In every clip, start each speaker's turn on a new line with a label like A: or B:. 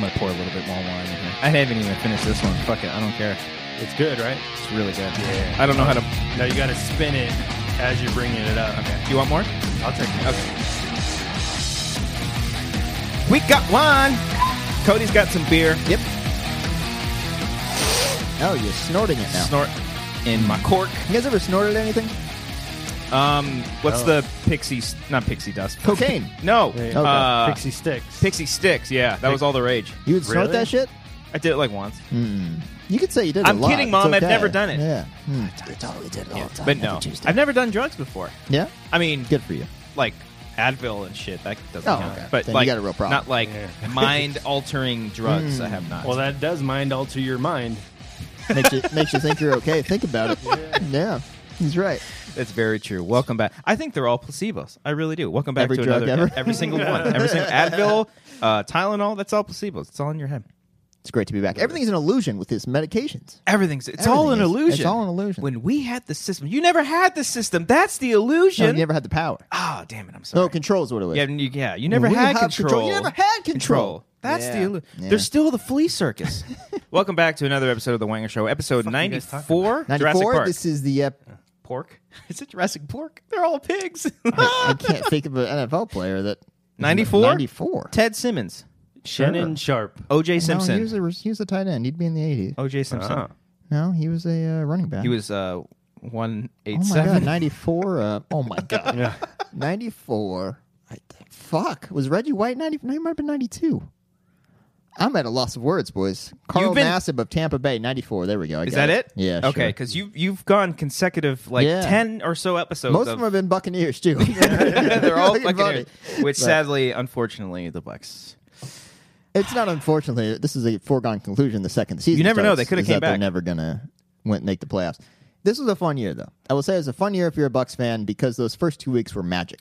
A: I'm gonna pour a little bit more wine in here. I haven't even finished this one. Fuck it, I don't care.
B: It's good, right?
A: It's really good.
B: Yeah.
A: I don't know how to.
B: Now you got to spin it as you're bringing it up.
A: Okay. You want more?
B: I'll take it.
A: Okay. We got wine. Cody's got some beer.
C: Yep. Oh, you're snorting it now.
A: Snort in my cork.
C: you guys ever snorted anything?
A: Um, what's
C: Oh.
A: the pixie? s- Not pixie dust.
C: Cocaine.
A: No.
B: Hey,
C: Okay.
A: Uh, pixie.
B: Pixie sticks.
A: sticks. Yeah, that was all the rage.
C: You would snort
B: Really?
C: that shit?
A: I did it like once.
C: You could say you did
A: I'm
C: a lot.
A: kidding,
C: It's
A: Mom. I've
C: okay.
A: never done it.
C: Yeah. Hmm. I totally did it all the time.
A: but no, I've never done drugs before.
C: Yeah?
A: I mean,
C: Good for you.
A: like Advil and shit. That doesn't
C: Oh,
A: count.
C: okay.
A: But
C: Then you
A: like,
C: got a real problem. Hmm.
A: not like
B: Yeah.
A: mind-altering drugs. I have not.
B: Well, that does mind alter your mind.
C: Makes you, makes you think you're okay. Think about it. Yeah. He's right.
A: That's very true. Welcome back. I think they're all placebos. I really do. Welcome back
C: Every
A: to
C: drug
A: another
C: ever?
A: every single one. Every single Advil, uh, Tylenol. That's all placebos. It's all in your head.
C: It's great to be back. Everything's an illusion with his medications. Oh,
A: Everything's it's all an
C: Everything is-
A: illusion.
C: it's all an illusion.
A: When we had the system, you never had the system. That's the illusion.
C: No, you never had the power.
A: oh, damn it! I'm sorry.
C: No, control is what it was.
A: yeah, you, yeah, you never
C: we
A: had
C: have
A: control.
C: control. You never had control.
A: That's
C: Yeah.
A: the illusion.
C: Yeah.
A: There's still the flea circus. Welcome back to another episode of the Wanger Show, episode
B: you guys talking
A: 94, Jurassic
C: 94,
A: Park.
C: this is the. Uh,
A: pork. Is it Jurassic Pork? They're all pigs.
C: I can't think of an NFL player that.
A: 94?
C: 94.
A: Ted Simmons.
B: Shannon Sharp.
A: OJ
C: No,
A: Simpson.
C: he was, a, he was a tight end. He'd be in the 80s.
A: OJ Simpson.
B: Ah.
C: No, he was a uh, running back.
A: He was uh one eight
C: Oh my god,
A: seven.
C: 94. Uh, oh my god.
B: Yeah.
C: 94. I, fuck. Was Reggie White 90? No, he might have been 92. I'm at a loss of words, boys. Carl
A: been-
C: Nassib of Tampa Bay, 94. There we go. I
A: Is
C: got
A: that it?
C: Yeah.
A: Okay,
C: sure.
A: because you you've gone consecutive like
C: Yeah.
A: ten or so episodes.
C: Most of them have been Buccaneers, too.
A: they're all
C: Fucking
A: Buccaneers,
C: funny.
A: which sadly, unfortunately, the Bucks.
C: It's not unfortunately. This is a foregone conclusion. The second the season,
A: You never know,
C: starts,
A: they coulda
C: is
A: came
C: that They're
A: back.
C: never gonna win, make the playoffs. This was a fun year, though. I will say it was a fun year if you're a Bucks fan because those first two weeks were magic.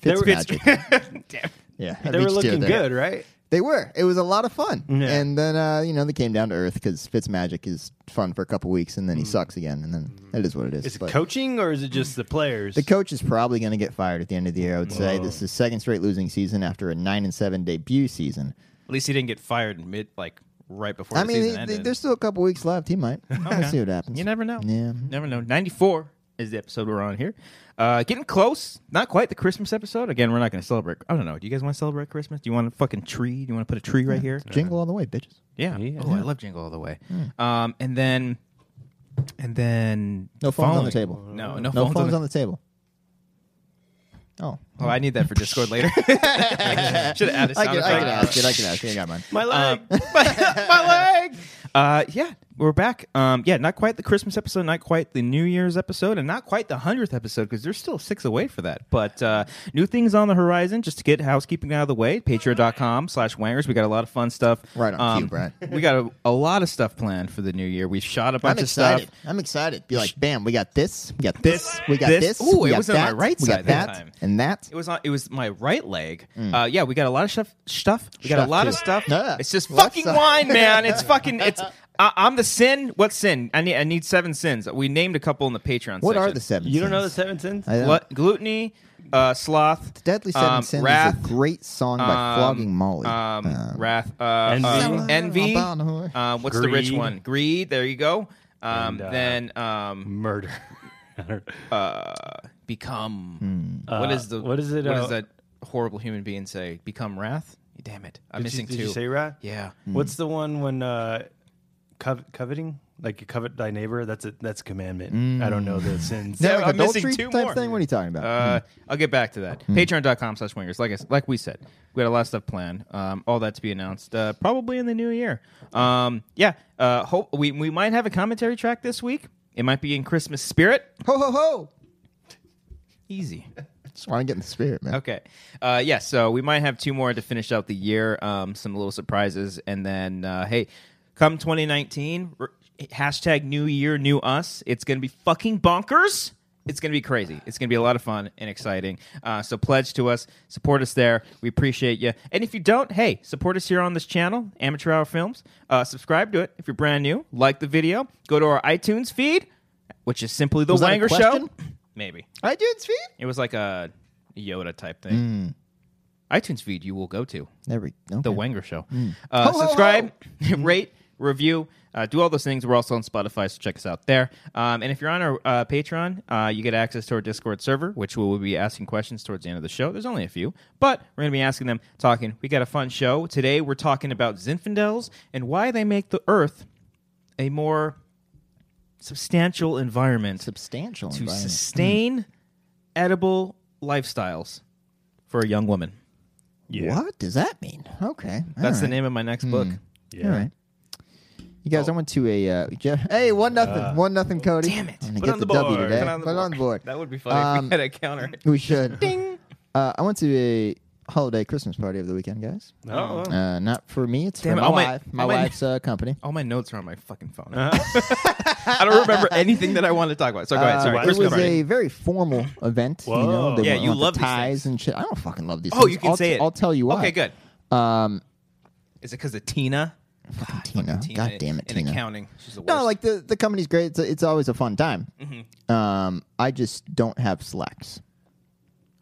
B: They
C: Fitz
B: were-
C: magic.
A: Damn.
C: yeah,
B: They were looking good, right?
C: They were. It was a lot of fun.
B: Yeah.
C: And then uh, you know they came down to earth because Fitz magic is fun for a couple weeks and then
A: Mm.
C: he sucks again and then that is what it is.
B: Is it
C: But
B: coaching or is it just the players?
C: the coach is probably going to get fired at the end of the year. I would say this is second straight losing season after a nine and seven debut season.
A: At least he didn't get fired mid like right before
C: I
A: the
C: mean,
A: season
C: th- th-
A: ended.
C: there's still a couple weeks left. He might. We'll see what happens.
A: You never know.
C: Yeah.
A: Never know. 94 is the episode we're on here. Uh, getting close. Not quite the Christmas episode. Again, we're not going to celebrate. I don't know. Do you guys want to celebrate Christmas? Do you want a fucking tree? Do you want to put a tree right here?
C: Jingle all the way, bitches.
A: Yeah. Oh, I love Jingle All the Way.
C: Hmm.
A: Um, and then, and then
C: No phones on
A: following-
C: the table.
A: No, no,
C: No
A: phones, on the.
C: table. Oh,
A: oh, I need that for Discord later. Should have added. sound
C: I could, I could
A: effect.
C: ask it. I could ask it. I got mine.
B: My leg.
A: my, my leg. Uh, yeah, we're back. Um, yeah, not quite the Christmas episode, not quite the New Year's episode, and not quite the hundredth episode because there's still six away for that. But uh, new things on the horizon. Just to get housekeeping out of the way, Patreon.com/slash Wangers. We got a lot of fun stuff. Um,
C: Right on cue, Brad.
A: We got a, a lot of stuff planned for the new year. We shot a bunch
C: I'm
A: of
C: excited.
A: stuff.
C: I'm excited. Be like, bam, we got this, we got this, we got
A: this.
C: this.
A: Ooh,
C: we
A: it
C: got
A: was on
C: that,
A: my right
C: we
A: side
C: got
A: that
C: that,
A: time.
C: and that.
A: It was on. It was my right leg. Uh, yeah, we got a lot of stuff. Stuff. We got
C: Mm. Stuff,
A: a lot of
C: too.
A: stuff.
C: Yeah.
A: It's just
C: Lots
A: fucking
C: of-
A: wine, man. It's fucking. It's. I, I'm the sin. What sin? I need. I need seven sins. We named a couple in the Patreon.
C: What
A: section.
C: are the seven?
B: You don't know the
C: sins?
B: seven sins?
C: I don't.
A: Glu- gluttony, uh, sloth,
C: Deadly Seven
A: um,
C: Sins
A: wrath,
C: is a great song by
A: um,
C: Flogging Molly.
A: um,
C: Uh,
A: wrath, uh,
B: Envy.
A: uh, envy.
C: Abominable.
A: Uh, what's the rich
B: Greed.
A: one? Greed. There you go. Um,
B: And, uh,
A: then um,
B: Murder. I don't-
A: uh, become.
C: Hmm.
A: What
B: Uh,
A: is the?
B: what is it,
A: What
B: uh,
A: does that horrible human being say? Become wrath. Damn it! I'm
B: Did
A: missing
B: you, did
A: two.
B: you say rat?
A: yeah.
C: Hmm.
B: What's the one when uh, cov- coveting? Like you covet thy neighbor? That's a that's a commandment. I don't know the sins.
C: Is Hmm. that
A: Yeah,
C: like
A: I'm missing
C: adultery
A: two
C: type
A: more.
C: thing? What are you talking about?
A: Uh, I'll get back to that. Patreon.com slash wingers. Like, I s- like we said, we got a lot of stuff planned. Um, all that to be announced uh, probably in the new year. Um, yeah. Uh, hope we, we might have a commentary track this week. It might be in Christmas spirit.
C: ho ho ho!
A: Easy.
C: Just want to get in the spirit, man.
A: Okay. Uh, yeah, so we might have two more to finish out the year, um, some little surprises. And then, uh, hey, come 2019, r- hashtag new year, new us. It's going to be fucking bonkers. It's going to be crazy. It's going to be a lot of fun and exciting. Uh, so pledge to us, support us there. We appreciate you. And if you don't, hey, support us here on this channel, Amateur Hour Films. Uh, subscribe to it if you're brand new. Like the video. Go to our iTunes feed, which is simply The
C: Was that a
A: Wanger Show.
C: question?
A: Maybe.
C: iTunes feed.
A: It was like a Yoda type
C: Mm.
A: thing. iTunes feed you will go to
C: There we go.
A: the
C: Okay.
A: Wenger Show. Uh,
C: Mm. Ho, ho,
A: subscribe, rate, review, uh, do all those things. We're also on Spotify, so check us out there. Um, and if you're on our uh, Patreon, uh, you get access to our Discord server, which we will be asking questions towards the end of the show. There's only a few, but we're going to be asking them, talking. We got a fun show today. We're talking about Zinfandels and why they make the Earth a more substantial environment
C: substantial
A: to
C: environment.
A: sustain edible lifestyles for a young woman.
B: Yeah.
C: What does that mean? Okay,
A: That's the
C: alright. Hmm.
A: name of my next book.
B: Yeah.
C: All right. You guys, I went to a. Uh, ja- hey, one nothing, one nothing, Cody.
A: Oh. Uh, damn it.
C: I'm gonna
A: Put
C: get
A: on
C: the,
A: the
C: W
A: board.
C: today.
A: Put on the
C: Put it on the board.
A: That would be funny if
C: Um,
A: we had a counter.
C: We should. Ding. Uh, I went to a holiday Christmas party over the weekend, guys.
B: Oh, well.
C: Uh, not for me. It's
A: Damn it,
C: for my
A: all my-
C: wife. My
A: all my-
C: wife's uh, company.
A: All my notes are on my fucking phone. I don't remember anything that I wanted to talk about. So go ahead.
C: Uh,
A: Sorry.
C: it
A: Christmas
C: was
A: party.
C: a very formal event. You know,
B: Whoa.
C: they
A: Yeah,
C: went
A: you
C: with
A: love
C: the
A: these
C: ties
A: things.
C: and shit. I don't fucking love these.
A: oh,
C: things.
A: you can
C: I'll
A: say
C: t-
A: it.
C: I'll tell you why.
A: Okay, good.
C: Um,
A: Is it because of Tina?
C: fucking Tina.
A: Tina
C: God damn it,
A: in
C: Tina.
A: accounting. She's the worst.
C: No, like the the company's great. It's, it's always a fun time.
A: Mm-hmm.
C: Um, I just don't have slacks.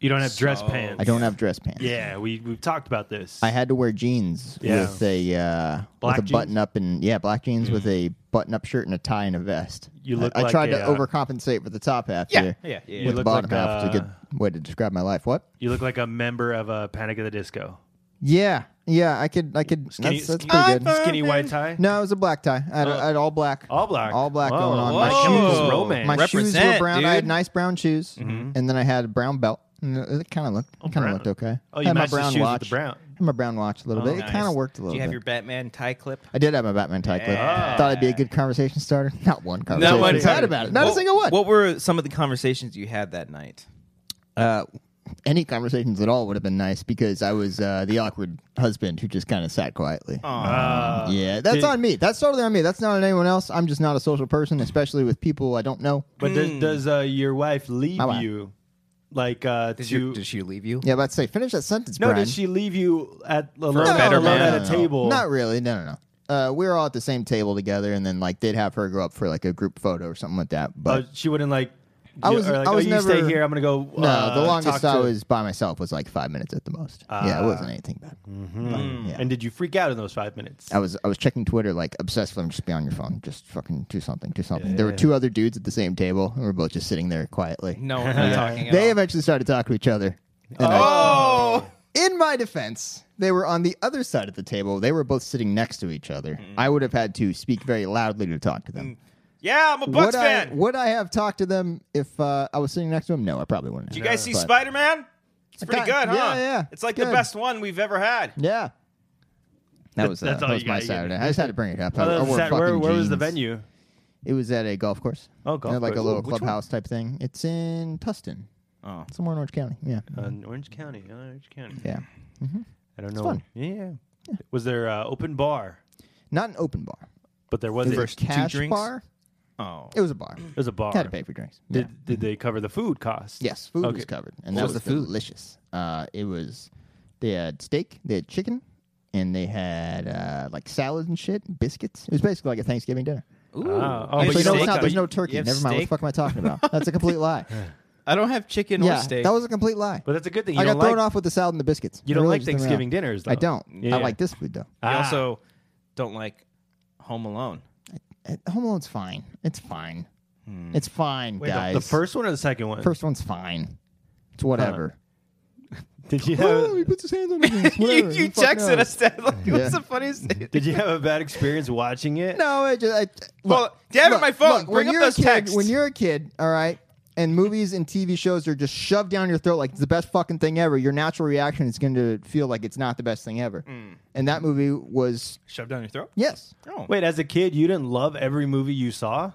B: You don't have dress
A: So-
B: pants.
C: I don't have dress pants.
B: Yeah, we we've talked about this.
C: I had to wear jeans
B: Yeah.
C: with a uh,
B: Black
C: with a
B: jeans? Mm.
C: button up and yeah, black jeans with a button up shirt and a tie and a vest.
B: You
C: I-
B: look
C: I,
B: like
C: tried
B: a,
C: to
B: uh,
C: overcompensate with the top half.
A: Yeah,
C: here,
A: yeah, yeah,
C: With
A: yeah.
C: the
B: You look
C: bottom
B: like, uh,
C: half, it's a good way to describe my life. What?
B: you look like a member of a Panic of the Disco.
C: Yeah, yeah. I could, I could.
B: Skinny,
C: that's that's
B: skinny,
C: pretty good.
B: Skinny white tie. Oh.
C: No, it was a black tie. I had, I had all black.
B: All black.
C: All black
B: Whoa,
C: going on. My
B: whoa.
C: shoes,
B: Romance.
C: my shoes were
A: Represent,
C: brown. I had
A: dude.
C: nice brown shoes, and then I had a brown belt. And it- it kind of looked, kind of
B: brown.
C: looked okay.
B: Mm-hmm. Oh, you
C: had my
B: matched the
C: brown
B: shoes with the
C: watch.
B: brown. Oh,
C: Had my brown watch a little bit. It kind of worked a little
A: Do you
C: bit.
A: have your Batman tie clip?
C: I did have my Batman tie clip. Thought it'd be a good conversation starter. Not one conversation.
A: Not one
C: Sad
A: time.
C: about it. Not a
A: What-
C: single one.
A: What were some of the conversations you had that night?
C: uh, any conversations at all would have been nice because I was uh, the awkward husband who just kind of sat quietly.
B: Uh,
C: Yeah, that's
B: Did-
C: on me. That's totally on me. That's not on anyone else. I'm just not a social person, especially with people I don't know.
B: But
A: Hmm.
B: does, does uh, your wife leave
C: My wife.
B: you? Like uh,
A: Did,
B: to
A: you, did she leave you?
C: Yeah, but say finish that sentence.
B: no?
C: Brian.
B: Did she leave you at alone,
A: a better
B: alone
A: man.
B: at a table?
C: Not really. No, no, no. Uh, we were all at the same table together, and then like did have her go up for like a group photo or something like that.
B: Uh,
C: But
B: she wouldn't like.
C: I was-
B: or, like,
C: I was
B: oh, You
C: never-
B: stay here. I'm gonna go.
C: no,
B: uh,
C: the
B: talk
C: longest
B: to-
C: I was by myself was like five minutes at the most.
A: Uh,
C: yeah, it wasn't anything bad. Yeah.
B: And did you freak out in those five minutes?
C: I was I was checking Twitter like obsessively. Just be on your phone. Just fucking do something. Do something. There were two other dudes at the same table, and we are both just sitting there quietly.
A: No, we're not talking at
C: they
A: all.
C: eventually started talking to each other. And I-
A: Oh!
C: in my defense, they were on the other side of the table. They were both sitting next to each other.
A: Mm.
C: I would have had to speak very loudly to talk to them.
A: Yeah, I'm a
C: Would
A: Mm. Bucks
C: I,
A: fan.
C: would I have talked to them if uh, I was sitting next to them? No, I probably wouldn't.
A: Do you
C: have.
A: guys see
C: But-
A: Spider Man? It's pretty
C: kinda-
A: good, huh?
C: yeah, yeah,
A: It's like the
C: good.
A: best one we've ever had.
C: Yeah. That was, uh,
B: that's all
C: that was
B: you
C: my
B: gotta give
C: Saturday.
B: me.
C: I just had to bring it up. I,
B: Oh,
C: I
B: that's
C: wore
B: sad.
C: fucking
B: Where, where was the
C: jeans.
B: venue?
C: It was at a golf course.
B: Oh, golf
C: You know, like a
B: course.
C: little
B: Ooh, which
C: clubhouse type thing. It's in Tustin,
A: Oh.
C: somewhere in Orange County. Yeah,
B: Uh, in Orange County. Orange County.
C: yeah.
B: I don't know.
C: fun.
B: Yeah. Was there uh, open bar?
C: Not an open bar.
B: But there was
C: It
B: a,
C: was
A: First two
C: a cash
A: drinks?
C: bar.
A: Oh.
C: It was a bar.
B: It was a bar.
C: Had to pay for drinks. Yeah.
B: Did, did they cover the food cost?
C: Yes, food was
B: Okay.
C: covered, and that was,
A: was the food?
C: delicious. Uh, it was. They had steak. They had chicken. And they had uh, like salads and shit, biscuits. It was basically like a Thanksgiving dinner.
A: Ooh.
B: Ah, oh,
A: You
B: but
A: have
C: Actually, no,
A: steak?
C: it's not. There's
A: You
C: no turkey.
A: have
C: Never mind. What the
A: steak?
C: fuck am I talking about? That's a complete lie.
A: I don't have chicken
C: yeah,
A: or steak.
C: that was a complete lie.
B: But that's a good thing. You
C: I got
B: don't
C: thrown
B: like,
C: off with the salad and the biscuits.
B: You
C: I
B: don't
C: really
B: like
C: just threw me off.
B: Thanksgiving dinners, though.
C: I don't.
B: Yeah.
C: I like this food though.
A: I
B: Ah.
A: also don't like Home Alone.
C: Uh, Home Alone's fine. It's fine. It's fine,
B: Hmm. the-
C: guys.
B: The, first one or the second one?
C: First one's fine. It's whatever.
B: Did you
C: Oh,
B: have,
C: he puts his hands on his
A: you you texted us that. Like,
C: Yeah.
A: What's the funniest thing?
B: did you have a bad experience watching it?
C: No, I just. I,
A: Well,
C: look,
A: damn it,
C: look,
A: my phone.
C: look, when
A: Bring up
C: you're a
A: those
C: kid-
A: texts.
C: When you're a kid, all right, and movies and TV shows are just shoved down your throat like it's the best fucking thing ever, your natural reaction is going to feel like it's not the best thing ever.
B: Hmm.
C: And that movie was,
A: Shoved down your throat?
C: yes.
A: Oh.
B: Wait, as a kid, you didn't love every movie you saw?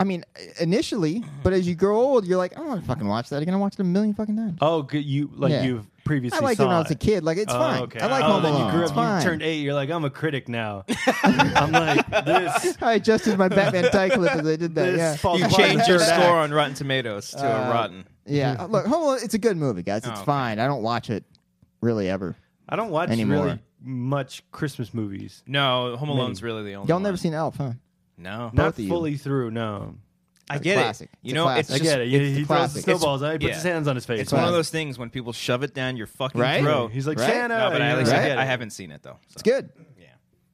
C: I mean, initially, but as you grow old, you're like, I don't want to fucking watch that again. I watched it a million fucking times.
B: Oh, good. You like
C: Yeah.
B: you've previously.
C: I liked it
B: saw
C: when I was a kid. Like, it's
B: Oh,
C: fine.
B: okay.
C: I like
B: oh,
C: Home
B: then
C: Alone.
B: You grew
C: it's
B: up.
C: fine.
B: You turned eight. You're like, I'm a critic now. I'm like this.
C: I adjusted my Batman die clip as I did that.
B: This
C: yeah.
B: falls
A: You
B: apart in
A: changed your
B: the third act.
A: score on Rotten Tomatoes to a rotten.
C: Yeah. Uh, Look, Home Alone, it's a good movie, guys.
B: Oh,
C: It's
A: okay.
C: fine. I don't watch it really ever.
B: I don't watch
C: anymore.
B: really much Christmas movies.
A: No, Home Alone's really the only.
C: Y'all
A: one.
C: never seen Elf, huh?
A: No,
B: Not
C: of you.
B: fully through. No,
A: I get
C: classic.
A: it. You
C: It's a
A: know,
C: classic.
A: it's
B: I
A: just,
B: get it. He,
C: it's the
B: he throws the
C: classic. It's-
B: snowballs. out, he puts
A: yeah.
B: his hands on his face.
A: It's one of
C: classic.
A: those things when people shove it down your fucking
C: Right?
A: throat.
B: He's like
C: Right?
B: Santa.
A: no, but I,
B: and
A: at
B: you're
A: least I,
C: Right.
A: get- I haven't seen it though. So.
C: It's good.
A: Yeah.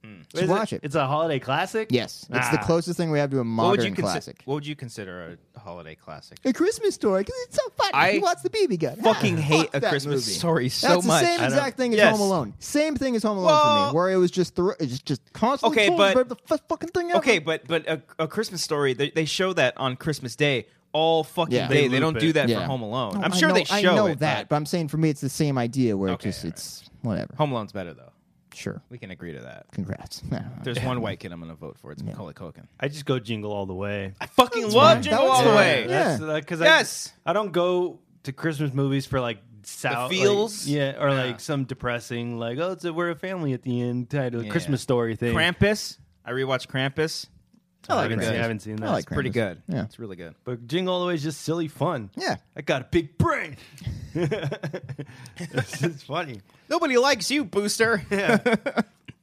B: Hmm. Is
C: Just watch it.
B: It's a holiday classic.
C: Yes. It's the
B: Ah.
C: closest thing we have to a
A: What
C: modern
A: would you consider?
C: classic.
A: What would you consider a holiday classic?
C: a Christmas story because it's so funny.
A: I
C: he wants the baby gun.
A: fucking
C: Ah,
A: hate
C: fuck
A: a
C: that
A: Christmas
C: movie.
A: story so
C: That's
A: much.
C: the same
A: I don't-
C: exact thing as
A: Yes.
C: Home Alone. Same thing as Home Alone for
A: Well-
C: me, where it was just thr- it's just constantly
A: Okay,
C: told
A: but-
C: about the f- fucking thing. ever.
A: Okay, but but a, a Christmas story. They, they show that on Christmas Day all fucking
C: Yeah.
A: day. They,
B: They
A: don't
B: loop
A: do
B: it.
A: that
C: Yeah.
A: for Home Alone.
C: No,
A: I'm
C: I
A: sure
C: know-
A: they show
C: I know
A: it,
C: that, but
A: but
C: I'm saying for me, it's the same idea where
A: Okay,
C: it just
A: all right.
C: it's whatever.
A: Home Alone's better though.
C: Sure,
A: We can agree to that.
C: congrats.
A: There's one white kid I'm going to vote for. It's Macaulay Culkin.
B: I just go jingle all the way.
A: I fucking love
C: fine.
A: Jingle
C: That
A: All
C: one's
A: the
C: fine.
A: Way.
C: Yeah.
B: That's because
A: Yes.
B: I, I don't go to Christmas movies for like sour like-
A: feels?
B: yeah, or
A: Yeah.
B: like some depressing like oh it's a, we're a family at the end title
A: Yeah.
B: Christmas story thing.
A: Krampus. I rewatched Krampus.
C: I like
B: haven't
C: Krampus.
B: seen, I haven't seen that.
C: I like
A: Pretty
C: Krampus.
A: good.
C: Yeah.
A: It's really good.
B: But Jingle All the Way is just silly fun.
C: Yeah.
B: I got a big brain. this is funny.
A: Nobody likes you, Booster.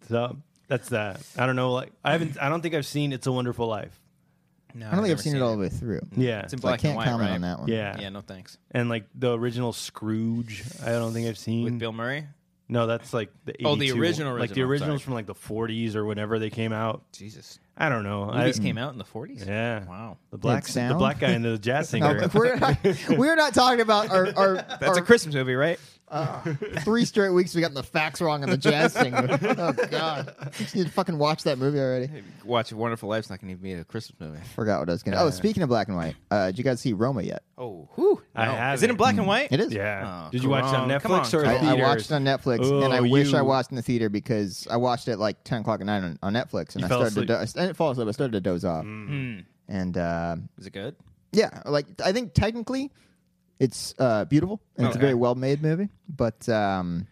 B: So that's that. I don't know. Like I haven't. I don't think I've seen It's a Wonderful Life.
A: No,
C: I don't think
A: never
C: I've seen it all the way through.
B: Yeah,
A: It's in
C: So I
A: black
C: can't
A: and white,
C: comment
A: right?
C: on that one.
B: yeah,
A: Yeah, no thanks.
B: And like the original Scrooge. I don't think I've seen.
A: With Bill Murray?
B: no, that's like the 82,
A: Oh, the original,
B: Like the
A: original,
B: originals
A: sorry.
B: from like the 40s or whenever they came out.
A: Jesus.
B: I don't know.
A: Movies
B: I,
A: came out in the 40s?
B: Yeah.
A: Wow.
B: The black
C: sound?
B: the black guy and the jazz
C: Now,
B: singer.
C: if we're not, we're not talking about our, our,
A: That's a
C: our
A: Christmas movie, right?
C: three straight weeks we got the facts wrong on the jazz singer. oh god, I just need to fucking watch that movie already.
A: Watch Wonderful Life's not going to even be a Christmas movie.
C: Forgot what I was gonna. oh, speaking of black and white, uh, did you guys see Roma yet?
A: Oh, who?
B: I have
A: Is it in
B: it.
A: black and white?
C: It is.
B: yeah.
A: Oh,
B: Did you watch it on
A: come on, come
B: Netflix
A: on, come
B: or
A: on.
B: the
C: I, I
B: theaters?
C: watched it on Netflix, and I
B: Oh,
C: wish I
B: you-
C: watched in the theater because I watched it at like ten o'clock at night on, on Netflix, and I
B: fell Mm.
C: started to do- I didn't fall asleep. I started to doze off, and uh,
A: Is it good?
C: yeah, like I think technically it's uh, beautiful and it's a
B: Oh,
A: Okay.
C: very well made movie, but um,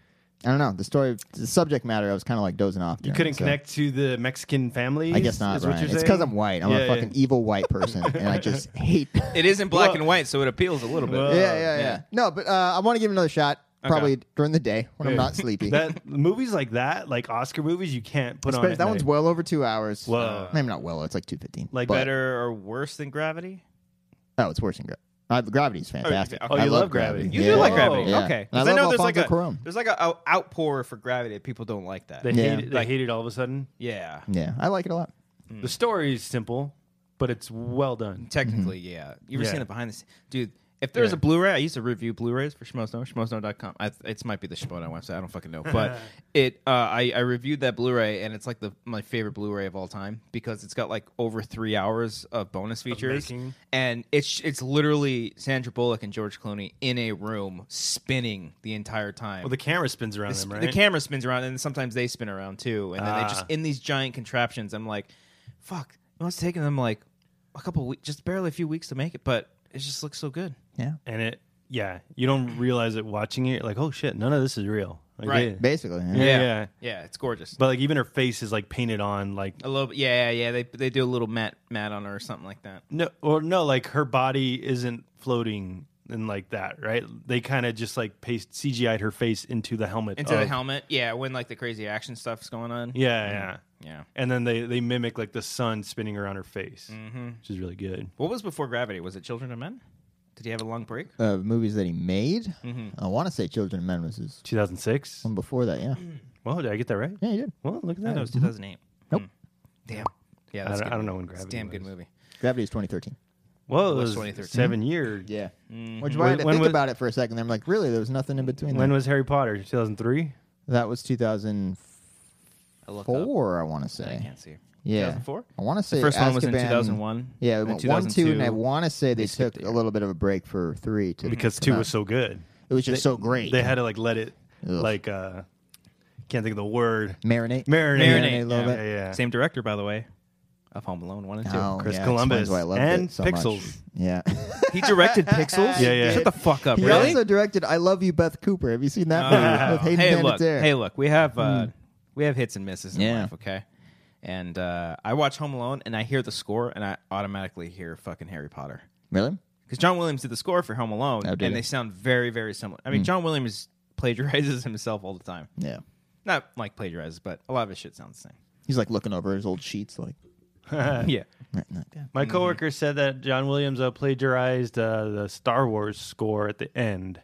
C: I don't know the story, the subject matter. I was kind of like dozing off.
B: You couldn't connect to the Mexican family.
C: I guess not.
B: Is what
C: Ryan.
B: you're
C: It's
B: saying?
C: because I'm white. I'm
B: Yeah,
C: a
B: yeah.
C: fucking evil white person, and I just hate.
A: It is in black
B: Well-
A: and white, so it appeals a little bit.
B: Well-
C: yeah, yeah,
A: yeah.
C: yeah. No, but uh, I want to give it another shot. Probably during the day when I'm
B: Yeah.
C: not sleepy.
B: that movies like that, like Oscar movies, you can't put on.
C: Especially-
B: at
C: that one's
B: night.
C: well over two hours. Uh,
B: Whoa.
C: Maybe not well. It's like two fifteen.
B: Like
C: but,
A: Better or worse than Gravity?
C: Oh, it's worse than gravity. Uh, gravity's fantastic.
A: okay. Oh,
C: I
B: you
C: love,
B: love Gravity.
A: You
B: Yeah.
A: do like
B: Oh,
A: Gravity,
C: yeah.
A: okay?
C: And I
A: Because I,
C: love
A: know there's like
C: Alfonso
A: a
C: Cuarón.
A: there's like a, out- outpour for Gravity that people don't like that.
B: They
C: Yeah.
B: hate it. They
A: Like- Hmm.
B: hate it all of a sudden.
A: yeah,
C: Yeah, I like it a lot.
B: The story is simple, but it's well done.
A: technically, yeah. You ever
B: Mm-hmm. Yeah.
A: seen the behind the scenes, dude? If there's
B: Yeah.
A: a Blu-ray, I used to review Blu-rays for Schmoesno, Schmoesno.com. I, it might be the Schmoesno website. I don't fucking know, but it. Uh, I, I reviewed that Blu-ray, and it's like the my favorite Blu-ray of all time because it's got like over three hours of bonus features,
B: making.
A: and it's it's literally Sandra Bullock and George Clooney in a room spinning the entire time.
B: Well, the camera spins around them, right?
A: the camera spins around and sometimes they spin around too and then they just
B: Ah.
A: in these giant contraptions i'm like fuck it must have taken them like a couple weeks just barely a few weeks to make it but it just looks so good
C: Yeah,
B: and it, yeah, you don't realize it watching it. You're like, oh shit, none of this is real. Like,
A: Right.
B: Yeah.
C: basically. Yeah.
B: Yeah.
A: yeah, Yeah, it's gorgeous
B: But like, even her face is like painted on, like
A: a little bit, yeah yeah they, they do a little matte matte on her or something like that
B: no, or no, like her body isn't floating and like that, right? They kind of just like paste CGI'd her face into the helmet.
A: into the
B: of-
A: helmet Mm-hmm. yeah when like the crazy action stuff's going on
B: Yeah, yeah.
A: yeah
B: And then they they mimic like the sun spinning around her face,
A: Mm-hmm.
B: which is really good.
A: what was before gravity was it children of men did he have a long break
C: Uh, movies that he made.
A: Mm-hmm.
C: I want to say Children of Men was his
B: 2006.
C: one before that. Yeah,
A: Mm.
B: Well, did I get that right?
C: Um, yeah, Mm-hmm. he did.
B: Well, look at
A: no
B: that.
A: it was 2008
C: Nope.
A: Hmm. damn yeah
B: I
A: that's
B: don't,
A: good.
B: I don't know when
A: it's a
B: Gravity.
A: damn good
B: was.
A: movie
C: Gravity was 2013.
B: Well, it
A: was
B: was
A: 2013.
B: seven year.
C: Yeah,
A: Mm-hmm.
C: which why I had to
B: When
C: think
B: was-
C: about it for a second. Then I'm like, really, there was nothing in between.
B: When
C: that.
B: was Harry Potter? 2003.
C: that was 2004,
A: i looked up.
C: I want to say.
A: i can't see
C: Yeah,
A: 2004?
C: I want to say
A: first one was in
C: Azkaban-
A: 2001,
C: Yeah,
A: then
C: went one, two, and I
A: 2002.
C: want to say they, took
A: skipped Mm-hmm. a
C: a little bit of a break for three to
B: Because
C: come
B: two
C: out.
B: was so good,
C: It was just so great.
B: they had to like let it
C: Ugh.
B: like uh can't think of the word
C: marinate.
B: marinate.
A: Marinate,
C: Marinate a little
A: yeah.
C: bit.
B: Yeah, yeah.
A: Same director, by the way. of Home Alone one and two.
C: Oh,
B: Chris
C: yeah,
B: Columbus
C: explains why I loved
B: and
C: it so
B: Pixels.
C: Much. Yeah.
A: He directed Pixels.
B: Yeah, yeah.
A: Shut the fuck up.
C: he
A: really? Uh,
C: also directed "I Love You, Beth Cooper." Have you seen that
B: Ah.
C: movie with Hayden
A: hey, look.
C: Panettiere? Hmm.
A: Hey, look. We have uh, we have hits and misses in
C: Yeah.
A: life. Okay. And uh, I watch Home Alone and I hear the score and I automatically hear fucking Harry Potter
C: really?
A: because John Williams did the score for Home Alone
C: Oh,
A: and
C: did he? Hmm.
A: they sound very very similar. I mean, John Williams plagiarizes himself all the time.
C: Yeah.
A: Not like plagiarizes, but a lot of his shit sounds the same.
C: He's like looking over his old sheets, like.
A: yeah.
B: My coworker said that John Williams uh, plagiarized uh, the Star Wars score at the end.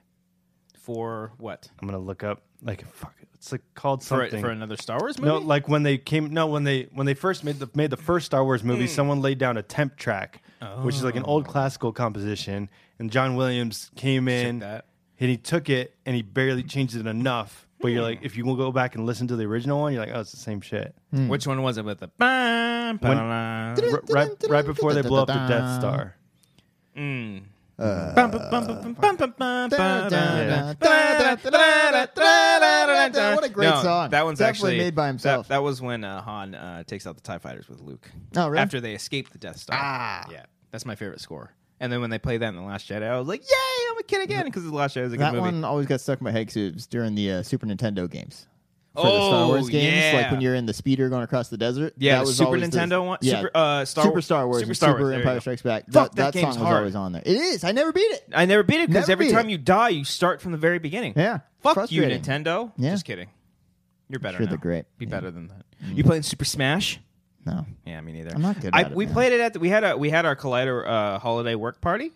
A: For what?
B: I'm gonna look up like fuck. It's like called
A: For,
B: something
A: for another Star Wars movie?
B: No, like when they came. No, when they when they first made the made the first Star Wars
A: Hmm.
B: movie, someone laid down a temp track, which is like an
A: Oh.
B: old classical composition, and John Williams came in
A: that.
B: and he took it and he barely changed it enough. But you're
A: Hmm.
B: like, if you will go back and listen to the original one, you're like, oh, it's the same shit.
C: Hmm.
A: Which one was it with the bam, ba-da-da,
B: R- right, right before they blow up the Death Star.
A: bum, bum, bum, bum, bum, bum, bum,
C: Da, da,
A: ba-da-da,
C: da, da, da, da, da, da, da. What a great
A: No,
C: song.
A: That one's
C: Definitely
A: actually
C: made by himself.
A: That, that was when uh, Han uh, takes out the Tie Fighters with Luke.
C: Oh, really?
A: After they escape the Death Star.
C: Ah.
A: yeah. That's my favorite score. And then when they play that in the Last Jedi, I was like, "Yay! I'm a kid again!" Because the Last Jedi is a good
C: That
A: movie.
C: one always got stuck in my head 'cause it was during the uh, Super Nintendo games. For the
A: Oh,
C: Star Wars games,
A: yeah.
C: like when you're in the speeder going across the desert.
A: Yeah,
C: that
A: the
C: was
A: Super
C: always the-
A: Nintendo one-
C: Yeah,
A: Super, uh, Star
C: Super
A: Wars-
C: Star Wars,
A: Super
C: and
A: Star
C: Super
A: Wars, there you
C: Empire
A: go.
C: Strikes Back.
A: Fuck,
C: that,
A: that
C: song
A: game's
C: was
A: hard.
C: always on there. It is. I never beat it.
A: I never beat it because
C: Never
A: every
C: beat
A: time
C: it.
A: you die, you start from the very beginning.
C: Yeah.
A: Fuck you,
C: Frustrating.
A: Nintendo.
C: Yeah.
A: Just kidding. You're better.
C: Sure,
A: now.
C: they're great.
A: Be
C: Yeah.
A: better than that. You playing Super Smash?
C: No,
A: Yeah, me neither.
C: I'm not good
A: I,
C: at it,
A: we
C: man.
A: played it at the, we had a we had our Collider uh, holiday work party,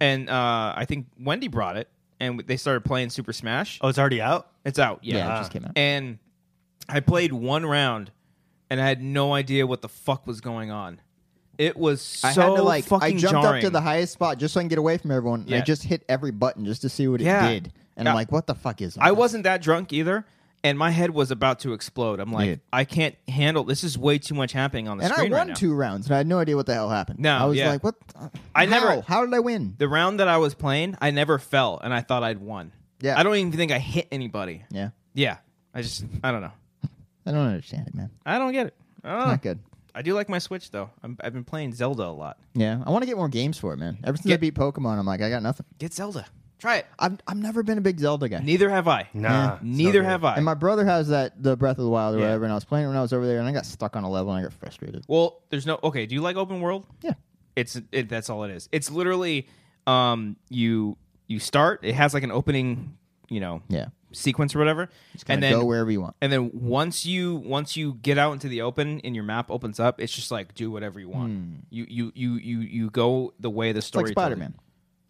A: and uh, I think Wendy brought it, and they started playing Super Smash.
B: Oh, it's already out.
A: It's out.
C: yeah,
A: Yeah.
C: it just came out.
A: and I played one round, and I had no idea what the fuck was going on. It was so
C: I had to like.
A: fucking
C: I jumped
A: jarring.
C: up to the highest spot just so I can get away from everyone. And I
A: Yeah.
C: just hit every button just to see what
A: Yeah.
C: it did. And
A: Yeah.
C: I'm like, what the fuck is?
A: I
C: this?
A: wasn't that drunk either, and my head was about to explode. I'm like,
C: Dude.
A: I can't handle this. Is way too much happening on the
C: And I
A: screen
C: won
A: right now.
C: two rounds, and I had no idea what the hell happened.
A: No,
C: I was
A: yeah.
C: like, what?
A: I
C: how?
A: never-
C: How did I win?
A: The round that I was playing, I never fell, and I thought I'd won.
C: Yeah.
A: I don't even think I hit anybody.
C: yeah,
A: Yeah, I just, I don't know.
C: I don't understand it, man.
A: I don't get it. I don't know.
C: Not good.
A: I do like my Switch though. I'm, I've been playing Zelda a lot.
C: Yeah, I want to get more games for it, man. Ever since I
A: Get-
C: beat Pokemon, I'm like, I got nothing.
A: Get Zelda. Try it.
C: I've I've never been a big Zelda guy.
A: Neither have I.
B: Nah, it's no
A: Neither
B: good.
A: have I.
C: And my brother has that the Breath of the Wild or
A: Yeah.
C: whatever, and I was playing it when I was over there, and I got stuck on a level, and I got frustrated.
A: well, there's no. Okay, do you like open world?
C: Yeah,
A: it's it, that's all it is. It's literally um you you start. It has like an opening, you know,
C: Yeah.
A: sequence or whatever, and
C: and
A: then
C: go wherever you want.
A: and then once you once you get out into the open and your map opens up, it's just like do whatever you want. You you you you you go the way the
C: Hmm. It's like
A: story. tells you.
C: Spider Man.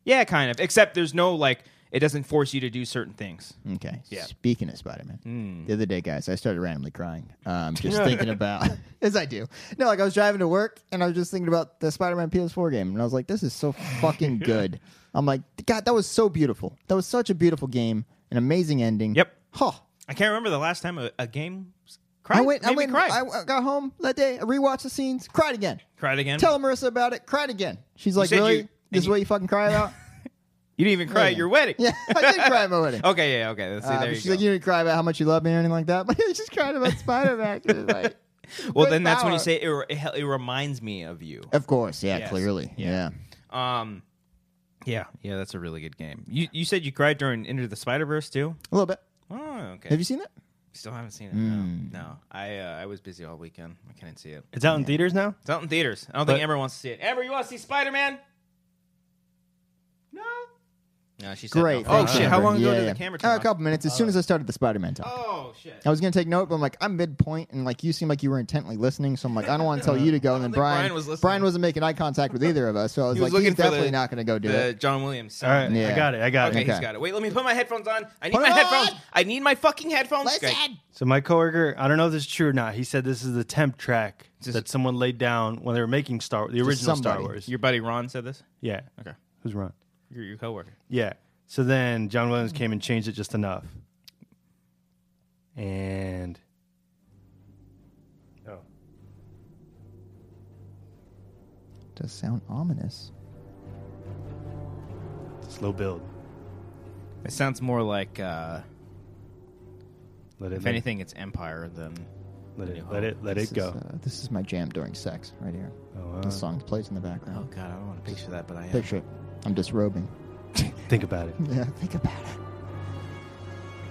A: Yeah, kind of. Except there's no like it doesn't force you to do certain things.
C: Okay.
A: Yeah. Hmm.
C: Speaking of Spider Man, the other day, guys, I started randomly crying. Um, just thinking about, as I do. No, like I was driving to work and I was just thinking about the Spider Man PS4 game, and I was like, this is so fucking good. I'm like, God, that was so beautiful. That was such a beautiful game, an amazing ending.
A: Yep.
C: Huh.
A: I can't remember the last time a, a game s- cried.
C: I went.
A: Made
C: I
A: me
C: went.
A: cry.
C: I I got home that day. I rewatched the scenes. Cried again.
A: cried again.
C: Tell Marissa about it. Cried again. She's like,
A: said you-
C: really?
A: and
C: this is
A: you-
C: what you fucking cry about?
A: you didn't even cry at
C: yeah.
A: your wedding.
C: yeah, I did cry at my wedding.
A: Okay. Yeah. Okay. Let's see.
C: Uh, but
A: there you
C: she's
A: go.
C: like, you didn't cry about how much you love me or anything like that. But I just cried about Spider Man. like,
A: well,
C: good
A: then that's when you
C: power.
A: say it, re- it, hel- it reminds me of you.
C: Of course, yeah,
A: Yes.
C: clearly, yeah.
A: Um, yeah, yeah, that's a really good game. You you said you cried during Into the Spider Verse too.
C: a little bit.
A: Oh, okay.
C: Have you Hmm. seen it?
A: Still haven't seen it. No, no. I uh, I was busy all weekend. I couldn't see it.
B: It's out in theaters now.
A: It's out in theaters. I don't think Amber wants to see it. Amber, you want to see Spider Man? No. No, she said
C: Great.
A: No. Oh
C: thanks,
A: shit! How
C: Amber.
A: long ago
C: Yeah,
A: did
C: yeah.
A: the camera turn
C: Uh,
A: on?
C: a couple minutes. As soon as I started the Spider Man talk,
A: Oh shit!
C: I was gonna take note, but I'm like, I'm midpoint, and like you seem like you were intently listening, so I'm like, I don't want to tell you to go. And then
A: think
C: Brian,
A: Brian was listening.
C: not making eye contact with either of us, so I was,
A: He was
C: like,
A: looking
C: he's
A: for
C: definitely
A: the-
C: not gonna go do
A: The
C: it.
A: John Williams.
B: All right,
A: sound.
C: Yeah.
B: I got it. I got
A: Okay,
B: it.
A: he's
C: Okay.
A: got it. Wait, let me put my headphones on. I need
C: Put
A: my
C: it
A: headphones.
C: on!
A: I need my fucking headphones.
C: Listen,
A: Okay.
B: So my coworker, I don't know if this is true or not. He said this is the temp track that someone laid down when they were making Star the original Star
C: somebody.
B: Wars.
A: Your buddy Ron said this.
B: yeah.
A: Okay.
B: Who's Ron?
A: Your your coworker.
B: Yeah. So then John Williams came and changed it just enough. And oh,
C: does sound ominous.
B: slow build.
A: It sounds more like, uh,
B: Let it
A: if anything, it's Empire than
B: Let it, let it, let
C: This
B: it
C: is,
B: go.
C: uh, this is my jam during sex, right here.
B: Oh, wow.
C: The song plays in the background.
A: Oh god, I don't want to picture that, but I am.
C: Picture it. I'm disrobing.
B: Think about it.
C: Yeah, think about it.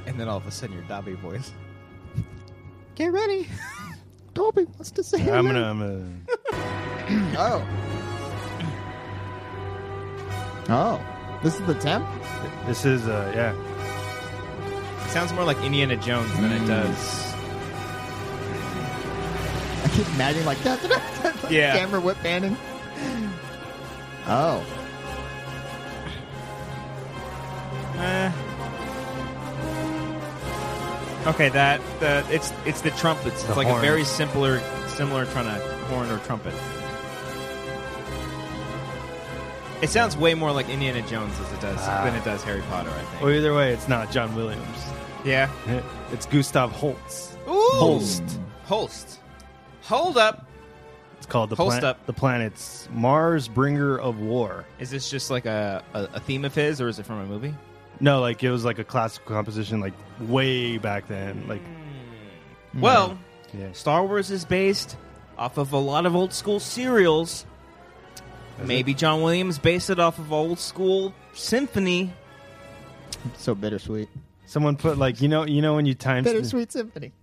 A: And then all of a sudden, your Dobby voice.
C: Get ready. Dolby wants to say
B: I'm
C: hello.
B: gonna, I'm gonna.
C: Oh. Oh. This is the temp?
B: This is, uh, yeah.
A: It sounds more like Indiana Jones than it does.
C: I keep imagining like that.
A: Yeah.
C: Camera whip banning. Oh.
A: Eh. Okay, that the it's it's the trumpets. It's
B: The
A: like a
B: horn.
A: very simpler similar kind of horn or trumpet. It sounds way more like Indiana Jones as it does than it does Harry Potter. I think.
B: Well, either way, it's not John Williams.
A: Oh, yeah.
B: It's Gustav Holst.
A: Holst. Holst. Hold up.
B: It's called the
A: Holst
B: Planet.
A: up.
B: The planet's Mars Bringer of War.
A: Is this just like a, a, a theme of his, or is it from a movie?
B: No, like it was like a classical composition, like way back then. Like,
A: Well,
B: yeah,
A: Star Wars is based off of a lot of old school serials. Maybe John Williams based it off of old school symphony.
C: So bittersweet.
B: someone put like you know, you know when you time.
C: Bittersweet symphony.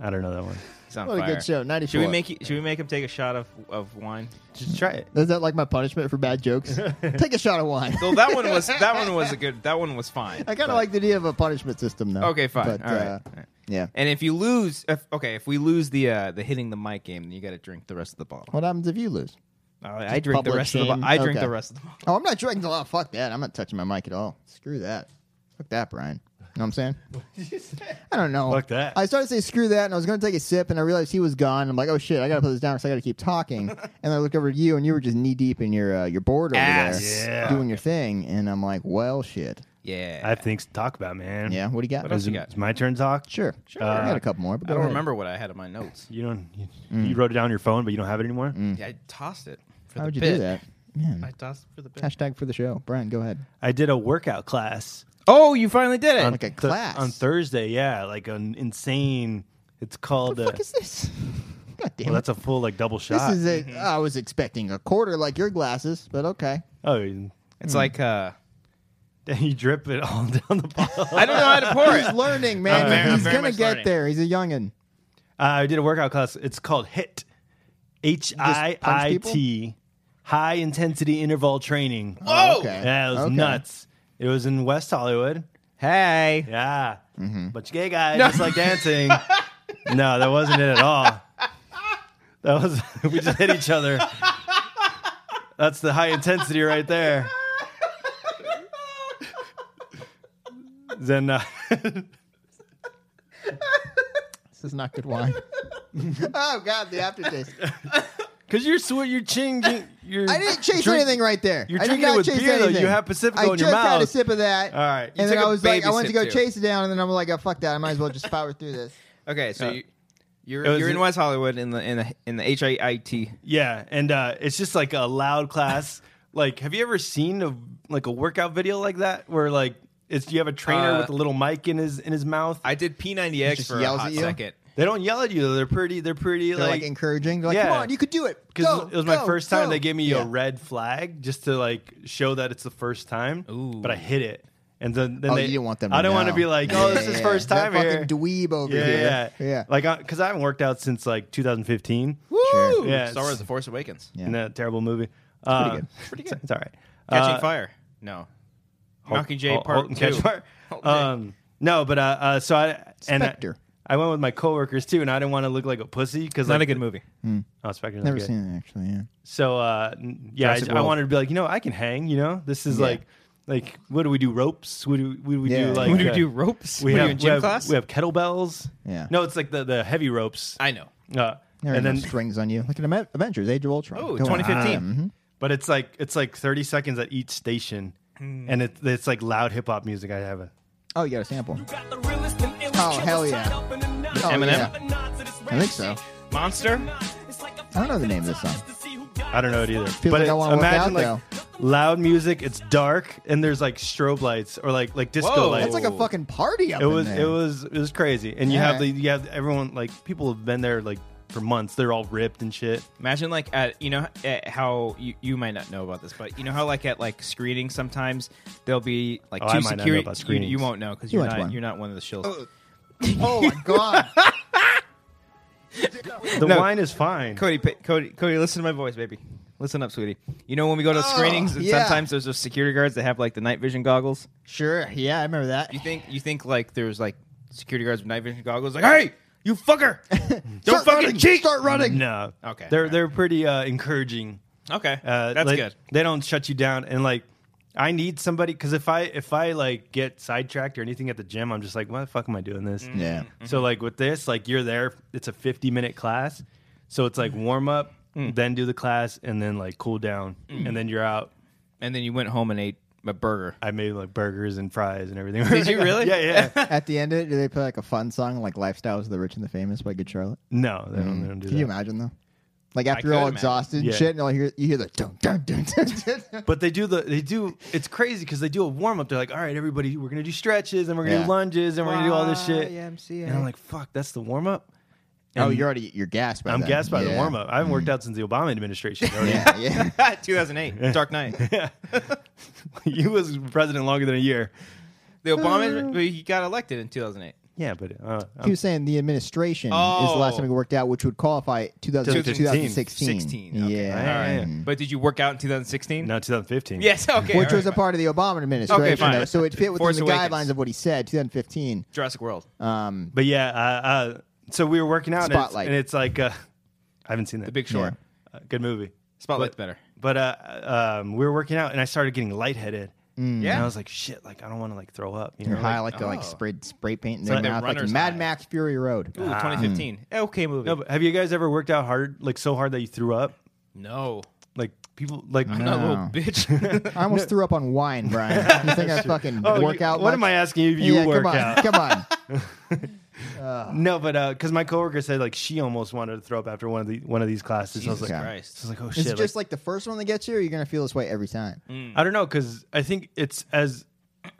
B: I don't know that one.
A: He's on
C: What a
A: fire.
C: good show. 94.
A: Should we make he- should we make him take a shot of, of wine?
B: Just try it.
C: Is that like my punishment for bad jokes? Take a shot of wine.
A: So that one was that one was a good that one was fine.
C: I kind
A: But-
C: of like the idea of a punishment system, though.
A: Okay, fine.
C: But,
A: All right.
C: uh,
A: All right.
C: Yeah.
A: And if you lose, if, okay, if we lose the uh, the hitting the mic game, then you got to drink the rest of the bottle.
C: What happens if you lose?
A: Oh, I drink the
C: public
A: rest of the
C: shame?
A: bo- I drink
C: Okay.
A: the rest of the bottle.
C: Oh, I'm not drinking the lot. Fuck that. I'm not touching my mic at all. Screw that. Fuck that, Brian. You know what I'm saying? I don't know.
B: Fuck that.
C: I started to say screw that, and I was going to take a sip, and I realized he was gone. I'm like, oh shit, I got to put this down because I got to keep talking. and I looked over at you, and you were just knee deep in your uh, your board over
A: Ass.
C: there,
B: Yeah.
C: doing your thing. And I'm like, well, shit.
A: Yeah.
B: I have things to talk about, man.
C: Yeah, what do you got? Oh,
A: else
B: Is,
A: you
B: it,
A: got?
B: is my turn to talk?
C: Sure, sure. I got a couple more, but
A: I
C: go
A: don't
C: ahead.
A: remember what I had in my notes.
B: You don't. You,
C: Mm.
B: you wrote it down on your phone, but you don't have it anymore.
A: Yeah, I tossed it. For
C: How
A: the
C: would you
A: bit.
C: do that?
A: I
C: Man,
A: tossed it for the bit.
C: hashtag for the show, Brian. Go ahead.
B: I did a workout class
A: Oh, you finally did it.
B: on
C: Like a
B: th-
C: class.
B: on Thursday. Yeah, like an insane. It's
C: What
B: called.
C: the
B: uh,
C: fuck is this? God damn
B: well,
C: it.
B: that's a full like double
C: This
B: shot.
C: is a. I was expecting a quarter like your glasses, but okay.
B: oh, you,
A: It's like
C: Hmm.
A: uh,
B: you drip it all down the bottle.
A: I don't know how to pour
C: He's
A: it.
C: learning, man.
A: I'm very- I'm
C: He's
A: very
C: gonna
A: much
C: get
A: learning.
C: there. He's a youngin.
B: Uh, I did a workout class. It's called HIT. H I I T. High intensity interval training.
A: Oh,
C: Okay.
B: Yeah, it was
C: Okay.
B: nuts. It was in West Hollywood.
A: hey.
B: Yeah. Bunch of gay guys just like dancing. no, that wasn't it at all. That was we just hit each other. That's the high intensity right there. Then uh,
C: This is not good wine. oh God, the aftertaste.
B: Because you're sweat, you're chinging. You're
C: I didn't chase
B: drink-
C: anything right there.
B: you're
C: I did
B: drinking it
C: not
B: with
C: chase
B: beer, though. You
C: anything.
B: have Pacifico
C: I
B: in your
C: just had a
B: mouth.
C: sip of that.
B: All right. You
C: and then
A: took
C: I
A: a
C: was like,
A: baby
C: I went to
A: sip,
C: go
A: too.
C: chase it down, and then I'm like, oh fuck that. I might as well just power through this.
A: Okay,
C: Uh,
A: so you, you're
B: It was
A: you're in
B: in-
A: West Hollywood in the in the in the H I I T.
B: Yeah, and uh, it's just like a loud class. like, have you ever seen a like a workout video like that where like it's you have a trainer
A: Uh,
B: with a little mic in his in his mouth?
A: I did P90X
C: just
A: for a
C: yells
A: hot
C: at you?
A: second.
B: they don't yell at you. though. They're pretty. They're pretty
C: They're like,
B: like
C: encouraging. They're like, come
B: Yeah.
C: on, you could do it.
B: because
C: Go,
B: it was my
C: go,
B: first time.
C: go.
B: They gave me
C: Yeah.
B: a red flag just to like show that it's the first time.
A: Ooh.
B: But I hit it, and then then
C: Oh,
B: they,
C: you didn't want them.
B: I don't
C: want
B: want to be like, oh, this is first time
C: that
B: here.
C: Fucking dweeb over
B: yeah, yeah,
C: here. Yeah.
B: Like, because I haven't worked out since like 2015.
C: Sure.
A: Woo!
B: Yeah,
A: Star
B: it's-
A: Wars: The Force Awakens.
C: Yeah.
B: in that terrible movie. Uh,
C: good.
B: pretty good. It's, all right.
A: Catching
B: Uh,
A: Fire. No.
B: Hulk-
A: Mockingjay
B: Hulk-
A: Part
B: Hulk and
A: Two.
B: Catch Fire.
A: Hulk
B: Um, no, but uh, uh, so I and I-
C: Spectre.
B: I, went with my coworkers too, and I didn't want to look like a pussy because
A: Not
B: like,
A: a good movie.
B: Oh, Spectre's not
C: Never
B: good.
C: seen it actually. Yeah.
B: So uh, n- yeah, I,
C: Jurassic
B: I
C: World.
B: wanted to be like, you know, I can hang. You know, this is
C: Yeah.
B: like, like what do we do? Ropes? What do we, what do, we
C: Yeah.
B: do? Like,
A: What do you
B: uh,
A: do? Ropes?
B: We
A: What
B: have
A: are you in gym
B: we have,
A: class?
B: We have kettlebells.
C: Yeah.
B: No, it's like the the heavy ropes.
A: I know.
B: Uh,
C: There
B: and
C: are
B: then
C: no strings on you. Look at Aven- Avengers: Age of Ultron. Um,
A: Oh,
C: Go on.
A: 2015.
B: But it's like it's like thirty seconds at each station,
A: Hmm.
B: and it, it's like loud hip hop music. I have a
C: Oh, you got a sample.
D: Oh, hell yeah.
C: Oh,
A: Eminem?
D: I think so.
C: Mm-hmm.
A: Monster?
D: I don't know the name of this song.
B: I don't know it either.
C: Feels
B: but
C: like I
B: it-
C: want to work
B: imagine
C: out
B: like
C: though.
B: loud music. It's dark, and there's like strobe lights or like like disco
A: Whoa.
B: lights.
C: That's like a fucking party up
B: it
C: in
B: was
C: there.
B: it was it was crazy. And you
C: Yeah.
B: have the you have everyone like people have been there like for months. They're all ripped and shit.
A: Imagine like at you know at how you, you might not know about this, but you know how like at like screenings sometimes there'll be like
B: Oh,
A: two
B: I might not know
A: security.
B: about
A: you,
B: screenings.
A: you won't know because
C: You
A: you're
C: went to
A: not
C: one.
A: you're not one of the shills.
C: Oh my god!
B: The
A: No.
B: wine is fine.
A: Cody, pa- Cody, Cody, listen to my voice, baby. Listen up, sweetie. You know when we go to screenings, and
C: Oh, yeah.
A: sometimes there's those security guards that have like the night vision goggles.
C: sure, yeah, I remember that.
A: You think you think like there's like security guards with night vision goggles, like, hey, you fucker, don't
C: Start
A: fucking
C: running,
A: cheat.
C: Start running.
B: No.
A: Okay.
B: They're
A: Alright.
B: they're pretty uh, encouraging.
A: Okay,
B: Uh,
A: that's
B: like,
A: good.
B: They don't shut you down and like. I need somebody because if I if I like get sidetracked or anything at the gym, I'm just like, why the fuck am I doing this?
C: Mm-hmm. Yeah.
A: Mm-hmm.
B: So like with this, like you're there. It's a 50 minute class, so it's like
A: Mm-hmm.
B: warm up,
A: Mm.
B: then do the class, and then like cool down, and then you're out.
A: And then you went home and ate a burger.
B: I made like burgers and fries and everything.
A: Did you really?
B: yeah, yeah.
C: At the end of it, do they play like a fun song like "Lifestyles of the Rich and the Famous" by Good Charlotte?
B: No, they don't, they don't do
C: Mm. Can you
B: that.
C: imagine though? Like after you're
A: could
C: all
A: imagine.
C: exhausted and
B: Yeah.
C: shit, and all you hear you hear the dun dun dun dun. dun.
B: But they do the they do. It's crazy because they do a warm up. They're like, all right, everybody, we're gonna do stretches and we're gonna
C: Yeah.
B: do lunges and we're gonna do all this shit.
A: YMCA.
B: And I'm like, fuck, that's the warm up.
C: oh, you're already you're gassed by
B: I'm
C: then.
B: gassed by the
C: Yeah. Mm.
B: warm up. I haven't worked out since the Obama administration. bro.
C: Yeah, yeah.
A: 2008, Dark Knight.
B: you was president longer than a year.
A: The Obama, well, he got elected in 2008.
B: Yeah, but uh, I'm
C: He was saying the administration is the last
A: Oh.
C: time we worked out, which would qualify 2000, 2016.
A: 16, okay.
C: Yeah.
B: All right.
C: Mm.
A: But did you work out in 2016?
B: Mm-hmm. no 2015.
A: Yes, okay.
C: Which
A: all
C: was a
A: right,
C: part of the Obama administration,
A: fine.
C: though, so it fit within
A: Force
C: the
A: Awakens.
C: guidelines of what he said, 2015.
A: Jurassic World.
C: Um,
B: But yeah, uh, uh, so we were working out, and it's-
C: Spotlight.
B: and it's, like uh, I haven't seen that.
A: The Big Short.
C: Yeah.
B: Uh, good movie.
A: Spotlight's
B: But-
A: better.
B: But uh, um, we were working out, and I started getting lightheaded.
C: Mm.
A: Yeah.
B: And I was like, shit, like I don't want to like throw up. You know,
C: they're high,
B: like-
C: like they're
A: oh.
C: like spray, spray paint in their
A: like the
C: mouth, like
A: runner's
C: Mad
A: high.
C: Max Fury Road.
A: Ooh, 2015. Okay movie.
B: no, but have you guys ever worked out hard, like so hard that you threw up?
A: No.
B: Like people, like
A: I'm not a little
C: No.
A: bitch.
C: I almost threw up on wine, Brian. You think I fucking
B: Oh,
C: work
B: you-
C: out?
B: What
C: much?
B: am I asking you if you
C: yeah,
B: work
C: come on,
B: out?
C: come on.
B: No, but because my coworker said like she almost wanted to throw up after one of the one of these classes. I was
C: Jesus
B: like,
C: Christ.
A: Christ.
B: I was like, oh
C: Is
B: shit.
C: it
B: like-
C: just like the first one that gets you, or you're gonna feel this way every time?
A: Mm.
B: I don't know because I think it's as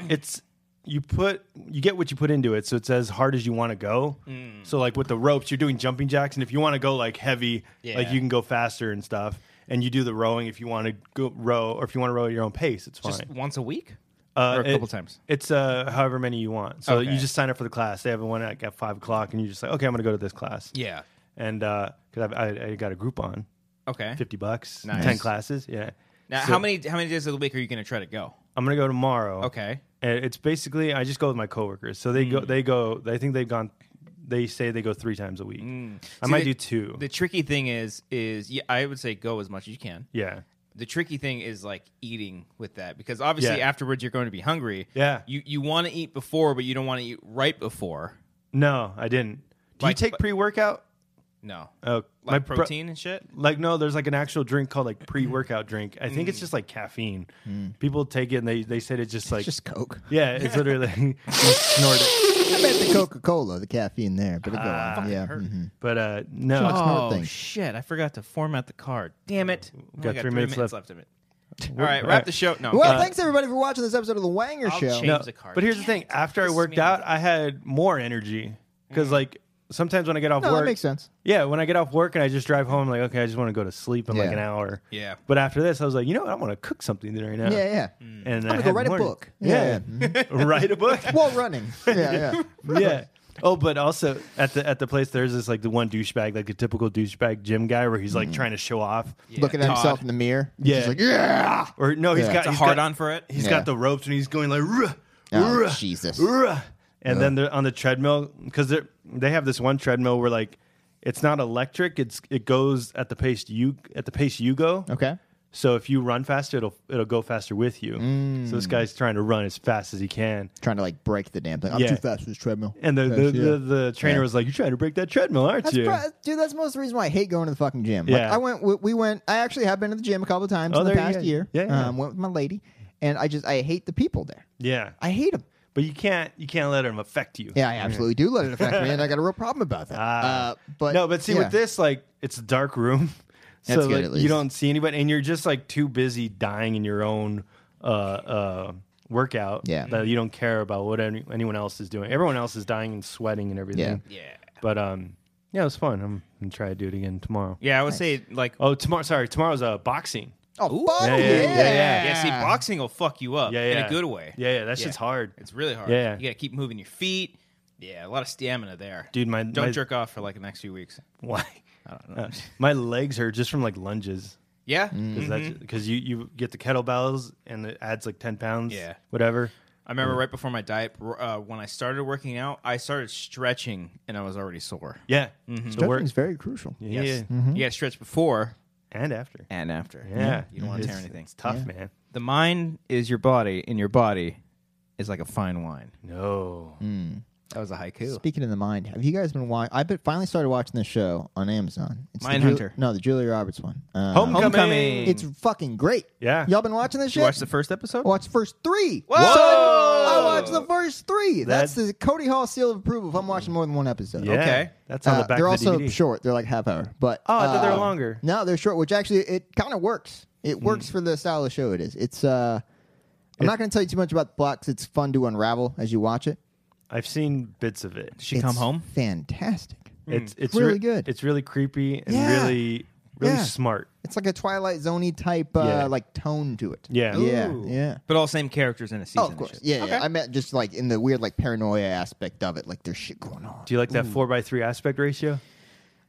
B: it's you put you get what you put into it, so it's as hard as you want to go. So like with the ropes, you're doing jumping jacks, and if you want to go like heavy, like
A: Yeah.
B: you can go faster and stuff. And you do the rowing if you want to go row, or if you want to row at your own pace, it's fine.
A: Just once a week?
B: Uh,
A: or a
B: it-
A: couple times?
B: It's uh, however many you want. So
A: Okay.
B: you just sign up for the class. They have one at at five o'clock, and you're just like, okay, I'm gonna go to this class.
A: Yeah.
B: And because I, I I got a Groupon,
A: Okay.
B: fifty bucks,
A: Nice.
B: ten classes. Yeah.
A: Now,
B: So
A: how many how many days of the week are you going to try to go?
B: I'm gonna go tomorrow.
A: Okay. Mm.
B: And it's basically I just go with my coworkers. So they go they go I think they've gone they say they go three times a week. I
A: Mm. See,
B: might
A: the-
B: do two.
A: The tricky thing is is yeah, I would say go as much as you can.
B: yeah.
A: the tricky thing is like eating with that because obviously
B: Yeah.
A: afterwards you're going to be hungry.
B: Yeah.
A: You you want to eat before, but you don't want to eat right before.
B: No, I didn't. Do
A: Like-
B: you take pre workout?
A: No.
B: Oh my
A: like
B: pro-
A: protein Mm. and shit.
B: like no, there's like an actual drink called like pre workout drink. I think it's just like caffeine.
A: Mm.
B: People take it and they, they said it's just like
C: Just Coke.
B: Yeah, it's literally like, you snort it.
C: I meant the Coca Cola, the caffeine there, but it go
A: Ah,
C: on. Yeah. mhm.
B: But uh no
C: another
A: Oh
C: thing.
A: shit! I forgot to format the card. Damn it! We
B: got
A: only
B: three minutes
A: left. of it. All right, wrap the show. No.
C: Well, thanks everybody for watching this episode of the Wanger
A: I'll
C: Show.
A: change-
B: No,
A: James the Card.
B: But here's the
A: Damn
B: thing:
A: it.
B: after I
A: Pisses
B: worked
A: me Mm-hmm. off.
B: out, I had more energy because, like, sometimes when I get off
C: No, that
B: work,
C: makes sense.
B: Yeah, when I get off work and I just drive home, I'm like, okay, I just want to go to sleep in like
C: Yeah.
B: an hour.
A: Yeah.
B: But after this, I was like, you know what? I want to cook something right now.
C: Yeah, yeah.
A: Mm.
B: And
C: I'm gonna go write a book.
B: Yeah, write a book.
C: While running. Yeah, yeah.
B: yeah. Oh, but also at the at the place, there's this like the one douchebag, like the typical douchebag gym guy, where he's like
A: Mm.
B: trying to show off.
C: Looking at
A: Todd.
C: himself in the mirror.
B: Yeah.
C: He's like, yeah.
B: Or no, he's
C: Yeah. It's
B: got
A: It's a
B: he's
A: hard
B: got-
A: on for it.
B: He's
C: Yeah.
B: got the ropes and he's going like, "Ruh,
C: Oh,
B: ruh,
C: Jesus.
B: ruh." and then they're on the treadmill because they they have this one treadmill where like it's not electric; it's it goes at the pace you at the pace you go.
C: Okay.
B: So if you run faster, it'll it'll go faster with you. So
C: Mm.
B: this guy's trying to run as fast as he can,
C: Trying to like break the damn thing. I'm
B: Yeah.
C: too fast for this treadmill.
B: and the
C: Yes,
B: the,
C: yeah.
B: the, the trainer
C: Yeah.
B: was like, "You're trying to break that treadmill, aren't
C: That's
B: you?"
C: pro- dude, that's most of the reason why I hate going to the fucking gym. Like,
B: Yeah.
C: I went. We, we went. I actually have been to the gym a couple times
B: Oh,
C: in the
B: there you
C: past
B: go.
C: year.
B: Yeah, yeah.
C: Um, went with my lady, and I just I hate the people there.
B: yeah,
C: I hate them.
B: but you can't you can't let him affect you.
C: Yeah, I absolutely do let it affect me, and I got a real problem about that.
B: Ah.
C: uh, but
B: no, but see
C: yeah.
B: with this, like it's a dark room.
C: That's
B: so
C: good,
B: like,
C: at
B: you
C: least.
B: don't see anybody, and you're just like too busy dying in your own uh, uh, workout.
C: Yeah.
B: that you don't care about what any, anyone else is doing. Everyone else is dying and sweating and everything.
A: Yeah.
B: But um, yeah, it was fun. I'm gonna try to do it again tomorrow.
A: Yeah, I would say like
B: Oh, tomorrow. Sorry, tomorrow's uh, boxing.
C: Oh, fuck
B: Yeah, yeah, yeah, yeah, yeah.
A: Yeah, see, boxing will fuck you up
B: Yeah,
A: in
B: yeah.
A: a good way.
B: Yeah, yeah, that shit's hard.
A: It's really hard.
B: Yeah.
A: you got to keep moving your feet. Yeah, a lot of stamina there,
B: Dude, my-
A: don't
B: my-
A: jerk off for like the next few weeks.
B: Why? I don't know. my legs hurt just from like lunges.
A: Uh, Yeah,
C: Mm.
A: Mm-hmm.
B: Because you, you get the kettlebells and it adds like 10 pounds,
A: Yeah.
B: whatever.
A: I remember right before my diet, uh, when I started working out, I started stretching, and I was already sore.
B: Yeah. So work,
C: Stretching's very crucial.
B: yeah.
C: Mm-hmm.
A: You got to stretch before
B: And after.
A: and after.
B: Yeah.
A: you don't want to tear
B: It's-
A: anything.
B: It's tough, man.
A: The mind is your body, and your body is like a fine wine.
B: No.
A: That was a haiku.
C: Speaking of the mind, have you guys been watching? I've been finally started watching this show on Amazon. It's the Ju-
A: Mindhunter.
C: no, the Julia Roberts one. Um,
B: Homecoming.
A: Homecoming.
C: It's fucking great.
B: Yeah.
C: Y'all been watching this shit?
A: you watched the first episode?
C: I watched the first three. Whoa! I watched the first three. That's
B: That-
C: the Cody Hall seal of approval if I'm watching more than one episode.
B: Yeah.
A: Okay.
B: That's on
C: Uh,
B: the back
C: they're
B: of the
C: also
B: DVD.
C: short. They're like half hour. But
B: Oh, I thought they were
C: uh,
B: longer. Mm-hmm.
C: No, they're short, which actually it kind of works. It works for the style of show it is. It's uh I'm not going to tell you too much about the blocks. It's fun to unravel as you watch it.
B: I've seen bits of it.
A: Did she
C: It's
A: come home?
C: Fantastic.
B: It's, it's
C: Really
B: re-
C: good.
B: It's really creepy and
C: Yeah.
B: really, really
C: Yeah.
B: smart.
C: It's like a Twilight Zoney type uh,
B: Yeah.
C: like tone to it.
B: Yeah.
C: Yeah.
A: Ooh.
C: Yeah.
A: But all same characters in a season.
C: Oh, of
A: and
C: course.
A: shit.
C: Yeah, yeah. I meant just like in the weird like paranoia aspect of it. Like there's shit going on.
B: Do you like that 4 by 3 aspect ratio?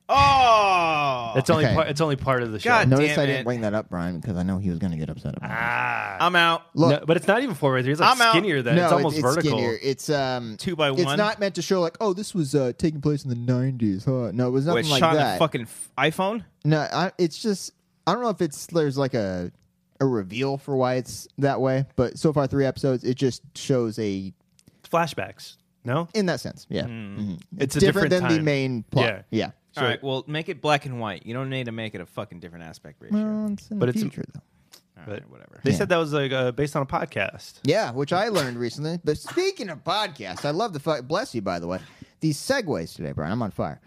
A: Oh,
B: It's only,
C: Okay.
B: part, it's only part of the show.
A: God.
C: Notice
A: Damn
C: I
A: it. Ah,
C: didn't bring that up, Brian, because I know he was going to get upset about it.
A: I'm out.
C: Look,
B: No, but it's not even 4 by 3. It's like
A: I'm out.
B: skinnier than. it's
C: it-
B: almost vertical.
C: skinnier. It's um
A: Two by
C: It's
A: one?
C: not meant to show like, oh, this was uh, taking place in the nineties. Huh? No, it was nothing
A: With
C: like
A: shot in
C: that.
A: a fucking f- iPhone.
C: no, I, it's just I don't know if it's there's like a a reveal for why it's that way, but so far three episodes, it just shows a
B: flashbacks. No?
C: in that sense. Yeah, Mhm.
B: It's a
C: different,
B: different
C: than the
B: time.
C: main plot.
B: Mm. Yeah.
C: yeah.
A: all right, well, make it black and white. You don't need to make it a fucking different aspect ratio.
C: Well, it's in
B: But
C: the
B: it's-
C: future though.
A: All
B: But
A: right, whatever.
B: They said that was like uh, based on a podcast.
C: Yeah, which I learned recently. But speaking of podcasts, I love the fuck. Bless you, by the way. These segues today, Brian. I'm on fire.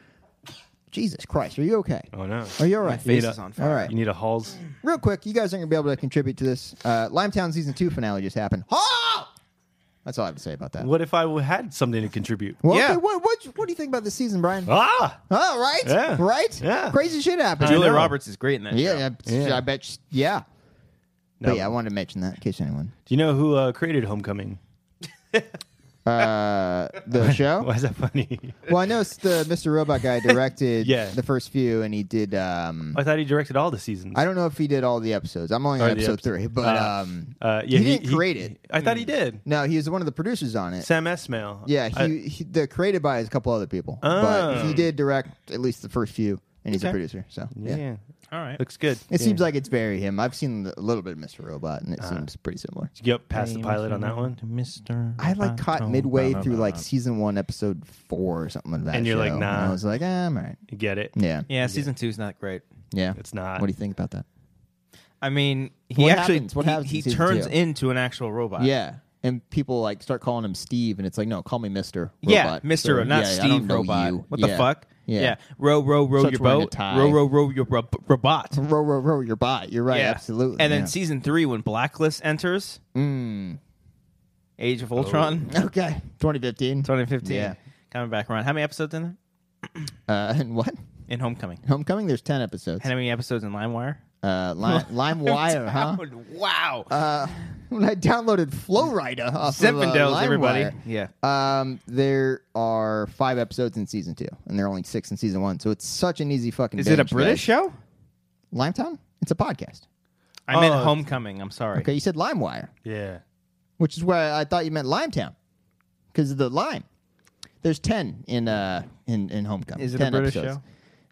C: Jesus Christ, are you okay?
B: Oh no!
C: Are you all right?
A: face is on fire.
C: All right.
B: You need a Halls.
C: Real quick, you guys aren't gonna be able to contribute to this. Uh, Limetown season two finale just happened. Oh! That's all I have to say about that.
B: What if I w- had something to contribute?
C: Well,
A: Yeah.
C: okay, what, what what do you think about this season, Brian? Oh,
B: Ah!
C: right,
B: Yeah.
C: right,
B: Yeah.
C: Crazy shit happened.
A: Julia
B: know.
A: Roberts is great in that. show.
C: Yeah, I,
B: Yeah.
C: I bet. sh- Yeah.
B: No.
C: But yeah, I wanted to mention that in case anyone.
B: Do you know who uh, created Homecoming?
C: Uh, the show.
B: Why is that funny?
C: Well, I know it's the Mr. Robot guy directed
B: Yeah.
C: the first few, and he did. Um,
B: I thought he directed all the seasons.
C: I don't know if he did all the episodes. I'm only on
B: Or the
C: episode
B: episode.
C: three, but
B: Oh, Uh,
C: um,
B: uh, yeah,
C: he, didn't create it.
B: I thought he did.
C: No, he was one of the producers on it.
B: Sam Esmail.
C: yeah, he,
B: I-
C: he the created by is a couple other people,
B: Oh.
C: but he did direct at least the first few, and he's a
A: Okay.
C: producer. So yeah.
B: yeah.
A: All right.
B: Looks good.
C: It seems like it's very him. I've seen a little bit of Mr. Robot, and it
B: Uh.
C: seems pretty similar.
B: Did you get past the pilot on that one?
A: Mr.
C: I like caught midway through like season one, episode four, or something like that.
B: And you're like,
C: show,
B: nah.
C: I was like, ah, I'm all right.
B: You get it?
C: Yeah,
A: Yeah, season two's not great.
C: yeah.
B: It's not.
C: What do you think about that?
A: I mean, he
C: What
A: actually
C: happens? What
A: he,
C: happens in
A: he
C: season
A: turns
C: two?
A: into an actual robot.
C: Yeah. And people like start calling him Steve, and it's like, no, call me Mister.
A: Yeah, Mr. Ro- not
C: I don't
A: Steve
C: know
A: Robot.
C: you.
A: What the
C: Yeah.
A: fuck?
C: Yeah.
A: Row, row, row
C: Starts
A: your
C: wearing a
A: boat.
C: tie.
A: Row, row, row your rob- robot.
C: Row, row, row your bot. You're right. Absolutely.
A: And then
C: yeah. Mm.
A: season three, when Blacklist enters, Age
B: Oh.
A: of Ultron,
C: Okay. 2015.
A: 2015,
C: Yeah.
A: coming back around. How many episodes in there?
C: Uh, and what?
A: In Homecoming.
C: Homecoming. There's 10 episodes.
A: How many episodes in LimeWire?
C: Uh, lime, LimeWire, huh? Uh,
A: Wow.
C: When I downloaded Flowrider off of uh,
A: Zinfandel's, everybody.
C: LimeWire,
A: Yeah.
C: Um, there are five episodes in season two, and there are only six in season one. So it's such an easy fucking.
A: Is it a
C: binge,
A: British
C: guys.
A: show?
C: Limetown? It's a podcast.
A: I meant
B: Oh,
A: Homecoming. I'm sorry.
C: Okay, you said LimeWire.
B: Yeah.
C: which is where I thought you meant Limetown because of the lime. There's ten in uh in in Homecoming.
A: Is it a
C: 10
A: British
C: episodes.
A: show?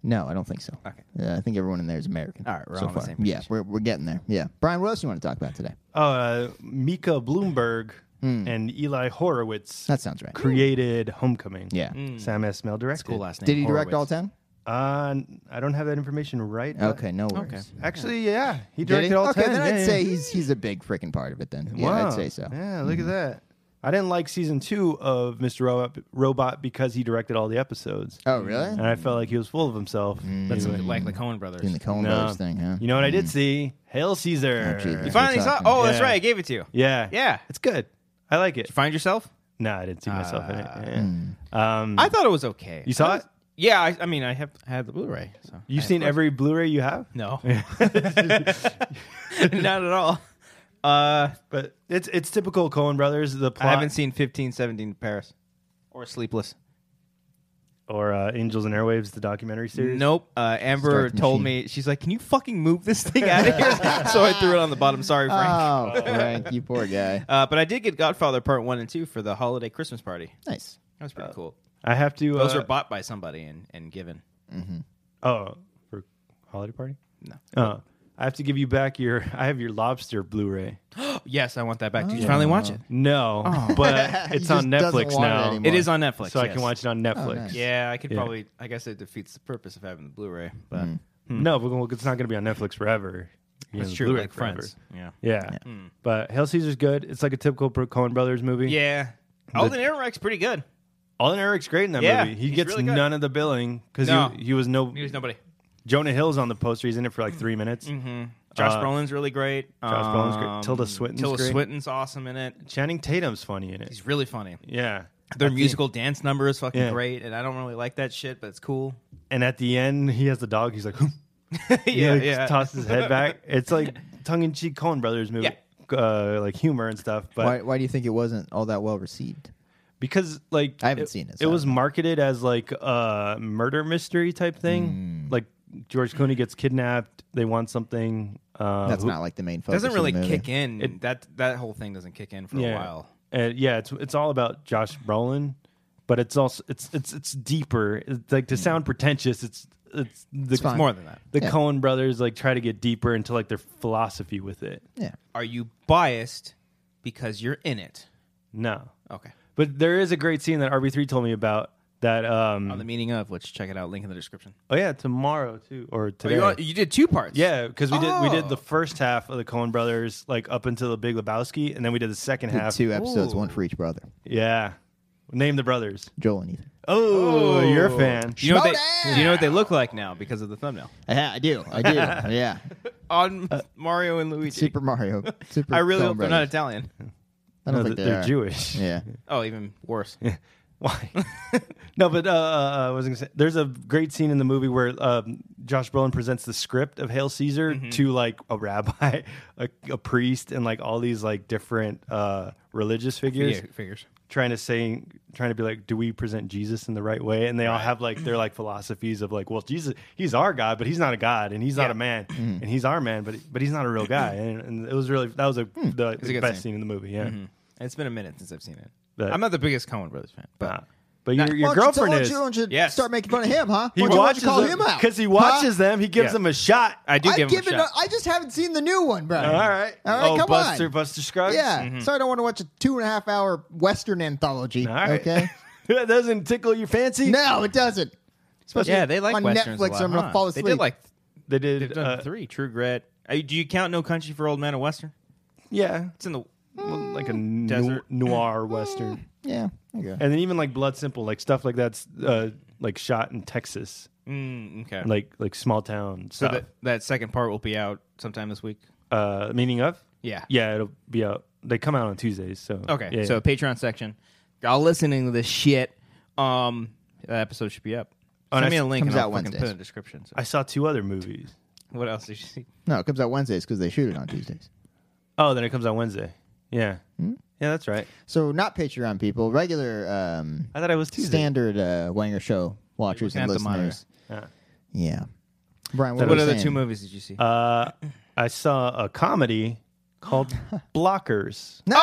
C: No, I don't think so.
A: Okay.
C: Uh, I think everyone in there is American.
A: All right, we're
C: so
A: on the
C: far.
A: same
C: Yeah,
A: page.
C: we're we're getting there. Yeah, Brian, what else do you want to talk about today?
B: Oh, uh, Mika Bloomberg and Eli Horowitz
C: Hmm. That sounds right.
B: created Homecoming. Hmm.
C: Yeah.
B: Sam Esmail directed.
A: Hmm. Cool last name.
C: Did he direct all
A: Horowitz.
C: ten?
B: Uh, n- I don't have that information right. but-
C: Okay, no worries.
A: Okay.
B: Actually, yeah, he
C: Did
B: directed
C: he?
B: all
C: okay,
B: ten.
C: then I'd
B: yeah,
C: say
B: yeah.
C: he's he's a big freaking part of it. Then yeah,
B: Wow.
C: I'd say so. Mm-hmm.
B: Yeah, look at that. I didn't like season two of Mr. Robot, Robot because he directed all the episodes.
C: Oh, Mm. really?
B: And I felt like he was full of himself.
A: That's what, like the Cohen brothers.
C: Doing the Coen
B: No.
C: Brothers thing, huh? Mm.
B: You know what I did see? Hail
C: Oh, Jesus.
B: Caesar.
C: You
A: You finally saw.
C: talking.
A: Oh, that's
B: Yeah.
A: right. I gave it to you.
B: yeah.
A: Yeah.
B: It's good. I like it.
A: You find yourself.
B: No, I didn't see myself in
C: Ah.
B: it. Yeah.
C: Mm.
B: Um,
A: I thought Mm. it was okay.
B: you saw it?
A: Yeah. I, I mean, I have I had the Blu-ray. So
B: You've
A: I-
B: seen every Blu-ray you have?
A: No. Not at all. Uh,
B: But it's it's typical Cohen Brothers. The plot
A: I haven't seen 1517 Paris or Sleepless.
B: or uh, Angels and Airwaves, the documentary series.
A: Nope. Uh, Amber
C: Start the
A: told me she's like, "Can you fucking move this thing out of here?" so I threw it on the bottom. Sorry, Frank.
C: Oh, Frank, you poor guy.
A: Uh, but I did get Godfather Part One and Two for the holiday Christmas party.
C: Nice.
A: That was pretty cool.
B: I have to.
A: Those
B: uh,
A: are bought by somebody and, and given.
B: Oh, for holiday party?
A: No.
B: Oh, I have to give you back your. I have your lobster Blu-ray.
A: Yes, I want that back. Did
B: Oh.
A: you finally watch it?
B: No, but
C: He
B: it's
C: just doesn't
B: on Netflix
C: want it
B: now,
C: anymore.
A: It is on Netflix,
B: so I
A: yes.
B: can watch it on Netflix.
C: nice.
A: Yeah, I could
B: Yeah. Mm.
A: probably. I guess it defeats the purpose of having the Blu-ray, but
B: No, but well, it's not going to be on Netflix forever. You
A: it's
B: know,
A: true.
B: Blu-ray
A: Like
B: forever.
A: Friends. Yeah.
B: Yeah, but Hail Caesar's good. It's like a typical Bro- Coen Brothers movie.
A: Yeah. Alden Ehrenreich's pretty good.
B: Alden Eric's great in that
A: Yeah,
B: movie. He
A: he's
B: gets
A: really good.
B: none of the billing because
A: No.
B: he, he was no
A: He was nobody.
B: Jonah Hill's on the poster. He's in it for like three minutes.
A: Josh
B: Uh,
A: Brolin's really great. Um,
B: Josh Brolin's great. Tilda Swinton's
A: Tilda
B: great.
A: Swinton's awesome in it.
B: Channing Tatum's funny in it.
A: He's really funny.
B: yeah.
A: Their musical dance number is fucking
B: Yeah.
A: great, and I don't really like that shit, but it's cool.
B: And at the end, he has the dog. He's like,
A: yeah,
B: he like,
A: yeah.
B: tosses his head back. It's like tongue in cheek Coen Brothers movie, uh, like humor and stuff. But
C: Why, why do you think it wasn't all that well received?
B: because like
C: I haven't seen it,
B: It
C: so
B: was
C: I don't
B: marketed as like a murder mystery type thing.
C: Hmm.
B: Like George Clooney gets kidnapped. They want something. Uh,
C: That's not like the main focus.
A: doesn't really
C: of the movie.
A: kick in. that that whole thing doesn't kick in for a while.
B: Uh, yeah, it's it's all about Josh Brolin, but it's also it's it's it's deeper. It's like to sound pretentious, it's it's the
C: Hmm. It's fine.
A: More than that.
B: the
C: Yeah.
B: Cohen brothers like try to get deeper into like their philosophy with it.
C: Yeah.
A: Are you biased because you're in it?
B: No.
A: Okay.
B: But there is a great scene that RB3 told me about that um
C: Oh,
A: On the meaning of which, check it out. Link in the description.
B: oh yeah, tomorrow too or
A: Oh,
B: today.
A: you, want- you did two parts.
B: yeah, because we did we did the
A: Oh.
B: first half of the Cohen brothers like up until the Big Lebowski, and then we did the second
C: Did
B: half.
C: two episodes,
A: Ooh.
C: one for each brother.
B: Yeah, name the brothers.
C: Joel and Ethan.
B: Oh, you're a fan.
A: You know, what they, do you know what they look like now because of the thumbnail
C: Yeah, I do. I do. yeah.
A: on Mario and Luigi.
C: Uh, Super Mario. Super
A: I really
C: Coen
A: hope they're not
C: Brothers.
A: Italian.
C: I don't
B: No,
C: think
B: th-
C: they
B: they're
C: are.
B: Jewish.
C: Yeah.
A: Oh, even worse.
B: Why? no, but uh, uh, uh, I was gonna say there's a great scene in the movie where um, Josh Brolin presents the script of Hail Caesar to like a rabbi, a, a priest, and like all these like different uh, religious figures,
A: figures.
B: trying to say, trying to be like, do we present Jesus in the right way? And they all have like their like philosophies of like, well, Jesus, he's our God, but he's not a God, and he's not
A: Yeah.
B: a man,
C: Mm-hmm.
B: and he's our man, but but he's not a real guy. And, and it was really that was a,
C: Hmm.
B: the,
A: a good
B: best
A: scene.
B: scene in the movie.
C: Mm-hmm.
B: Yeah,
A: It's been a minute since I've seen it.
B: But-
A: I'm not the biggest Coen Brothers fan,
C: Uh,
A: but
B: Nah. Uh, but
A: Nah.
B: your, your
C: Why don't you-
B: girlfriend
C: why don't
B: is.
C: you- why don't you
A: Yes.
C: start making fun of him, huh?
B: He
C: why don't
B: watches
C: you call
B: them-
C: him out?
B: because he watches
C: Huh?
B: them. He gives
A: Yeah.
B: them a shot.
A: I do
C: I
A: give,
C: give
A: him
C: it.
A: a
C: A,
A: shot.
C: I just haven't seen the new one, bro.
B: All right,
C: All right,
B: Oh,
C: come
B: Buster,
C: on.
B: Buster Scruggs. Mm-hmm.
C: Yeah. So I don't want to watch a two and a half hour Western anthology.
B: All right.
C: Okay.
B: that doesn't tickle your fancy.
C: no, it doesn't. Especially
A: yeah, they like
C: on
A: westerns
C: Netflix.
A: a lot,
C: I'm gonna
A: huh?
C: fall
A: They
C: asleep.
A: did like
B: They
A: they've
B: did.
A: done
B: Uh,
A: three. True Grit. Uh, do you count No Country for Old Men a western?
B: yeah,
A: It's in the
B: like a nu-
A: Mm. Desert.
B: noir
C: Mm.
B: western,
C: yeah. Okay.
B: and then even like Blood Simple, like stuff like that's uh, like shot in Texas,
A: mm, okay.
B: like like small town
A: so
B: stuff.
A: that that second part will be out sometime this week.
B: uh, meaning of?
A: Yeah.
B: yeah, it'll be out. They come out on Tuesdays, so
A: Okay.
B: yeah,
A: so Patreon section. Y'all listening to this shit? Um, that episode should be up.
B: Oh,
A: Send
B: nice.
A: me a link
C: Comes
A: and I'll
C: out
A: fucking put it in
C: Wednesdays.
A: the description. So.
B: I saw two other movies.
A: What else did you see?
C: No, it comes out Wednesdays because they shoot it on Tuesdays.
B: Oh, then it comes out Wednesday. Yeah,
C: Hmm?
B: yeah, that's right.
C: So not Patreon people, regular um,
B: I thought it was Tuesday.
C: standard uh, Wanger Show watchers
A: You're
C: and
A: looking at the
C: listeners.
B: monitor.
C: Yeah. Brian, what,
A: What,
C: were you
A: other
C: saying?
A: two movies did you see?
B: Uh, I saw a comedy called Blockers.
C: Nice!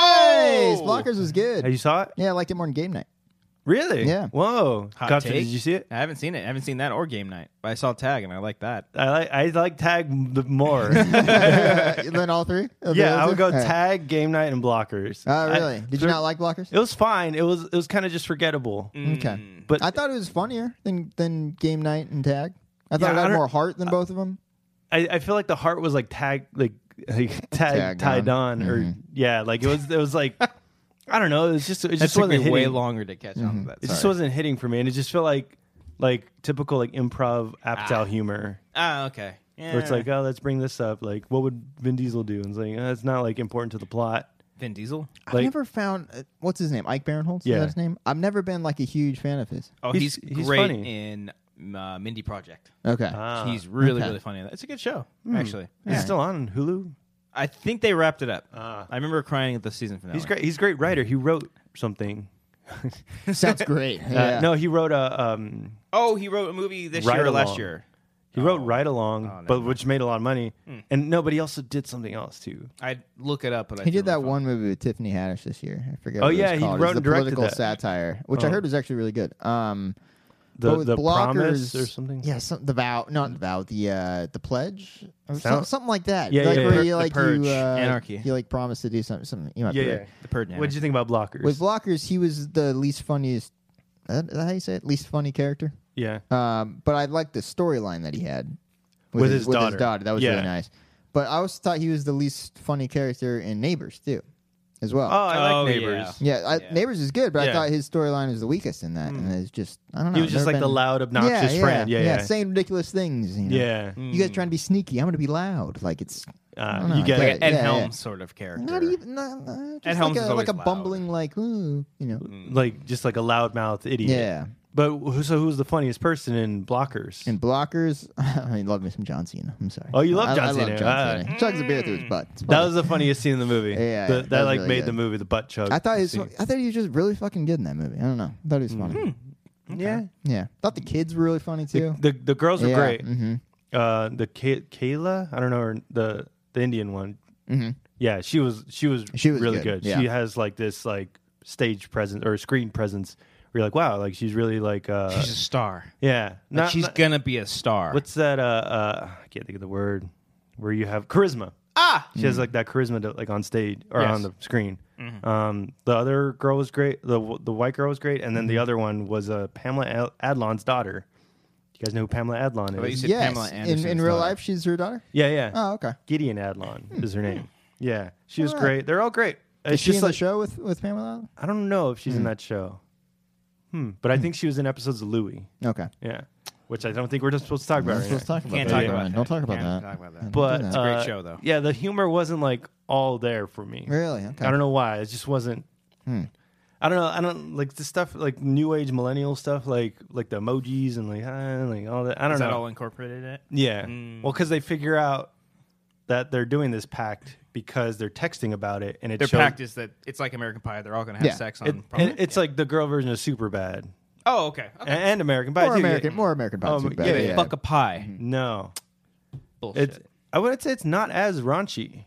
A: Oh!
C: Blockers was
B: Have
C: good.
B: you saw it?
C: Yeah, I liked it more than Game Night.
B: Really?
C: Yeah.
B: Whoa.
A: Hot
B: Guster,
A: Take?
B: did you see it?
A: I haven't seen it. I haven't seen that or Game Night. But I saw Tag and I like that.
B: I like I like tag m- the more.
C: then all three? Of the
B: yeah, I
C: other
B: would
C: two?
B: go
C: All right.
B: tag game night and blockers.
C: Oh,
B: I-
C: really? Did you not like Blockers?
B: It was fine. It was it was kind of just forgettable.
A: Mm-hmm.
C: Okay.
B: But
C: I thought it was funnier than than Game Night and Tag. I thought
B: Yeah,
C: it
B: I
C: had
B: don't-
C: more heart than both of them.
B: I, I feel like the heart was like tag like, like tag
C: Tag
B: tied
C: on.
B: on or yeah, like it was it was like I don't know. It's just it
A: Mm-hmm. That
B: just
A: took me
B: wasn't hitting.
A: way longer to catch on to that.
B: It just
A: Sorry.
B: wasn't hitting for me, and it just felt like like typical like improv Apatow humor,
A: ah, okay. Yeah.
B: where it's like, oh, let's bring this up. Like, what would Vin Diesel do? And it's like, that's not like important to the plot.
A: Vin Diesel.
C: I've
B: Like-
C: never found uh, what's his name, Ike Barinholtz. Yeah,
B: Yeah.
C: his name. I've never been like a huge fan of his.
A: Oh, he's,
B: He's- he's
A: great
B: funny. Ah.
A: in uh, Mindy Project.
C: Okay,
B: Uh,
A: he's really
C: okay.
A: really funny. in that. It's a good show actually.
B: He's still on Hulu.
A: I think they wrapped it up. I remember crying at the season finale.
B: Ah. He's great. He's a great writer. He wrote something.
C: sounds great.
B: Uh,
C: Yeah.
B: no, he wrote a um,
A: Oh, he wrote a movie this
B: Ride
A: year or last
B: Along.
A: year.
B: he wrote Ride Along, but which made a lot of money. And no, but he also did something else too.
A: I'd look it up, but I
C: He did
A: didn't
C: that
A: recall.
C: one movie with Tiffany Haddish this year. I forget. what
B: Oh,
C: it was
B: yeah, he
C: called. It
B: wrote
C: was
B: and
C: the
B: directed
C: political
B: that.
C: satire, which I
B: Oh.
C: heard was actually really good. Um,
B: The
C: but with
B: the
C: blockers,
B: promise or something.
C: Yeah, some, the vow, not the vow, the uh, the pledge, or some-
B: Sound-
C: something like that.
B: Yeah,
C: like
B: yeah,
C: where
B: yeah.
C: you
B: The
C: like
A: Purge,
C: you uh,
A: Anarchy.
C: You like promised to do something. something you might
B: yeah,
C: be
B: yeah.
C: right.
A: The Purge.
B: What did you think about blockers?
C: With blockers, he was the least funniest. uh, Is that how you say it? Least funny character.
B: yeah,
C: Um, but I liked the storyline that he had
B: With his daughter.
C: That was
B: Yeah.
C: really nice. But I always thought he was the least funny character in Neighbors too, as well.
B: Oh, I
A: Oh,
B: like
A: yeah. Mm.
B: Neighbors.
C: yeah, I, Neighbors is good, but I
B: Yeah.
C: thought his storyline was the weakest in that, and it's just I don't know.
B: He was
C: I've
B: just
C: never
B: like the
C: been-
B: loud, obnoxious
C: yeah,
B: friend. Yeah,
C: Yeah,
B: yeah.
C: saying ridiculous things. You know?
B: Yeah.
C: you
A: Mm.
C: guys trying to be sneaky? I'm going to be loud. Like it's I
B: Uh,
C: don't know,
B: you get
C: like
B: it.
A: Like
C: Yeah,
A: an Ed
C: yeah, yeah.
A: Helms sort of character?
C: not even not, not, just
A: Helms
C: like
A: is
C: a,
A: always
C: like a
A: loud.
C: bumbling like ooh, you know.
B: Mm. like just like a loudmouth idiot.
C: Yeah.
B: But who- so who's the funniest person in blockers?
C: And blockers, I love me some John Cena. I'm sorry.
B: Oh, you love
C: I-
B: John
C: I
B: Cena.
C: Love John Cena.
B: Ah.
C: Chugs a beer through his butt. It's
B: that
C: fine.
B: was the funniest scene in the movie.
C: yeah,
B: The-
C: yeah,
B: that,
C: that was
B: like
C: really
B: made
C: good.
B: the movie the butt chug.
C: I thought he was,
B: scene.
C: I thought he was just really fucking good in that movie. I don't know. I thought he was funny.
B: Hmm. yeah.
C: Yeah. Thought the kids were really funny too.
B: The the girls were
C: Yeah,
B: great.
C: mhm.
B: Uh, the Kay- Kayla, I don't know her, the the Indian one. Yeah, she was she was
C: She was
B: really
C: good,
B: good.
C: yeah.
B: She has like this like stage presence or screen presence. Where you're like, wow, like she's really like uh,
A: She's a star.
B: yeah.
A: Like,
B: Not,
A: she's
B: not-
A: gonna be a star.
B: what's that? Uh, uh, I can't think of the word where you have charisma.
A: ah?
B: She has like that charisma to, like on stage or
A: Yes.
B: on the screen. Um, the other girl was great. The the white girl was great, and then the other one was uh, Pamela Ad- Adlon's daughter. You guys know who Pamela Adlon
A: thought you
B: is?
A: said-
C: yes.
A: Pamela
C: In,
A: Anderson's
C: in real
A: daughter.
C: life, she's her daughter.
B: yeah, yeah.
C: Oh, okay.
B: Gideon Adlon is her name. Yeah, she was
C: Alright.
B: great. They're all great.
C: Is
B: It's
C: she
B: just
C: in
B: like
C: the show with with Pamela?
B: I don't know if she's in that show. Hmm. But I think she was in episodes of Louis.
C: Okay.
B: Yeah, which I don't think we're just supposed to talk about.
C: Let's,
B: right
C: let's
B: now.
C: talk about
A: Can't
C: that.
A: talk
C: Brian.
A: about
C: Don't
A: that.
C: talk about
A: Can't
C: that.
A: talk about that.
B: But
C: It's
A: a great
B: uh,
A: show, though.
B: Yeah, the humor wasn't like all there for me.
C: Really? Okay.
B: I don't know why. It just wasn't. I don't know. I don't like the stuff like new age millennial stuff, like like the emojis and like, uh, like all that. I don't
A: Is
B: know.
A: that all incorporated in it?
B: yeah. Well, because they figure out that they're doing this pact because they're texting about it, and it
A: Their
B: shows,
A: pact is that it's like American Pie. They're all gonna have
C: Yeah.
A: sex on.
B: It,
A: probably-
B: and it's like the girl version of Super Bad
A: oh, okay. okay.
B: and American Pie.
C: More
B: too.
C: American, more American
B: Oh,
C: Pie.
B: yeah,
C: yeah,
B: they
C: yeah.
A: Fuck a pie.
B: No,
A: Bullshit.
B: it's. I would say it's not as raunchy.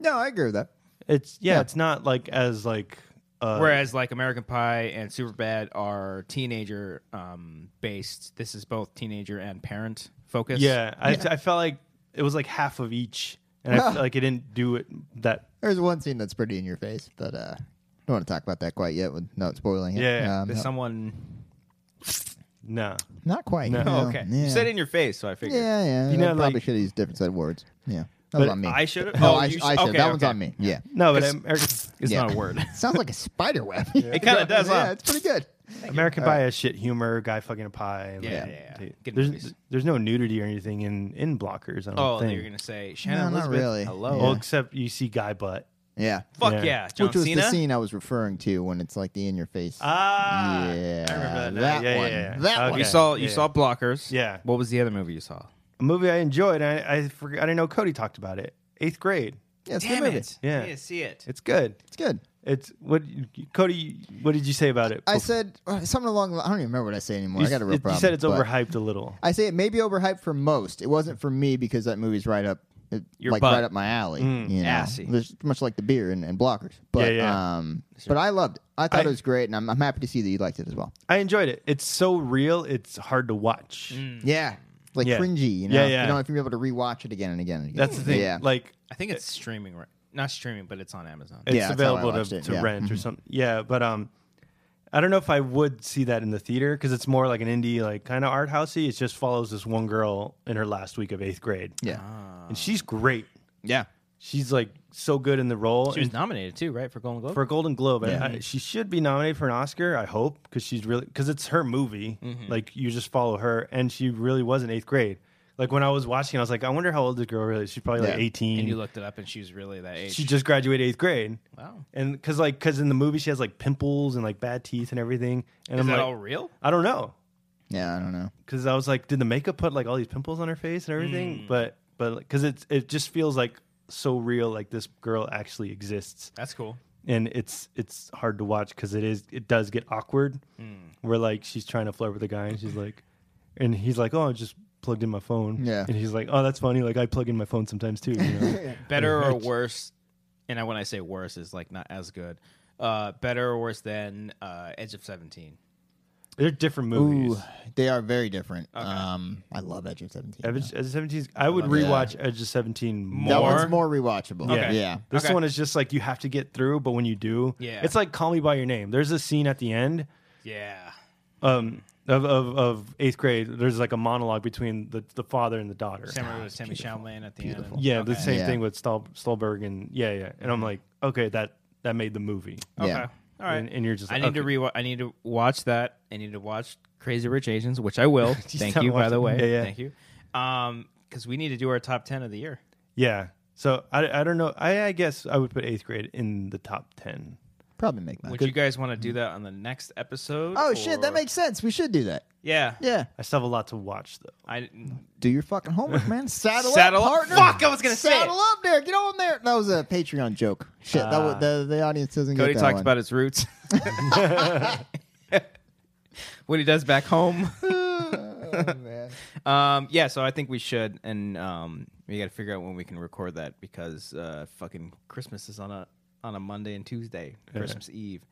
C: No, I agree with that.
B: It's yeah,
C: Yeah.
B: It's not like as like. Uh,
A: Whereas like American Pie and Superbad are teenager um, based. This is both teenager and parent focused.
B: Yeah, I, I felt like it was like half of each, and I felt like it didn't do it that.
C: There's one scene that's pretty in your face, but uh, don't want to talk about that quite yet without spoiling it.
B: Yeah, yeah.
C: Um,
A: There's
C: no-
A: someone.
B: No,
C: not quite.
B: No.
A: Oh, okay.
C: Yeah.
A: You said in your face, so I figured.
C: Yeah, yeah.
B: You
C: You
B: know,
C: probably
B: like-
C: should have used a different set of words. Yeah. That was
B: But
C: on me.
A: I should've-
C: No,
A: oh,
C: I,
A: you sh-
C: I should.
A: okay,
C: that one's
A: okay.
C: on me. Yeah.
B: no, but
A: It's-
B: American,
A: It's
C: Yeah.
A: not a word.
C: Sounds like a spider web.
A: It kinda does,
C: Yeah,
A: huh?
C: it's pretty good.
B: American Pie has shit humor, guy fucking a pie. like,
A: uh, Yeah, yeah, yeah. Good
B: There's
A: movies.
B: there's no nudity or anything in in blockers. I don't
A: Oh,
B: think.
A: you're gonna say Shannon
C: No, not
A: Elizabeth.
C: really.
A: Hello.
C: Yeah.
B: Well, except you see guy butt.
C: Yeah.
A: Fuck
B: Yeah.
A: yeah, John
C: Which was
A: Cena.
C: the scene I was referring to when it's like the in your face.
B: Ah,
C: yeah.
B: I remember that. now.
C: That
B: yeah,
C: one.
B: Yeah, yeah.
C: That one.
A: You
C: Okay.
A: saw you
B: yeah.
A: saw Blockers.
B: Yeah.
A: What was the other movie you saw?
B: a movie I enjoyed. And I I, forgot, I didn't know Cody talked about it. Eighth grade.
C: Yeah, it's a good movie.
B: Yeah.
A: I need to see it.
B: It's good.
C: It's good.
B: It's what Cody. What did you say about it?
C: I
B: Bef-
C: said uh, something along the I don't even remember what I say anymore.
B: Oh. you,
C: I got a real
B: it-
C: problem.
B: you said it's
C: but-
B: overhyped a little.
C: I say it may be overhyped for most. It wasn't for me because that movie's right up, it,
A: Your
C: like
A: butt.
C: right up my alley. you know?
A: assy.
C: There's- much like the beer and, and blockers. But
B: Mm, Yeah, yeah.
C: um, but I loved it. I thought
B: I-
C: it was great, and I'm, I'm happy to see that you liked it as well.
B: I enjoyed it. It's so real. It's hard to watch.
A: Mm.
C: Yeah, like
B: Mm. Yeah.
C: cringy. You know,
B: Yeah, yeah.
C: you don't have to be able to rewatch it again and again and again.
B: That's the thing.
C: Yeah,
B: Like
A: I think it's streaming right. Not streaming, but it's on Amazon.
B: it's
C: Yeah, that's how I
B: available
C: watched
B: to,
C: it,
B: to
C: yeah. Mm-hmm.
B: rent or something. Yeah, but um, I don't know if I would see that in the theater because it's more like an indie, like kind of art housey. It
C: Ah.
B: just follows this one girl in her last week of eighth grade.
C: yeah,
B: and she's great.
A: Yeah.
B: She's like so good in the role.
A: She was
B: and
A: nominated too, right, for Golden Globe?
B: for a Golden Globe. I-
C: Yeah.
B: I- she should be nominated for an Oscar, I hope, because she's really because it's her movie.
A: Mm-hmm.
B: Like you just follow her, and she really was in eighth grade. Like when I was watching, I was like, I wonder how old this girl really is. She's probably like
C: Yeah.
B: eighteen.
A: and you looked it up, and she was really that age.
B: she just graduated eighth grade.
A: wow.
B: And because like because in the movie she has like pimples and like bad teeth and everything. And
A: Is
B: I'm
A: that
B: like,
A: all real?
B: I don't know
C: Yeah, I don't know.
B: because I was like, did the makeup put like all these pimples on her face and everything?
A: Mm.
B: But but because it's it just feels like so real. Like this girl actually exists.
A: That's cool.
B: and it's it's hard to watch because it is it does get awkward
A: Mm.
B: where like she's trying to flirt with a guy and she's like and he's like oh i just plugged in my phone
C: Yeah.
B: and he's like oh that's funny like i plug in my phone sometimes too you know?
A: Better or worse? And I, when I say worse, is like not as good. Uh, better or worse than uh, Edge of Seventeen?
B: they're different movies
C: Ooh, they are very different. Um, I love Edge of Seventeen.
B: Edge, Edge of 17 's- i would
C: it.
B: rewatch edge of 17 more
C: that
A: More?
C: one's more rewatchable.
B: Okay.
C: Yeah.
B: This
A: Okay.
B: one is just like you have to get through, but when you do,
A: Yeah.
B: it's like Call Me by Your Name. There's a scene at the end
A: Yeah.
B: um, of, of of eighth grade. There's like a monologue between the, the father and the daughter.
A: Samuel was Timmy Chalamet at the
C: Beautiful.
A: end.
B: Yeah, the
A: Okay.
B: same
C: Yeah.
B: thing with Stahl, Stahlberg and yeah, yeah. And I'm like, okay, that that made the movie.
C: Yeah.
A: Okay. Oh, All right.
B: And, and you're just
A: I
B: like,
A: need to
B: okay.
A: re. I need to watch that. I need to watch Crazy Rich Asians, which I will. Thank
B: haven't
A: you, by
B: watched
A: the
B: it.
A: way.
B: Yeah, yeah.
A: Thank you. Um, because we need to do our top ten of the year.
B: Yeah. So I, I don't know. I, I guess I would put eighth grade in the top ten.
C: Probably make that.
A: Would you guys want to
B: Mm-hmm.
A: do that on the next episode?
C: Oh shit,
A: or-
C: that makes sense. We should do that.
A: yeah.
C: Yeah.
B: I still have a lot to watch though.
A: I
C: Do your fucking homework, man. Saddle,
A: Saddle
C: up,
A: up.
C: partner.
A: Fuck, I was gonna say it.
C: Saddle up there. Get on there. That was a Patreon joke. Shit, that was, the the audience doesn't
A: Uh, Cody
C: get that
A: talks
C: one.
A: about his roots. what he does back home.
C: Oh,
A: Um, yeah, so I think we should, and um, we got to figure out when we can record that because uh, fucking Christmas is on a on a Monday and Tuesday, Christmas Eve,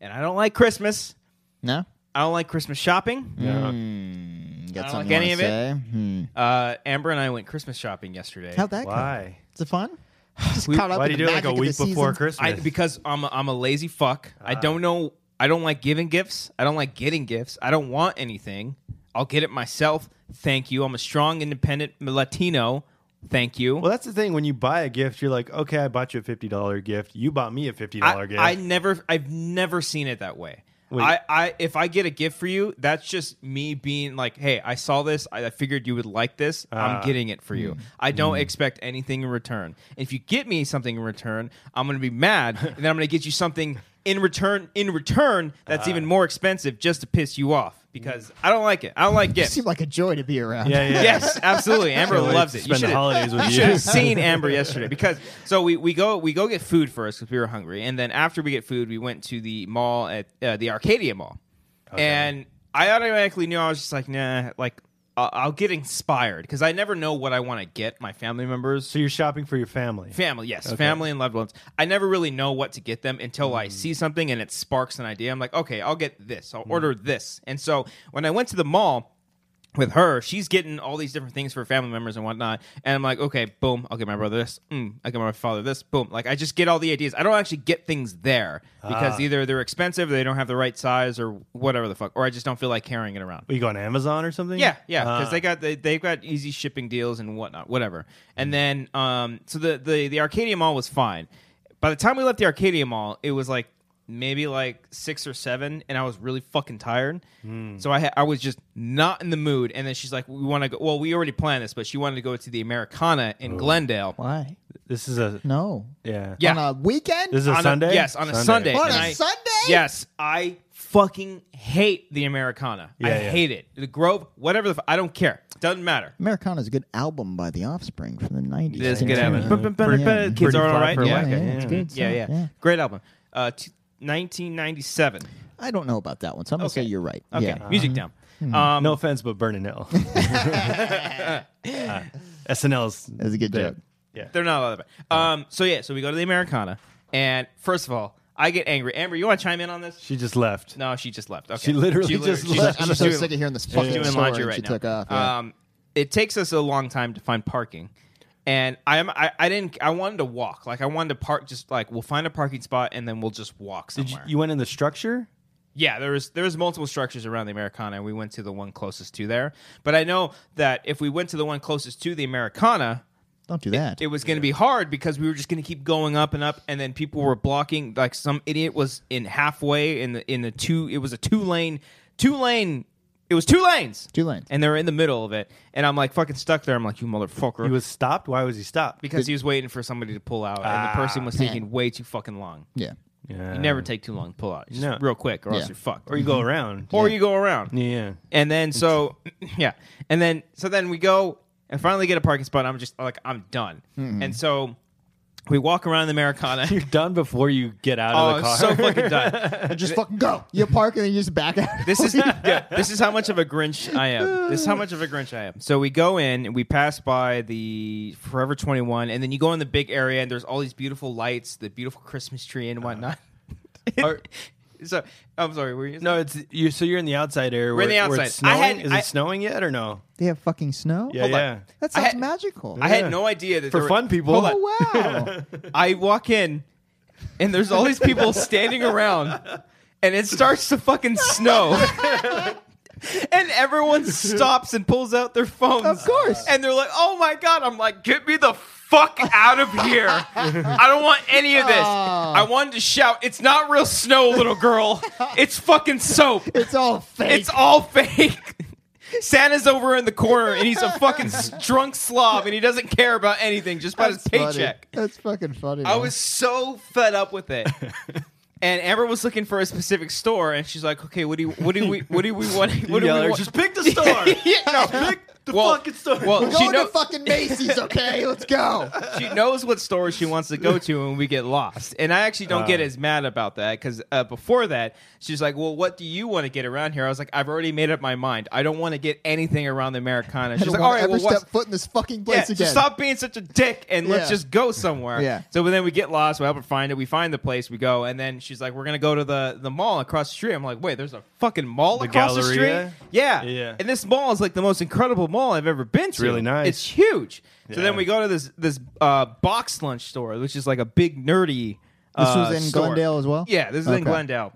A: and I don't like Christmas.
C: No.
A: I don't like Christmas shopping.
C: Mm. Hmm. You
A: I
C: Got
A: don't
C: something
A: like any
C: you
A: of
C: wanna
A: it.
C: say? Hmm.
A: Uh, Amber and I went Christmas shopping yesterday.
C: How'd that go?
B: Why?
C: Is it fun? Just
A: We-
C: caught up
B: Why do
C: in
B: you
C: the
B: do it like
C: magic
B: a
C: of the
B: week before
C: season?
B: Christmas?
A: I because I'm a, I'm a lazy fuck. I don't know. I don't like giving gifts. I don't like getting gifts. I don't want anything. I'll get it myself. Thank you. I'm a strong, independent Latino. Thank you.
B: well, that's the thing. When you buy a gift, you're like, okay, I bought you a fifty dollar gift. You bought me a fifty dollar
A: I,
B: gift.
A: I never. I've never seen it that way.
B: Wait.
A: I, I if I get a gift for you, that's just me being like, hey, I saw this. I, I figured you would like this.
B: Uh,
A: I'm getting it for you.
B: hmm.
A: I don't expect anything in return. If you get me something in return, I'm gonna be mad, and then I'm gonna get you something in return. In return, that's
B: Uh.
A: even more expensive just to piss you off because I don't like it. I don't like
C: You
A: gifts.
C: seem like a joy to be around.
B: yeah, yeah.
A: Yes, absolutely. Amber
B: Can't wait
A: loves
B: to
A: it. You
B: Spend the
A: should've-
B: holidays with
A: you
B: you.
A: should have seen Amber yesterday because so we, we go we go get food first because we were hungry, and then after we get food, we went to the mall at uh, the Arcadia Mall, and I automatically knew I was just like nah, like I'll, I'll get inspired because I never know what I want to get my family members.
B: So you're shopping for your family.
A: Family, yes, family and loved ones. I never really know what to get them until I see something and it sparks an idea. I'm like, okay, I'll get this. I'll order this. And so when I went to the mall with her, she's getting all these different things for family members and whatnot. And I'm like, okay, boom, I'll get my brother this. Mm, I'll get my father this. Boom. Like I just get all the ideas. I don't actually get things there because either they're expensive, they don't have the right size, or whatever the fuck, or I just don't feel like carrying it around.
B: What, you go on Amazon or something?
A: Yeah, yeah, because
B: Ah.
A: they got they, they've got easy shipping deals and whatnot, whatever. And then um, so the the the Arcadia Mall was fine. By the time we left the Arcadia Mall, it was like maybe like six or seven, and I was really fucking tired. So I ha- I was just not in the mood. And then she's like, "We want to go." Well, we already planned this, but she wanted to go to the Americana in Glendale.
C: Why?
B: This is a
C: No.
B: yeah.
A: Yeah.
C: On a weekend?
B: This is a
A: On a-
B: Sunday.
A: yes, on a Sunday.
C: On
A: and
C: a
A: I-
C: Sunday?
A: Yes, I fucking hate the Americana. I
B: Yeah, yeah.
A: hate it. The Grove, whatever the f- I don't care. Doesn't matter.
C: Americana is a good album by The Offspring from the 90s.
A: This
C: Can
A: good
C: you
A: album.
C: turn it
A: Bu-
C: on?
A: bu- bu- bu- Kids
B: Pretty
A: are all
B: fly
A: right.
B: for a
A: Yeah,
B: whack.
A: yeah,
C: Yeah, it's good
A: yeah,
C: stuff,
A: yeah.
C: yeah.
A: Great album. Uh, t- 1997.
C: I don't know about that one, so I'm going to
A: Okay.
C: say you're right.
A: Okay,
C: Yeah.
A: music down. Um,
B: No offense, but Burning Hill. Uh, SNL's.
C: That's a good
B: the-
C: joke.
B: Yeah.
A: they're not all that bad. Um, so yeah, so we go to the Americana, and first of all, I get angry. Amber, you want to chime in on this?
B: She just left.
A: No, she just left. Okay.
B: She literally just
A: she's-
B: left.
A: she's
C: I'm so
A: doing-
C: sick of hearing this
A: she's
C: fucking
A: doing
C: story
A: laundry
C: and
A: right
C: she
A: now.
C: took off, yeah.
A: Um, it takes us a long time to find parking, and I'm I, I didn't I wanted to walk. Like I wanted to park. Just like we'll find a parking spot and then we'll just walk
B: Did
A: somewhere.
B: you, you went in the structure?
A: Yeah, there was there was multiple structures around the Americana, and we went to the one closest to there. But I know that if we went to the one closest to the Americana,
C: Don't do that.
A: it was going to be hard because we were just going to keep going up and up, and then people were blocking. Like some idiot was in halfway in the in the two. It was a two lane, two lane. It was two lanes,
C: Two lanes.
A: and they were in the middle of it. And I'm like fucking stuck there. I'm like, you motherfucker,
B: He was stopped. Why was he stopped?
A: because he was waiting for somebody to pull out,
B: Ah,
A: and the person was taking way too fucking long.
C: yeah.
B: Yeah.
A: You never take too long to pull out, just
B: No.
A: real quick, or
C: Yeah.
A: else you're fucked.
B: Or you go around.
A: or you go around.
B: Yeah.
A: And then so yeah. And then so then we go and finally get a parking spot. I'm just like I'm done. And so we walk around the Americana.
B: Mm-hmm. You're done before you get out
A: oh,
B: of the
A: I'm
B: car.
A: so fucking done.
C: Just fucking go. You park and then you just back out.
A: This is yeah, this is how much of a Grinch I am. This is how much of a Grinch I am. So we go in and we pass by the Forever 21 and then you go in the big area and there's all these beautiful lights, the beautiful Christmas tree
B: Uh-huh.
A: and whatnot.
B: Or-
A: so I'm sorry, were you
B: no, it's you. So you're in the outside area.
A: We're in
B: where-
A: the
B: Where it's
A: outside. I
B: snowing.
A: had-
B: Is
A: I-
B: it snowing yet or no?
C: They have fucking snow.
B: Yeah,
C: Hold on.
B: yeah.
C: That
A: I
C: sounds
A: had-
C: magical.
A: I
B: Yeah.
A: had no idea that
B: For
A: there were-
B: fun people.
A: Hold on.
C: oh wow.
A: I walk in, and there's all these people standing around, and it starts to fucking snow. And everyone stops and pulls out their phones.
C: Of course.
A: And they're like, oh my God. I'm like, get me the fuck out of here. I don't want any of this.
C: Aw.
A: I wanted to shout, it's not real snow, little girl. It's fucking soap.
C: it's all fake.
A: It's all fake. Santa's over in the corner and he's a fucking s- drunk slob and he doesn't care about anything just about
C: That's
A: his paycheck.
C: Funny. That's fucking funny.
A: I
C: man.
A: was so fed up with it. And Amber was looking for a specific store, and she's like, "Okay, what do you, what do we, what do we want? What do
B: yell at
A: we
B: her,
A: want?"
B: "Just pick the store."
A: yeah, no.
B: Pick the
A: Well,
B: fucking store.
A: Well,
C: Go
A: she,
C: to
A: know,
C: fucking Macy's, okay? Let's go.
A: she knows what store she wants to go to, and we get lost. And I actually don't
C: Uh.
A: get as mad about that because uh, before that, she's like, "Well, what do you want to get around here?" I was like, "I've already made up my mind. I don't want to get anything around the Americana."
C: I
A: She's
C: don't
A: like,
C: wanna
A: "All right,
C: ever
A: well, what's,
C: step foot in this fucking
A: Yeah,
C: place
A: so
C: again.
A: stop being such a dick and let's
C: Yeah.
A: just go somewhere.
C: Yeah.
A: So then we get lost. We help her find it. We find the place. We go, and then she's like, "We're gonna go to the the mall across the street." I'm like, "Wait, there's a fucking mall
B: The
A: across the
B: Galleria?
A: street?" Yeah.
B: Yeah.
A: And this mall is like the most incredible mall I've ever been to.
B: really nice.
A: It's huge. So
B: Yeah.
A: then we go to this this uh, box lunch store, which is like a big nerdy.
C: This
A: uh,
C: was in
A: store.
C: Glendale as well?
A: Yeah, this is in
C: Okay.
A: Glendale.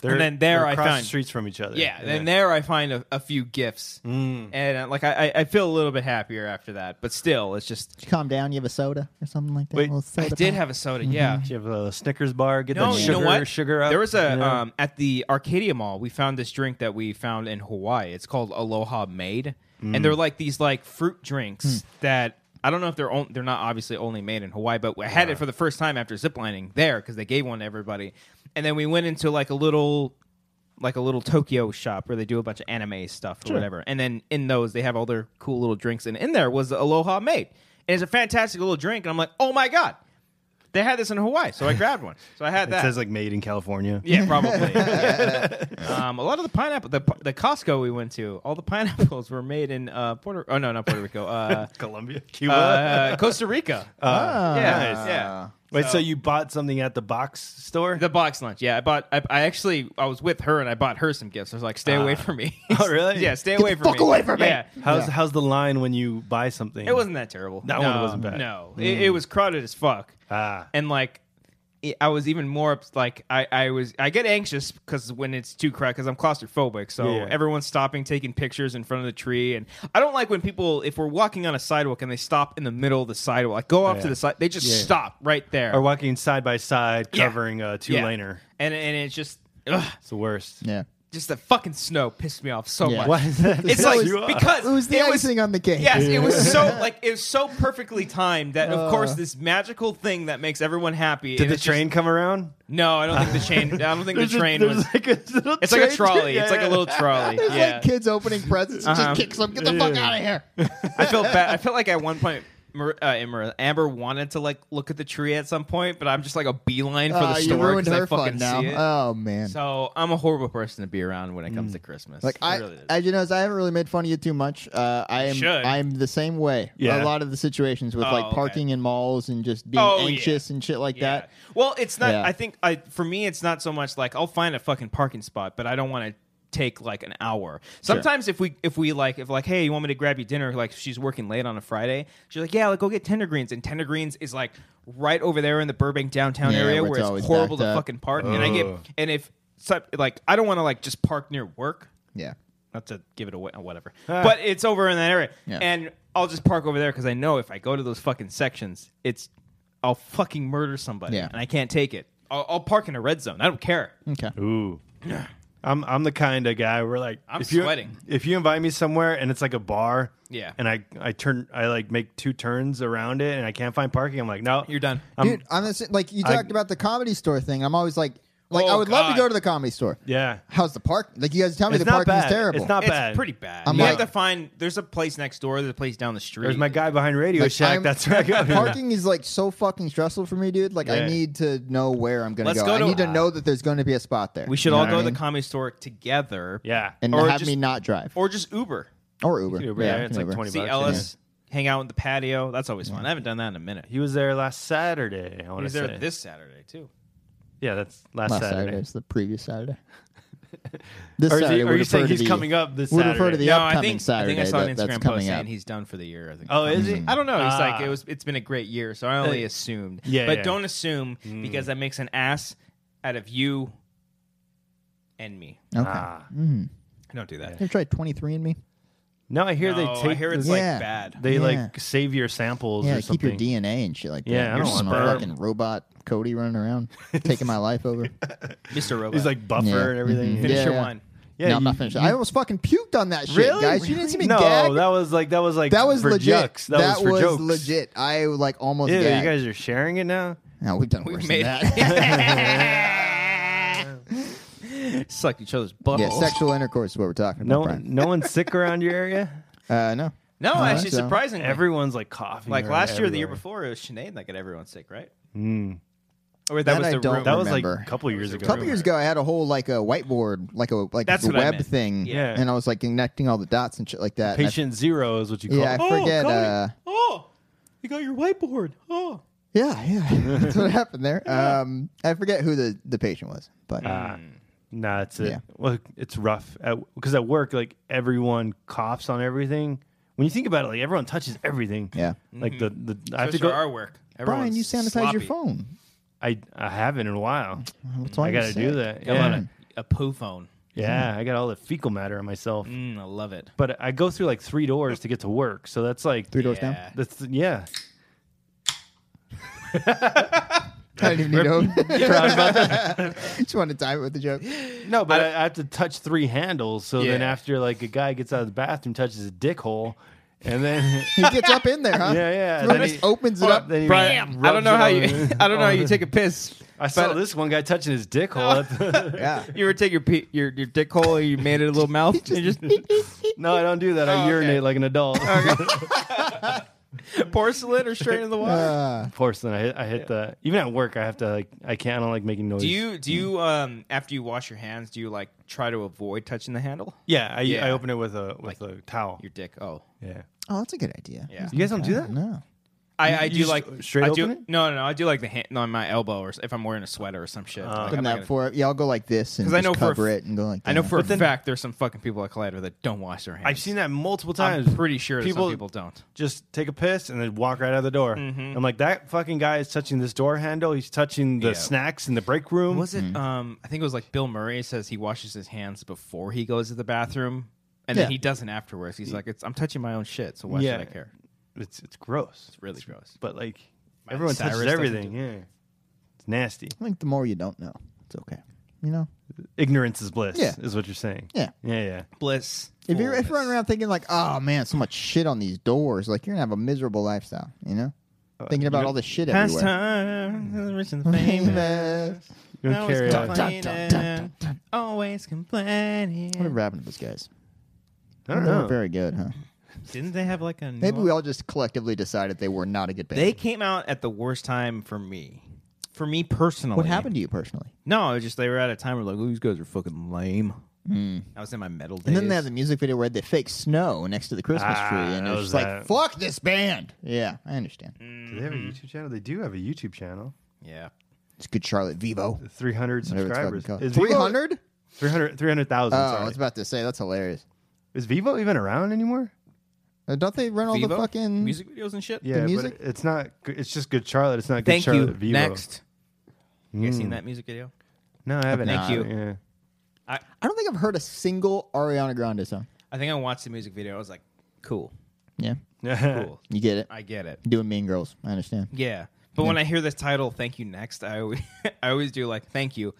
B: They're-
A: and then there
B: they're
A: I
B: across
A: found-
B: the streets from each other.
A: Yeah, and there I find a, a few gifts,
B: Mm.
A: and uh, like I, I I feel a little bit happier after that. But still, it's just
C: Calm down. You have a soda or something like that.
B: Wait,
C: A little soda
A: I did
C: pop? Mm-hmm.
A: have a soda. Yeah.
B: you have a Snickers bar. Get
A: No,
B: that
A: you
B: sugar,
A: know what?
B: sugar up.
A: There was a
B: you know?
A: um, at the Arcadia Mall. We found this drink that we found in Hawaii. It's called Aloha Made, and
B: Mm.
A: they're like these like fruit drinks
C: Hmm.
A: that I don't know if they're on, they're not obviously only made in Hawaii, but I had it for the first time after ziplining there because they gave one to everybody, and then we went into like a little like a little Tokyo shop where they do a bunch of anime stuff or whatever. And then in those, they have all their cool little drinks. And in there was the Aloha Made. And it's a fantastic little drink. And I'm like, oh my God, they had this in Hawaii. So I grabbed one. So I had
B: it
A: that.
B: says like made in California.
A: yeah, probably. um, a lot of the pineapple, the, the Costco we went to, all the pineapples were made in uh, Puerto. Oh no, not Puerto Rico. Uh,
B: Colombia, Cuba.
A: uh, Costa Rica.
B: Ah,
A: yeah,
B: nice.
A: yeah.
B: Wait, so, you bought something at the box store?
A: The box lunch, yeah. I bought. I, I actually, I was with her, and I bought her some gifts. I was like, "Stay away from me."
B: Oh, really?
A: yeah, stay
C: Get
A: away
C: the
A: from
C: fuck
A: me.
C: away from me.
A: Yeah.
B: how's how's the line when you buy something?
A: It wasn't that terrible.
B: That
A: no,
B: one wasn't bad. Mm.
A: No, it, it was crowded as fuck.
B: Ah.
A: And like, it, I was even more ups- like I, I was I get anxious because when it's too crowded because I'm claustrophobic. So
B: Yeah.
A: everyone's stopping, taking pictures in front of the tree, and I don't like when people if we're walking on a sidewalk and they stop in the middle of the sidewalk, like go off to
B: yeah.
A: the side, they just stop right there.
B: Or walking side by side,
A: Yeah.
B: covering a two
A: Yeah.
B: laner.
A: and and it's just. Ugh,
B: It's the worst.
C: Yeah.
A: just the fucking snow pissed me off so
C: Yeah.
A: much.
C: Why
B: is that
A: It's
B: piss
A: like
B: you off?
A: because
C: It was the icing on the cake.
A: Yes, it was so like it was so perfectly timed that of
C: Uh.
A: course this magical thing that makes everyone happy.
B: Did
A: and
B: the
A: it's
B: train come around?
A: Just, no, I don't think the train. I don't think the
B: There's a-
A: train
B: there's
A: was.
B: like a little
A: it's like a
B: train-
A: trolley.
B: Yeah,
A: it's like
B: yeah.
A: a little trolley.
C: It's
A: yeah,
C: like kids opening presents. It
A: Uh-huh.
C: Just kicks them. Get the fuck out of here.
A: I felt bad. I felt like at one point. Mar- uh, Amber, Amber wanted to like look at the tree at some point, but I'm just like a beeline for
C: Uh,
A: the
C: you
A: store
C: ruined
A: 'cause I
C: her
A: fucking
C: fun now.
A: see it.
C: Oh, man.
A: so I'm a horrible person to be around when it comes to Christmas.
C: Hmm. Like
A: It
C: I,
A: really is.
C: as you know, I haven't really made fun of you too much. Uh, I am,
A: should.
C: I am the same way.
B: Yeah.
C: A lot of the situations with
A: Oh,
C: like
A: okay.
C: parking in malls and just being
A: Oh, yeah.
C: anxious and shit like that.
A: Well, it's not.
C: Yeah.
A: I think I for me, it's not so much like I'll find a fucking parking spot, but I don't want to take like an hour. Sometimes if we if we like if like hey, you want me to grab you dinner? Like she's working late on a Friday. She's like, yeah, like go get Tender Greens, and Tender Greens is like right over there in the Burbank downtown
C: Yeah,
A: area where
C: where it's
A: it's,
C: always
A: horrible to
C: backed up.
A: fucking park. And I get
B: Ugh.
A: and if so- like I don't want to like just park near work.
C: Yeah.
A: not to give it away, oh, whatever.
B: Ah.
A: but it's over in that area,
C: Yeah.
A: and I'll just park over there because I know if I go to those fucking sections, it's I'll fucking murder somebody,
C: Yeah. Mm.
A: and I can't take it. I'll, I'll park in a red zone. I don't care.
C: Okay.
B: Ooh. I'm I'm the kind of guy where like
A: I'm
B: if you,
A: sweating.
B: If you invite me somewhere and it's like a bar,
A: Yeah.
B: and I I turn I like make two turns around it and I can't find parking, I'm like, no,
A: You're done.
B: I'm,
C: Dude, I'm the, sa- like you
B: I-
C: talked about the comedy store thing. I'm always like, like I
A: Oh,
C: would love
A: God.
C: to go to the comedy store.
B: yeah,
C: How's the park? Like you guys tell me
B: It's
C: the
B: not
C: parking
B: bad.
C: is terrible.
B: It's not
A: it's
B: bad.
A: pretty bad.
C: I'm
A: you
C: like-
A: have to find. There's a place next door. There's a place down the street.
B: There's my guy behind Radio
C: Like,
B: Shack.
C: I'm-
B: That's where I go. to.
C: Parking is like so fucking stressful for me, dude. Like
B: Yeah.
C: I need to know where I'm gonna
A: Let's
C: go.
A: go
C: I
A: to-
C: need to know that there's going to be a spot there.
A: We should
C: You know
A: all
C: what
A: go
C: I
A: to the
C: mean?
A: comedy store together.
B: Yeah.
C: and
A: or
C: have
A: just-
C: me not drive or,
A: Or just Uber.
C: Uber.
B: Uber, yeah,
C: I can
B: it's like 20
A: See
B: bucks,
A: Ellis. Hang out in the patio. That's always fun. I haven't done that in a minute. He
B: He was there last Saturday. I want to
A: was
B: say
A: there this Saturday too.
B: Yeah, that's last,
C: Last Saturday.
B: Saturday.
C: It's the previous Saturday. This
B: Or is he-
C: Saturday.
B: or
C: would
B: you saying
C: refer to
B: he's
C: the-
B: coming up this
C: would refer
B: Saturday.
C: to the
A: no,
C: upcoming
A: I think
C: Saturday
A: I think I saw
C: that-
A: an Instagram
C: that's
A: post
C: coming
A: saying
C: up. Mm-hmm.
A: he's done for the year. I think.
B: Oh, is he?
A: I don't know. It's like
B: Ah.
A: it was. It's been a great year, so I only assumed.
B: yeah,
A: but
B: yeah.
A: don't assume
C: Mm.
A: because that makes an ass out of you and me.
C: okay.
B: Ah.
A: Don't do that.
C: Have you tried 23 and me?
B: No, I hear
A: No,
B: they take.
A: I hear it's
B: this-
A: like
C: Yeah.
A: bad.
B: they
C: Yeah.
B: like save your samples
C: Yeah,
B: or
C: keep
B: something.
C: your DNA and shit like
B: Yeah, I
C: that.
B: don't
C: You're just
B: want
C: some
B: sperm.
C: fucking robot Cody running around taking my life over.
A: Mr. Robot.
B: He's like buffer
C: Yeah.
B: and everything.
C: Mhm.
A: finish
C: Yeah,
A: your
C: yeah.
A: wine.
B: Yeah,
C: no, I'm
B: you-
C: not finished. I almost fucking puked on that shit, guys. You didn't see me
B: no,
C: gag.
B: that was like that was like
C: That was
B: for
C: legit.
B: Jokes. That, was for jokes.
C: legit. I like almost.
B: Yeah,
C: gagged.
B: you guys are sharing it now.
C: No, we've done worse
A: made-
C: than that.
A: Sucked each other's buttholes.
C: yeah, sexual intercourse is what we're talking
B: No,
C: about. Brian.
B: no one's sick around your area.
C: Uh, no.
A: No,
C: I
A: actually,
C: think so.
A: surprisingly,
B: Everyone's like coughing.
A: like
B: or
A: last year, the year
B: everywhere.
A: before, it was Sinead that got everyone sick, right? Or that,
C: That
A: was
C: I
A: the
C: don't
A: room.
B: That was like
C: Remember.
B: a couple years ago.
C: A couple years ago, I had a whole like a whiteboard, like a like
A: That's
C: a
A: what I
C: web
A: meant.
C: thing,
B: Yeah.
C: and I was like connecting all the dots and shit like that. and I-
B: Patient zero is what you call.
C: yeah, I
B: it.
C: forget. uh,
A: oh, you got your whiteboard. Oh,
C: yeah, yeah, that's what happened there. Um, I forget who the the patient was, but
B: Ah, nah, it's it.
C: Yeah.
B: Well, it's rough because at work, like everyone coughs on everything. When you think about it, like everyone touches everything.
C: Yeah.
B: Like the the
A: I
B: I have to go.
A: our work.
C: Brian,
A: Everyone's
C: you sanitize
A: sloppy.
C: your phone.
B: I I haven't in a while.
C: What's wrong
B: I
C: with
B: got to
C: sick?
B: do that.
A: Come
B: yeah.
A: on, a, a poo phone.
B: yeah, I got all the fecal matter on myself.
A: Mm, I love it.
B: But I go through like three doors to get to work, so that's like
C: Three doors
A: Yeah.
C: down.
B: That's yeah.
C: I didn't even need to. open- Just wanted to time it with the joke.
B: No, but I, I have to touch three handles. So then
A: Yeah.
B: after like a guy gets out of the bathroom, touches his dick hole, and then
C: He gets up in there, huh?
B: Yeah, yeah.
C: Throw
B: Then
C: this-
B: he- Oh,
C: opens it up.
B: then he
A: Brian, I don't
B: rubs
A: know
B: it
A: how
B: on
A: you.
B: the-
A: I don't know how
B: on
A: you
B: the-
A: take a piss.
B: I saw this one guy touching his dick hole. at the-
C: yeah.
A: You ever take your pee, your your dick hole and you made it a little mouth? and just
B: no, I don't do that. I
A: Oh, okay.
B: urinate like an adult.
A: porcelain or straight in the water.
C: Uh,
B: Porcelain. I hit. I hit the. Even at work, I have to like. I can't. I don't like making noise.
A: Do you do you um after you wash your hands do you like try to avoid touching the handle?
B: Yeah, I,
A: Yeah.
B: I open it with a with a towel.
A: Your dick. Oh,
B: Yeah.
C: oh, that's a good idea.
A: Yeah.
B: You guys don't do that.
C: No.
A: I, I
B: you
A: do
B: just
A: like
B: straight
A: I do,
B: open it?
A: No, no, no. I do like the hand on my elbow or s- if I'm wearing a sweater or some
B: Uh,
A: shit. like, I'm not
C: Open that
A: gonna-
C: for yeah. I'll go like this and
A: 'Cause I
C: just
A: know for a
C: cover
A: f-
C: it and go like. That.
A: I know for a fact there's some fucking people at Collider that don't wash their hands.
B: I've seen that multiple
A: I'm
B: times.
A: pretty sure that some people don't.
B: just take a piss and then walk right out the door. I'm like, that fucking guy is touching this door handle. He's touching the
A: Mm-hmm. Yeah.
B: snacks in the break room.
A: Was it?
C: Mm-hmm.
A: Um, I think it was like Bill Murray says he washes his hands before he goes to the bathroom, and
C: Yeah.
A: then he doesn't afterwards. He's like, "It's I'm touching my own shit, so why
B: Yeah.
A: should I care?"
B: It's it's gross.
A: It's really gross.
B: But like everyone
A: Cyrus
B: touches
A: doesn't
B: everything.
A: do
B: Yeah, it's nasty.
C: I think the more you don't know, it's okay. You know.
B: Ignorance is bliss.
C: Yeah.
B: is what you're saying.
C: Yeah.
B: yeah, yeah.
A: Bliss.
C: If you're if you're running around thinking like, oh man, so much shit on these doors, like you're gonna have a miserable lifestyle. You know.
B: Uh,
C: Thinking about all the shit
A: Past
C: everywhere.
A: time, rich and famous.
B: You don't
A: Always
B: care.
C: Dun,
B: yeah.
C: dun, dun, dun, dun, dun.
A: Always complaining.
C: What happened to those guys?
B: I don't
C: They weren't
B: know.
C: very good, huh?
A: Didn't they have like a?
C: Maybe we all just collectively decided they were not a good band.
A: They came out at the worst time for me. For me personally,
C: what happened to you personally?
A: No, it was just they were at a time where like "Ooh, these guys are fucking lame.
C: Hmm.
A: I was in my metal days.
C: And then they had the music video where they fake snow next to the Christmas
B: Ah,
C: tree, and
B: that
C: it was
B: was
C: just
B: that. Mm.
C: like, "Fuck this band." Yeah, I understand.
B: Do they have a
A: Mm-hmm.
B: YouTube channel? They do have a YouTube channel.
A: yeah.
C: It's good, Charlotte Vivo. Whatever
B: 300
C: it's fucking
B: subscribers.
C: called.
B: Is Vivo-
C: 300?
B: 300 300,000.
C: Oh, I
B: sorry.
C: was about to say that's hilarious.
B: is Vivo even around anymore?
C: Uh, don't they run all the
A: Vivo?
C: fucking
A: music videos and shit.
B: Yeah,
C: music?
B: but it's not. good- It's just Good Charlotte. It's not Good
A: Thank
B: Charlotte.
A: you.
B: Vivo.
A: Next. You guys seen that music video?
B: No, I haven't.
A: Thank
B: actually,
A: you.
B: yeah.
A: I,
C: I don't think I've heard a single Ariana Grande song.
A: I think I watched the music video. I was like, cool,
C: Yeah,
A: cool.
C: you get it.
A: I get it.
C: Doing Mean Girls, I understand.
A: Yeah, but when I hear this title, "Thank You Next," I always, I always do like "Thank You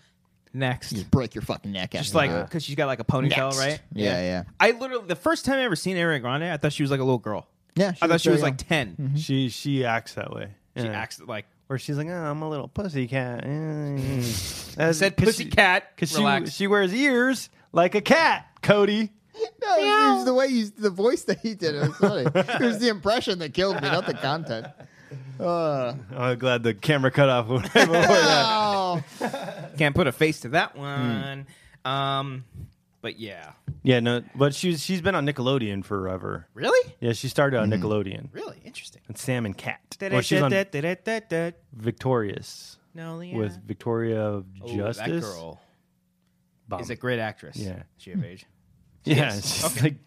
A: Next,"
C: Just break your fucking neck.
A: just like because she's got like a ponytail, right?
C: Yeah, yeah.
A: I literally the first time I ever seen Ariana Grande, I thought she was like a little girl.
C: Yeah, she
A: I thought
C: was
A: she was
C: very
A: like 10
B: She she acts that way.
A: She
B: Mm-hmm. Yeah.
A: acts like
B: Where she's like, oh, I'm a little pussycat. I
A: said pussycat.
B: Because she,
A: Relax.
B: she wears ears like a cat, Cody.
C: No, it was- it was the way you, the voice that he did it was funny. it was the impression that killed me, not the content. Uh,
B: I'm Oh, glad the camera cut off when I- before that.
C: oh,
A: can't put a face to that one. Um, but yeah,
B: Yeah, no, but she's she's been on Nickelodeon forever.
A: really,
B: Yeah, she started on Nickelodeon.
A: really interesting.
B: And Sam and Cat. Well, she's on Victorious
A: No, yeah.
B: with Victoria
A: Ooh,
B: Justice.
A: that girl
B: Bomb.
A: is a great actress.
B: Yeah.
A: Is she of age.
B: yeah, she's like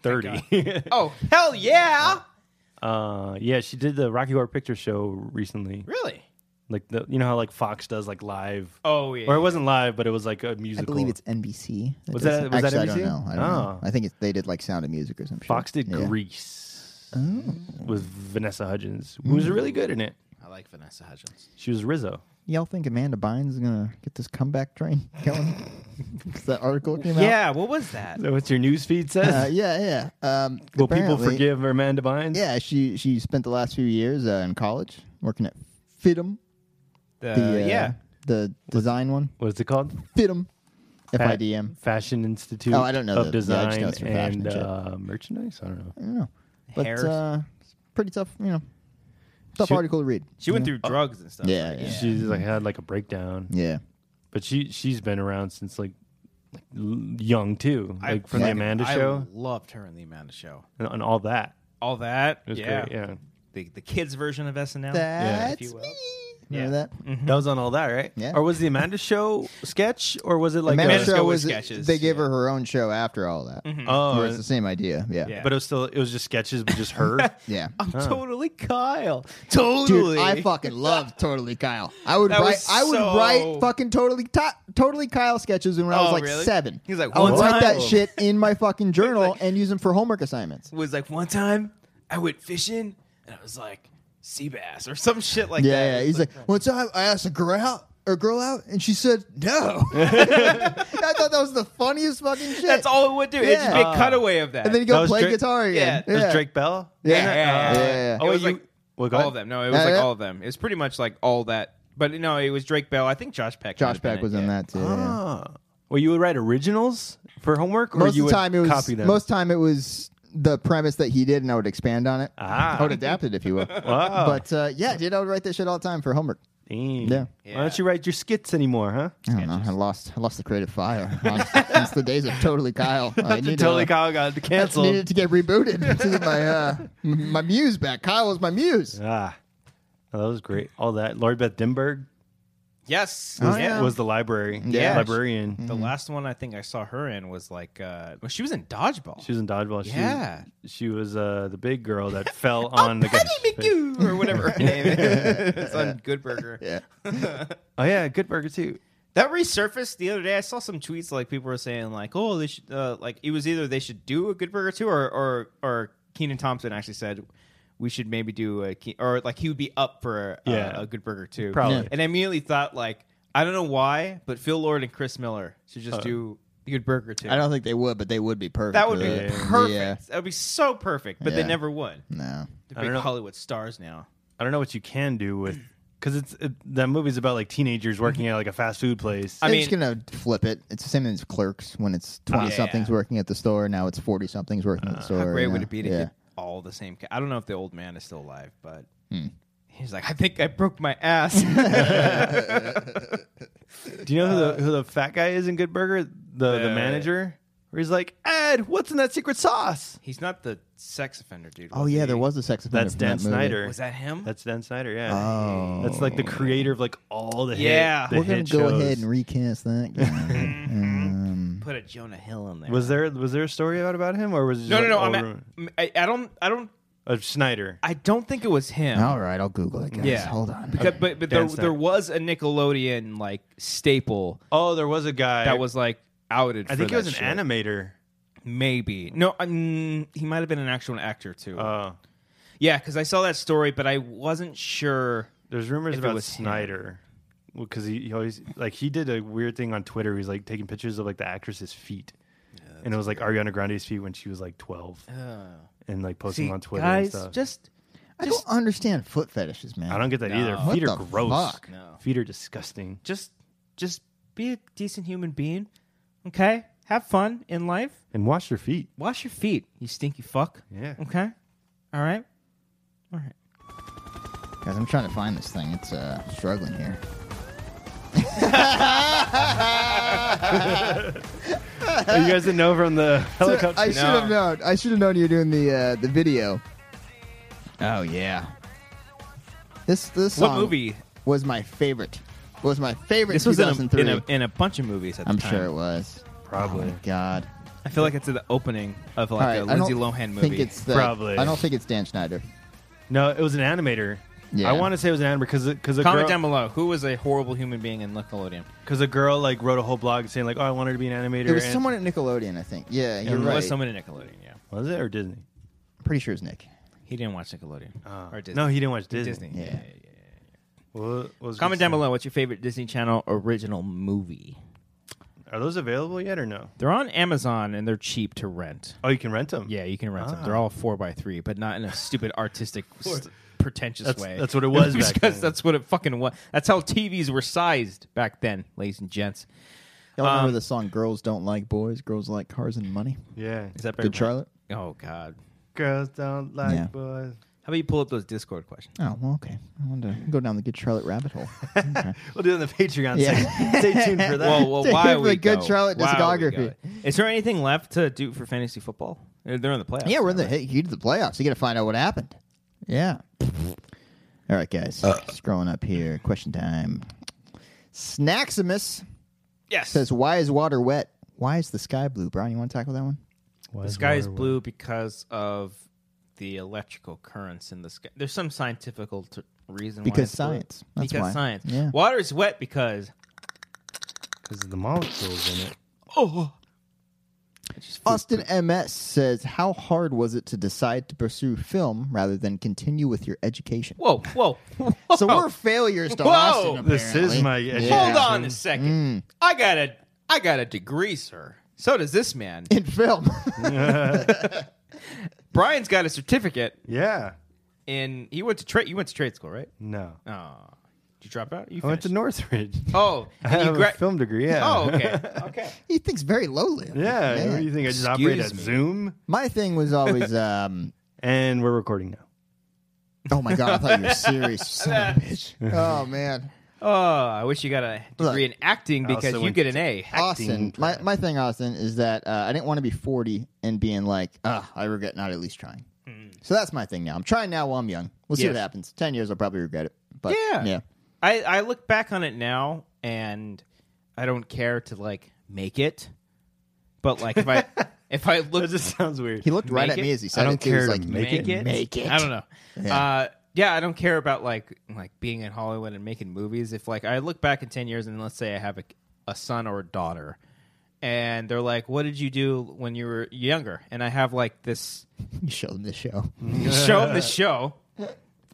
B: 30.
A: Oh hell yeah!
B: uh, yeah, she did the Rocky Horror Picture Show recently.
A: Really?
B: Like the, you know how like Fox does like live,
A: Oh yeah.
B: or it wasn't live, but it was like a
C: I
B: musical.
C: believe it's NBC. does
B: Was that-
C: it.
B: was that
C: Actually, I
B: NBC?
C: don't know. I don't know.
B: Oh.
C: I think it's, they did like Sound of Music or some shit.
B: Fox did
C: Yeah. Oh.
B: Grease with Vanessa Hudgens, who
C: Mm.
B: was really good in it.
A: I like Vanessa Hudgens.
B: She was Rizzo.
C: Y'all think Amanda Bynes is gonna get this comeback train going? 'Cause that article came out.
A: Yeah. What was that?
B: Is that what your newsfeed says?
C: Uh, yeah, yeah. Um,
B: Will people
C: apparently-
B: forgive Amanda Bynes?
C: Yeah, she she spent the last few years uh, in college working at Fitum.
A: The,
C: The, uh,
A: yeah.
C: the design one.
B: What's it called?
C: Fitum, F
B: Fa-
C: I D M.
B: Fashion Institute.
C: Oh, I don't know
B: Of
C: the- yeah, I just
B: design
C: know it's for fashion
B: and
C: and shit.
B: uh, merchandise. I don't know.
C: I don't know, but
A: Hairs.
C: uh, it's pretty tough. You know, tough
B: She-
C: article to read.
A: She went
B: Oh.
A: through drugs and stuff.
C: Yeah,
A: right?
C: yeah,
B: She's like had like a breakdown,
C: yeah.
B: but she she's been around since like, like l- young too,
A: I
B: like from the
A: fucking-
B: Amanda
A: I
B: Show
A: loved her in the Amanda Show.
B: and, and all that.
A: All that.
B: It was
A: yeah.
B: great. Yeah,
A: The the kids version of SNL.
C: That's
A: you will. Mm-hmm.
C: me. Remember
A: Yeah.
C: that?
B: that was on all that, right?
C: Yeah.
B: Or was the Amanda Show sketch, or was it like
C: Amanda
A: Amanda
C: show
A: Show
C: was
A: uh, with sketches,
C: they gave
A: yeah. Mm-hmm.
C: her her own show after all that.
B: Oh,
C: Where it's the same idea. Yeah.
A: Yeah. Oh,
B: but it was still it was just sketches, but just her.
C: Yeah.
A: I'm totally Kyle. Totally.
C: Dude, I fucking love Totally Kyle. I would
A: That
C: write.
A: was
C: I would
A: so-
C: write fucking Totally Ti- Totally Kyle sketches when I was
A: Oh,
C: like
A: really?
C: seven.
A: He's like,
C: I would
A: "One
C: write
A: time."
C: that shit in my fucking journal and use them for homework assignments.
A: was like one time I went fishing and I was like sea bass or some shit like that.
C: Yeah, yeah.
A: It's
C: He's like, one time I asked a girl out, a girl out, and she said no. I thought that was the funniest fucking shit.
A: that's all it would do. It'd just be a
C: Yeah.
A: cutaway of that.
C: And then you
B: That
C: go
B: was
C: play
B: Drake-
C: guitar again.
A: Yeah,
B: It was Drake Bell.
A: yeah,
C: Yeah.
A: yeah, yeah, yeah.
C: Yeah, yeah. Uh-huh.
A: It
B: Oh,
A: was
B: you-
A: like
B: well, go
A: all
B: ahead.
A: of them. No, it was
C: Yeah,
A: like
C: yeah.
A: all of them. It was pretty much like all that. But no, it was Drake Bell. I think Josh Peck. might
C: Josh
A: have been
C: Beck was in
A: yeah.
C: that too. yeah.
B: Ah. Well, you would write originals for homework, or
C: most
B: you
C: of
B: would
C: the time it was
B: copy them.
C: most time it was the premise that he did, and I would expand on it.
B: Ah.
C: I would adapt it if you will.
B: Wow.
C: But uh, yeah, dude, I would write that shit all the time for homework.
B: Damn.
C: Yeah.
B: Why don't you write your skits anymore, huh?
C: I don't know. I lost. I lost the creative fire honestly, since the days of Totally Kyle. I need
B: totally
C: to,
B: Kyle got
C: I
B: canceled.
C: needed to get rebooted to get my uh, m- my muse back. Kyle was my muse.
B: Ah, Oh, that was great. All that. Lord Beth Dimberg
A: Yes.
C: Oh,
A: yeah.
C: yeah. Mm.
B: was the library.
C: Yeah. Mm-hmm.
B: Librarian.
A: The last one I think I saw her in was like, uh, well, she was in Dodgeball.
B: She was in dodgeball. She
A: Yeah. Oh,
B: Was, she was uh, the big girl that fell on the guy's
A: Patty
B: face.
A: McGoo or whatever her name is. it's on Good Burger.
C: Yeah.
B: Oh yeah, Good Burger too.
A: That resurfaced the other day. I saw some tweets like people were saying like, "Oh, they should uh, like it was either they should do a Good Burger too, or or or Keenan Thompson actually said we should maybe do a Ke- or like he would be up for a,
B: Yeah.
A: a Good Burger too,
B: Probably. Yeah.
A: And I immediately thought like I don't know why, but Phil Lord and Chris Miller should just do the Good Burger too.
C: I don't think they would, but they would be perfect.
A: that
C: for
A: would be
C: that.
A: perfect.
C: Yeah.
A: That would be so perfect, but they
C: Yeah.
A: never would.
C: No.
A: They're
B: I don't
A: big
B: know.
A: Hollywood stars now.
B: I don't know what you can do with because it's it, that movie's about like teenagers
A: Mm-hmm.
B: working at like a fast food place.
A: I
C: They're
A: mean, Oh,
C: just gonna flip it. It's the same thing as clerks when it's twenty somethings
A: yeah. Uh,
C: working at the store. Now it's forty somethings working at the store.
A: How great
C: you
A: would
C: know?
A: it be to
C: yeah.
A: get all the same? Ca- I don't know if the old man is still alive, but
C: Hmm.
A: he's like, I think I broke my ass.
B: do you know who
A: uh,
B: the who the fat guy is in Good Burger? The
A: Yeah.
B: the manager. Where he's like, Ed, what's in that secret sauce?
A: he's not the sex offender dude.
C: Oh yeah, there was a sex offender.
B: That's
C: from that
B: Dan
C: movie. Oh.
B: Snyder.
A: Was that him?
B: That's Dan Snyder. Yeah. That's like the creator of like all the
A: Yeah.
B: hit, the
C: We're gonna
B: hit
C: go
B: shows.
C: ahead and recast that. guy. Hmm.
A: put a Jonah Hill in there.
B: was there was there a story out about him or was it just
A: no, no,
B: like
A: no.
B: all
A: I'm
B: rumor-
A: at, I, I don't. I don't.
B: of Snyder?
A: I don't think it was him.
C: All right, I'll Google it, guys.
A: Yeah.
C: Hold on.
A: Because- But but there,
B: Dan Snyder.
A: there was a Nickelodeon like staple
B: Oh, there was a guy
A: that was like outed.
B: I
A: for
B: think he
A: that
B: was an
A: shit.
B: animator.
A: Maybe no, um, he might have been an actual actor too.
B: Uh,
A: yeah, because I saw that story, but I wasn't sure.
B: there's rumors
A: If it
B: about
A: was him.
B: Snyder because he, he always like he did a weird thing on Twitter. He's like taking pictures of like the actress's feet, and it was like Ariana Grande's feet when she was like 12, and like posting
A: See,
B: on Twitter
A: guys,
B: and stuff.
A: just
C: I don't understand foot fetishes, man.
B: I don't get that either.
A: No.
B: Feet
C: What
B: are
C: the
B: gross.
C: fuck?
A: No.
B: Feet are disgusting.
A: just just be a decent human being. Okay, have fun in life.
B: And wash your feet.
A: Wash your feet, you stinky fuck.
B: Yeah.
A: Okay. All right. All right.
C: Guys, I'm trying to find this thing. It's uh, struggling here.
B: Oh, you guys didn't know from the helicopter.
C: I should have known. I should have known you were doing the uh, the video. Oh yeah. This this
A: What
C: song
A: movie?
C: was my favorite. Was my favorite.
A: This was in a,
C: 2003.
A: in a in a bunch of movies at the
C: I'm
A: time.
C: sure it was. Oh
B: Probably.
C: my god.
A: I feel like it's the opening of like
C: All right,
A: a
C: I
A: Lindsay
C: don't
A: Lohan movie.
C: think it's the,
B: Probably.
C: I don't think it's Dan Schneider.
B: No, it was an animator.
C: Yeah.
B: I want to say it was an animator because because a
A: Comment
B: girl
A: down below who was a horrible human being in Nickelodeon.
B: because a girl like wrote a whole blog saying like oh I wanted to be an animator.
C: It was
B: and-
C: someone at Nickelodeon, I think. Yeah, you're
A: There
C: right.
A: was someone in Nickelodeon. Yeah,
B: was it or Disney?
C: I'm pretty sure it's Nick.
A: he didn't watch Nickelodeon
B: Uh,
A: or Disney.
B: No, he didn't watch Disney.
A: Disney.
C: Yeah.
A: Yeah. yeah, yeah.
B: What was
A: Comment down below. What's your favorite Disney Channel original movie?
B: Are those available yet or no?
A: They're on Amazon and they're cheap to rent.
B: Oh, you can rent them.
A: Yeah, you can rent them. They're all four by three, but not in a stupid artistic, st- pretentious
B: That's-
A: way.
B: that's what it was back
A: because
B: then.
A: that's what it fucking was. That's how TVs were sized back then, ladies and gents.
C: Y'all
A: Um,
C: remember the song "Girls Don't Like Boys, Girls Like Cars and Money"?
B: Yeah.
A: Is that Barry
C: Good Charlotte.
A: White? Oh God!
B: Girls don't like
C: Yeah.
B: boys.
A: How about you pull up those Discord questions?
C: Oh well, okay. I wanted to go down the Good Charlotte rabbit hole. Okay.
B: We'll do it on the Patreon.
C: Yeah.
B: section. Stay tuned for that.
A: Whoa, whoa!
C: Take
A: Why
C: the
A: we
C: Good
A: go?
C: Charlotte
A: Why we
C: discography.
A: go? Is there anything left to do for fantasy football? They're they're in the playoffs.
C: yeah, we're in
A: now,
C: the hey, heat of the playoffs. You got to find out what happened. Uh. Yeah. All right, guys. Scrolling up here. Question time. Snaximus
A: right? yes.
C: says, "Why is water wet? Why is the sky blue?" Brian, you want to tackle that one?
A: the sky is blue because of the electrical currents in the sky. There's some scientific t- reason why
C: Because
A: it's blue.
C: science. That's
A: because
C: why.
A: science.
C: Yeah.
A: Water is wet because
B: because of the molecules in it.
C: Austin MS says, "How hard was it to decide to pursue film rather than continue with your education?"
A: Whoa, whoa. whoa.
C: So we're failures to
A: Whoa.
C: Austin. Apparently.
B: This is my
C: Yeah.
A: Hold on a
B: Mm-hmm.
A: second. I got a I got a degree, sir. So does this man.
C: in film.
A: Brian's got a certificate
B: Yeah.
A: in he went to trade you went to trade school, right?
B: No.
A: Oh. Did you drop out? You
B: I went to
A: finished.
B: Northridge.
A: Oh,
B: I
A: and you
B: have a
A: gra-
B: film degree. Yeah.
A: Oh, okay. Okay.
C: he thinks very lowly. of it,
B: Yeah.
C: man.
B: What do you think? I just operate
A: Excuse
B: at
A: me.
B: Zoom,
C: My thing was always, um,
B: and we're recording now.
C: oh my god, I thought you were serious, you son of a bitch. Oh man,
A: Oh, I wish you got a degree in acting
B: I also
A: because you
B: went
A: get an A.
B: Oh.
C: Austin. My my thing, Austin, is that uh, I didn't want to be forty and being like, ah, I regret not at least trying. So that's my thing now. I'm trying now while I'm young. We'll see
A: Mm. Yes.
C: what happens. Ten years, I'll probably regret it. But
A: Yeah.
C: yeah.
A: I, I look back on it now and I don't care to like make it. But like if I if I
B: That
A: look
B: just sounds weird.
C: He looked right
A: Make
C: at
A: it?
C: me as he said
B: I don't
C: it, too. He was
B: care to
C: like,
B: make
A: make it,
C: Make it.
A: I don't know.
C: Yeah.
A: Yeah. Uh, yeah, I don't care about like like being in Hollywood and making movies. If like I look back in ten years and let's say I have a, a son or a daughter, and they're like, "What did you do when you were younger?" and I have like this
C: You show them the show.
A: show them the show.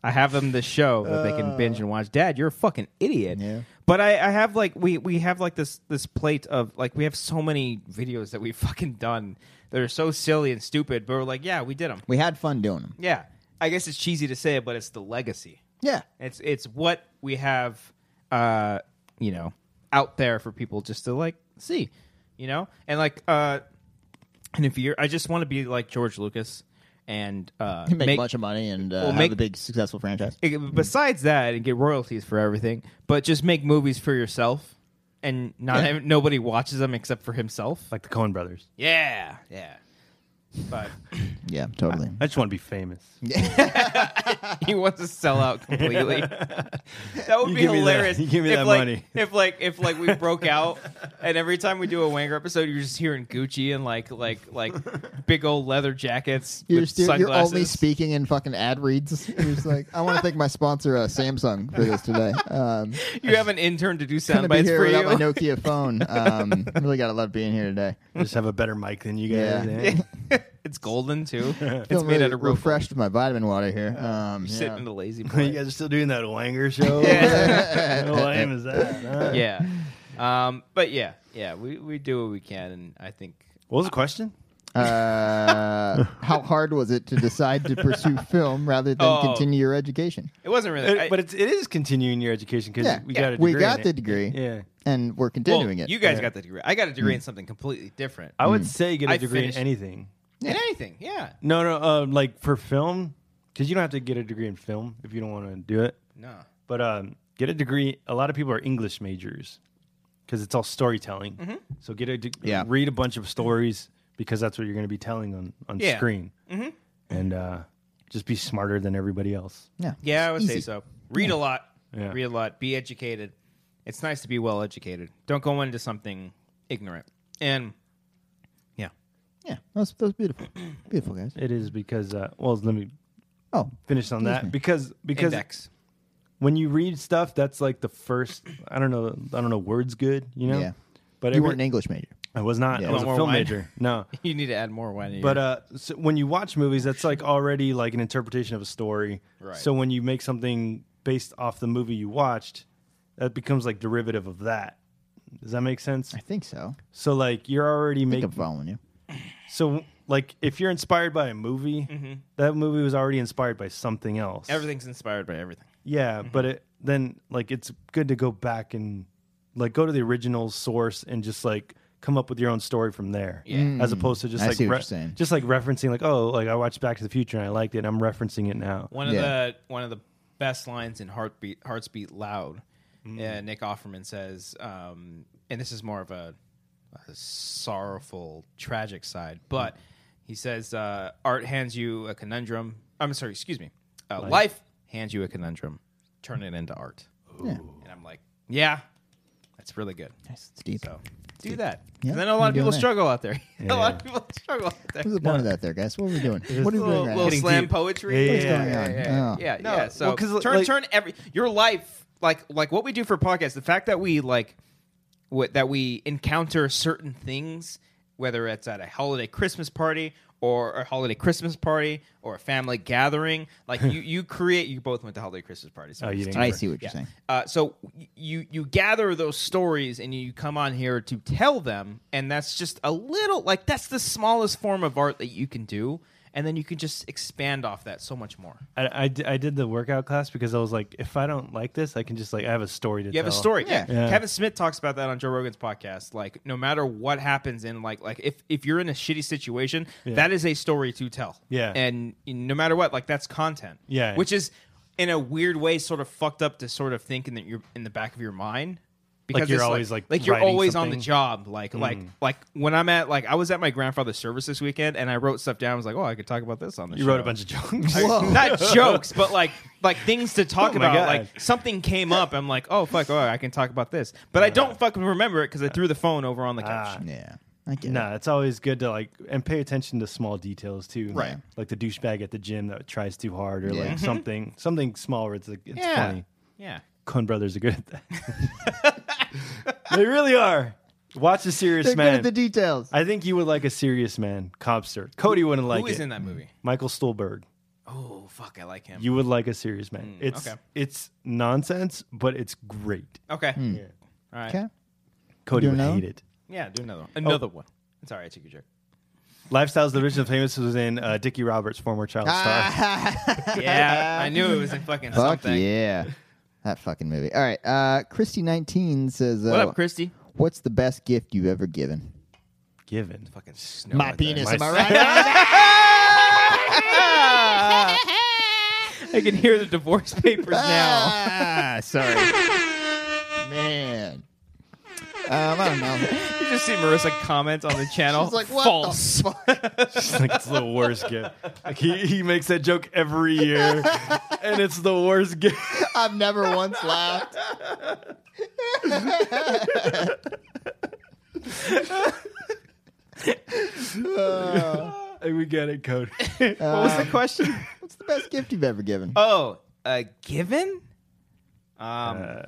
A: I have them the show that they can binge and watch. Dad, you're a fucking idiot.
C: Yeah.
A: But I, I have like we we have like this this plate of like we have so many videos that we've fucking done that are so silly and stupid. But we're like, yeah, we did them.
C: We had fun doing them.
A: Yeah, I guess it's cheesy to say it, but it's the legacy.
C: Yeah.
A: It's it's what we have, uh, you know, out there for people just to like see, you know, and like, uh, and if you're, I just want to be like George Lucas and uh,
C: Make, a bunch of money and uh, have
A: make-
C: a big successful franchise.
A: it- besides that and get royalties for everything, but just make movies for yourself. And not
C: Yeah.
A: nobody watches them except for himself.
B: like the Coen Brothers.
A: Yeah, yeah. But
C: Yeah, totally.
B: I just want to be famous.
A: he wants to sell out completely. that would
B: You
A: be
B: give me that-
A: hilarious.
B: you give me
A: if
B: that
A: like,
B: money.
A: If like if like we broke out, and every time we do a Wanger episode, you're just hearing Gucci and like like like big old leather jackets
C: You're,
A: with
C: still, you're
A: sunglasses.
C: only speaking in fucking ad reads. You're just like, I want to thank my sponsor, uh, Samsung, for this today. Um,
A: you have an intern to do sound
C: gonna be
A: bites
C: here
A: for
C: without
A: you.
C: my Nokia phone. Um, really gotta love being here today.
B: I just have a better mic than you
C: Yeah.
B: guys. eh?
A: it's golden too. it's
C: Feeling
A: made
C: really
A: out of real
C: refreshed with my vitamin water here. Um, yeah.
A: sitting in the lazy boy.
B: you guys are still doing that Wanger show.
A: Yeah.
B: How lame is that? huh?
A: yeah. Um, but yeah, yeah, we, we do what we can, and I think
B: What was the question?
C: uh, how hard was it to decide to pursue film rather than
A: Oh.
C: continue your education?
A: it wasn't really. I-
B: but it's, it is continuing your education because
C: Yeah,
B: we
C: yeah.
B: got a
C: We
B: degree.
C: got
B: in
C: the
B: it.
C: degree.
B: Yeah.
C: And we're
A: well,
C: continuing it.
A: You guys got the degree. I got a degree in
B: Mm.
A: something completely different.
B: I would say get a
A: I
B: degree
A: finished-
B: in anything.
A: in anything, yeah.
B: No, no, um, like for film, because you don't have to get a degree in film if you don't want to do it.
A: No.
B: But um, get a degree. A lot of people are English majors because it's all storytelling. So get a de-
C: Yeah.
B: read a bunch of stories because that's what you're going to be telling on on
A: Yeah.
B: screen, mm-hmm. and uh, just be smarter than everybody else.
C: yeah.
A: Yeah, I would say
C: Easy.
A: so. Read a lot.
B: Yeah.
A: Read a lot. Be educated. It's nice to be well educated. Don't go into something ignorant. And yeah,
C: Yeah, that was, that was beautiful. beautiful, guys.
B: It is because uh, well, let me
C: Oh,
B: finish on that because because
A: index.
B: when you read stuff, that's like the first. I don't know. I don't know. Words good, you know.
C: Yeah.
B: But
C: you
B: every-
C: weren't an English major.
B: I was not.
C: Yeah.
B: I was a
A: Want more
B: film
A: wine?
B: major. No.
A: You need to add more wine. in
B: But
A: your-
B: uh, so when you watch movies, that's like already like an interpretation of a story.
A: Right.
B: So when you make something based off the movie you watched, that becomes like derivative of that. Does that make sense?
C: I think so.
B: So like you're already
C: I think uh,
B: making.
C: I'm following you.
B: So like if you're inspired by a movie,
C: Mm-hmm.
B: that movie was already inspired by something else.
A: everything's inspired by everything.
B: Yeah, but it then like it's good to go back and like go to the original source and just like come up with your own story from there.
A: Yeah.
B: As opposed to just
C: I
B: like
C: see what you're saying.
B: just like referencing like oh like I watched Back to the Future and I liked it and I'm referencing it now.
A: One of
C: Yeah.
A: the one of the best lines in Heartbeat Hearts Beat Loud. Uh, Nick Offerman says, um, and this is more of a, a sorrowful, tragic side, but he says, uh, "Art hands you a conundrum. I'm sorry, excuse me. Uh, life. hands you a conundrum. Turn it into art."
C: Yeah.
A: And I'm like, "Yeah, that's really good."
C: Nice. It's deep.
A: So do that.
C: Yeah,
A: Because I know a
C: we're
A: lot of people
C: doing that.
A: struggle out there. a lot of people struggle out there.
C: What was the point of that there, guys? What are we doing? What are we
A: little,
C: doing
A: little
C: right now?
A: slam
B: deep.
A: poetry.
B: Yeah, What's
C: yeah, going
A: yeah,
C: on?
A: yeah,
C: Oh.
A: yeah,
B: No,
A: yeah. So
B: well, 'cause,
A: turn
B: like-
A: turn every your life like like what we do for podcasts. The fact that we like what that we encounter certain things, whether it's at a holiday Christmas party or a holiday Christmas party or a family gathering, like you you create. You both went to holiday Christmas parties. so
B: Oh, you
A: it's
B: didn't
C: I see what you're saying.
A: uh, so y- you you gather those stories and you come on here to tell them, and that's just a little like that's the smallest form of art that you can do, and then you can just expand off that so much more.
B: I, I, di- I did the workout class because I was like if I don't like this I can just like I have a story to
A: You have a
B: tell.
A: story.
C: Yeah.
A: Yeah.
B: Yeah.
A: Kevin Smith talks about that on Joe Rogan's podcast. Like no matter what happens in like like if if you're in a shitty situation, that is a story to tell.
B: Yeah.
A: And no matter what, like that's content.
B: Yeah.
A: Which is in a weird way sort of fucked up to sort of thinking that you're in the back of your mind. Because
B: you're
A: it's
B: always, like,
A: like you're
B: writing
A: always on
B: something. Mm.
A: the job. Like like like when I'm at like I was at my grandfather's service this weekend and I wrote stuff down. I was like, oh, I could talk about this on the
B: You
A: show.
B: wrote a bunch of jokes.
A: not jokes, but like like things to talk
B: Oh my
A: about.
B: God.
A: Like something came up. I'm like, oh fuck, oh I can talk about this, but I don't fucking remember it because I threw the phone over on the couch.
C: Yeah. I get it.
B: No, it's always good to like and pay attention to small details too.
C: Right.
B: Like the douchebag at the gym that tries too hard or
C: Yeah.
B: like something something small where it's like it's
A: yeah,
B: funny.
A: yeah.
B: Coen brothers are good at that. they really are. Watch a serious
C: They're good
B: man.
C: at the details.
B: I think you would like a serious man, Cobster. Cody wouldn't like
A: Who is
B: it.
A: in that movie?
B: Michael Stuhlberg.
A: Oh fuck, I like him.
B: You would like a serious man. it's
A: Hmm, okay.
B: it's nonsense, but it's great.
A: okay?
B: Yeah.
A: All right.
C: Okay.
B: Cody
C: You
B: would
C: know?
B: hate it.
A: Yeah, do another one. Another one. It's all right. I took your joke.
B: Lifestyles of the Rich and Famous was in uh, Dickie Roberts, former child
C: Ah.
B: star.
A: Yeah, I knew it was in fucking
C: Fuck
A: something.
C: yeah. That fucking movie. All right. Uh, Christy19 says, uh,
A: What up, Christy?
C: What's the best gift you've ever given?
B: Given.
A: Fucking snow. out there.
C: am I right?
A: I can hear the divorce papers now. Ah,
C: ah, sorry. Man. Um, I don't know.
A: He's just see Marissa comment on the channel.
C: She's like, what
A: False.
C: the fuck?
B: It's like it's the worst gift. Like he, he makes that joke every year, and it's the worst gift.
C: I've never once laughed.
B: And we get it, Cody.
C: Uh,
A: what was the question?
C: What's the best gift you've ever given?
A: Oh, uh, given? Um,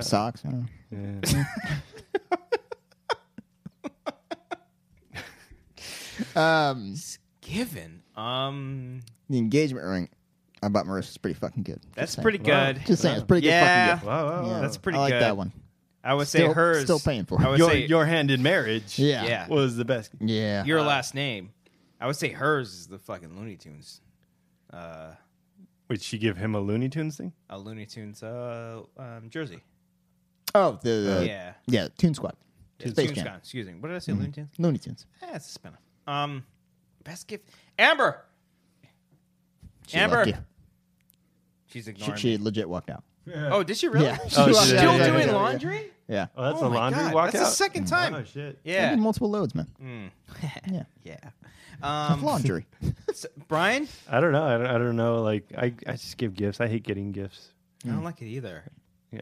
C: Socks. I don't know. um,
A: given. Um,
C: the engagement ring I bought Marissa's pretty fucking good.
A: that's
C: saying.
A: pretty good.
C: Just saying, it's pretty
A: yeah,
C: good fucking
B: Wow, wow,
C: gift.
B: wow.
C: Yeah,
A: that's pretty
C: I like
A: good.
C: that one.
A: I would say
C: Still-
A: hers.
C: still paying for it.
A: I would
B: Your,
A: say
B: your uh, hand in marriage
C: Yeah.
A: Yeah.
B: was the best.
C: Yeah.
A: your last name. I would say hers is the fucking Looney Tunes.
B: Would she give him a Looney Tunes thing?
A: A Looney Tunes uh, um, jersey.
C: oh, the, the
A: Yeah.
C: yeah, Toon Squad.
A: Yeah,
C: Space
A: Toons
C: Jam. Mm-hmm.
A: Con, Excuse me. What did I say? Looney Tunes?
C: Looney Tunes.
A: Eh, it's a spinoff. Um, best gift. Amber.
C: She
A: Amber.
C: left you.
A: She's
C: She,
A: ignoring
C: she
A: me.
C: legit walked out.
A: Oh, did she really?
C: Yeah.
A: She's
C: She walked
B: shit.
C: out.
A: still
C: Yeah, yeah,
A: doing
C: yeah,
A: laundry?
C: Yeah.
B: Oh, that's
A: Oh
B: a
A: my
B: laundry
A: God,
B: walkout.
A: That's the second time.
B: Oh shit!
C: Maybe
A: Yeah.
C: multiple loads, man. yeah.
A: Yeah. Um,
C: Laundry.
A: s- Brian,
B: I don't know. I don't, I don't know. Like I, I just give gifts. I hate getting gifts.
A: I
C: Mm.
A: don't like it either.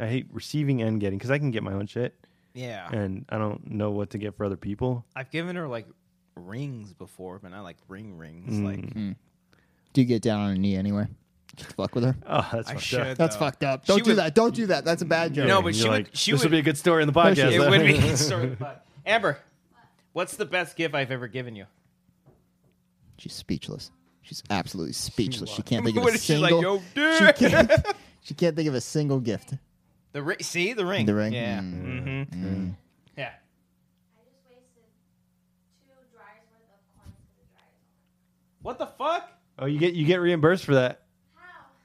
B: I hate receiving and getting because I can get my own shit,
A: Yeah.
B: and I don't know what to get for other people.
A: I've given her like rings before, but not like ring rings. Like
C: do you get down on a knee anyway? Just fuck with her.
B: Oh, that's
A: I
B: fucked
A: should.
B: up.
C: That's
A: though.
C: fucked up. Don't
A: She
C: do
A: would-
C: that. Don't do that. That's a bad joke.
A: No, but she
B: You're
A: would.
B: like,
A: She
B: this
A: would.
B: would be a good story in the
C: she-
B: podcast.
A: it
B: huh?
A: would be. Sorry, but- Amber, what's the best gift I've ever given you?
C: She's speechless. She's absolutely speechless. She can't
A: What
C: think of a
A: is she like,
C: single.
A: "Yo,
C: she
A: dick."
C: can't. She can't think of a single gift.
A: The ring. See the ring.
C: The ring?
A: Yeah.
C: Mm.
A: hmm Yeah.
E: I just wasted two dryers worth of coins for the dryers.
A: What the fuck?
B: Oh, you get you get reimbursed for that.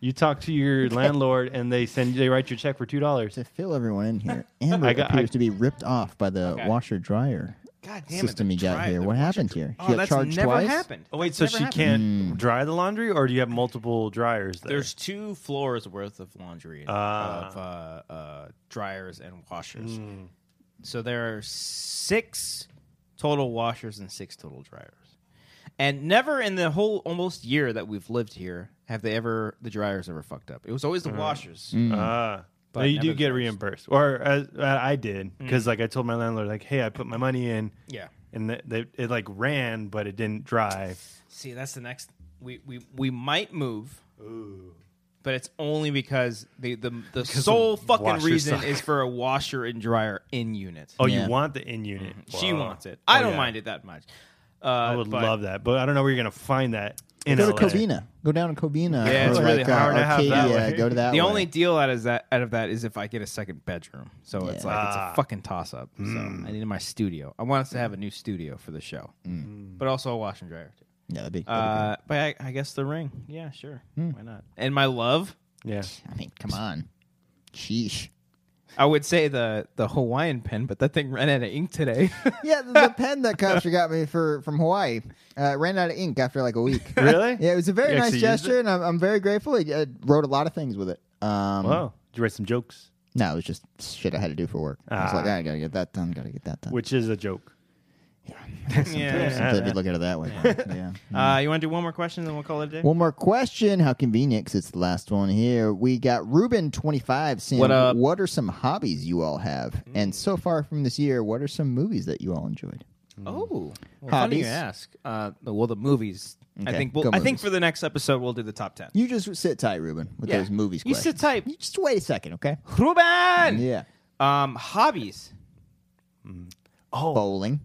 B: You talk to your landlord and they send they write you a check for two dollars.
C: To fill everyone in here, Amber
B: I got-
C: appears
B: I-
C: to be ripped off by the
A: Okay.
C: washer dryer
A: God damn it,
C: system
A: the
C: you got
A: dryer, the
C: here. What
A: washer
C: happened
A: dry-
C: here?
A: Oh,
C: she got
A: that's
C: charged
A: never
C: twice.
A: happened.
B: Oh wait, so
A: That's
B: she
A: never happened.
C: Hmm.
B: can't dry the laundry, or do you have multiple dryers there? Ah.
A: There's two floors worth of laundry of uh, uh, dryers and washers.
B: Hmm.
A: So there are six total washers and six total dryers. And never in the whole almost year that we've lived here have they ever the dryers ever fucked up. It was always the
B: Hmm.
A: washers.
B: Ah.
A: Hmm. But
B: No, you
A: never
B: do
A: the
B: get
A: dryers.
B: reimbursed, or as, uh, I did, because like I told my landlord, like, hey, I put my money in,
A: Yeah.
B: and th- they, it like ran, but it didn't dry.
A: See, that's the next. We we we might move. But it's only because the the, the sole fucking
B: washer
A: reason
B: suck.
A: is for a washer and dryer in unit.
B: Oh,
C: Yeah.
B: you want the in unit?
A: Mm-hmm. She
B: Wow.
A: wants it. I
B: Oh,
A: don't
B: yeah.
A: mind it that much. Uh,
B: I would love that, but I don't know where you're gonna find that. In
C: Go to
B: LA.
C: Covina. Go down to Covina.
A: Yeah, it's
C: or
A: really
C: like,
A: hard
C: uh,
B: to have that
C: Arcadia.
B: way.
C: Go to that.
A: The
C: way.
A: only deal out of that out of that is if I get a second bedroom. So it's
C: Yeah.
A: like it's a fucking toss up. So I need my studio. I want us to have a new studio for the show,
C: Hmm.
A: but also a wash and dryer too.
C: Yeah, that'd be. that'd
A: Uh, but I, I guess the ring. Yeah, sure.
C: Hmm.
A: Why not? And my love,
C: be
B: Yeah.
C: good. I mean, come on. Sheesh.
A: I would say the the Hawaiian pen, but that thing ran out of ink today.
C: Yeah, the, the pen that Kasha got me for from Hawaii uh, ran out of ink after like a week.
B: Really?
C: Yeah, it was a very
B: You
C: nice
B: actually used
C: gesture,
B: it?
C: and I'm, I'm very grateful. I, I wrote a lot of things with it. Um,
B: Wow. Did you write some jokes?
C: No, it was just shit I had to do for work. I was
B: Ah.
C: like, I gotta get that done. Gotta get that done.
B: Which is a joke.
C: Sometimes we look at it that way. yeah.
A: Uh, you want to do one more question, then we'll call it a day.
C: One more question. How convenient, 'cause it's the last one here. We got Ruben25 saying,
A: What up? Mm.
C: what are some hobbies you all have? And so far from this year, what are some movies that you all enjoyed?
A: Oh, well, funny you
C: Hobbies?
A: ask. Uh, well, the movies. I
C: Okay,
A: think. We'll,
C: go
A: I think
C: movies.
A: for the next episode, we'll do the top ten.
C: You just sit tight, Ruben, with those movies
A: You
C: questions.
A: sit Oh. tight,
C: You just wait a second, okay?
A: Ruben.
C: Yeah.
A: Um, hobbies.
C: Bowling.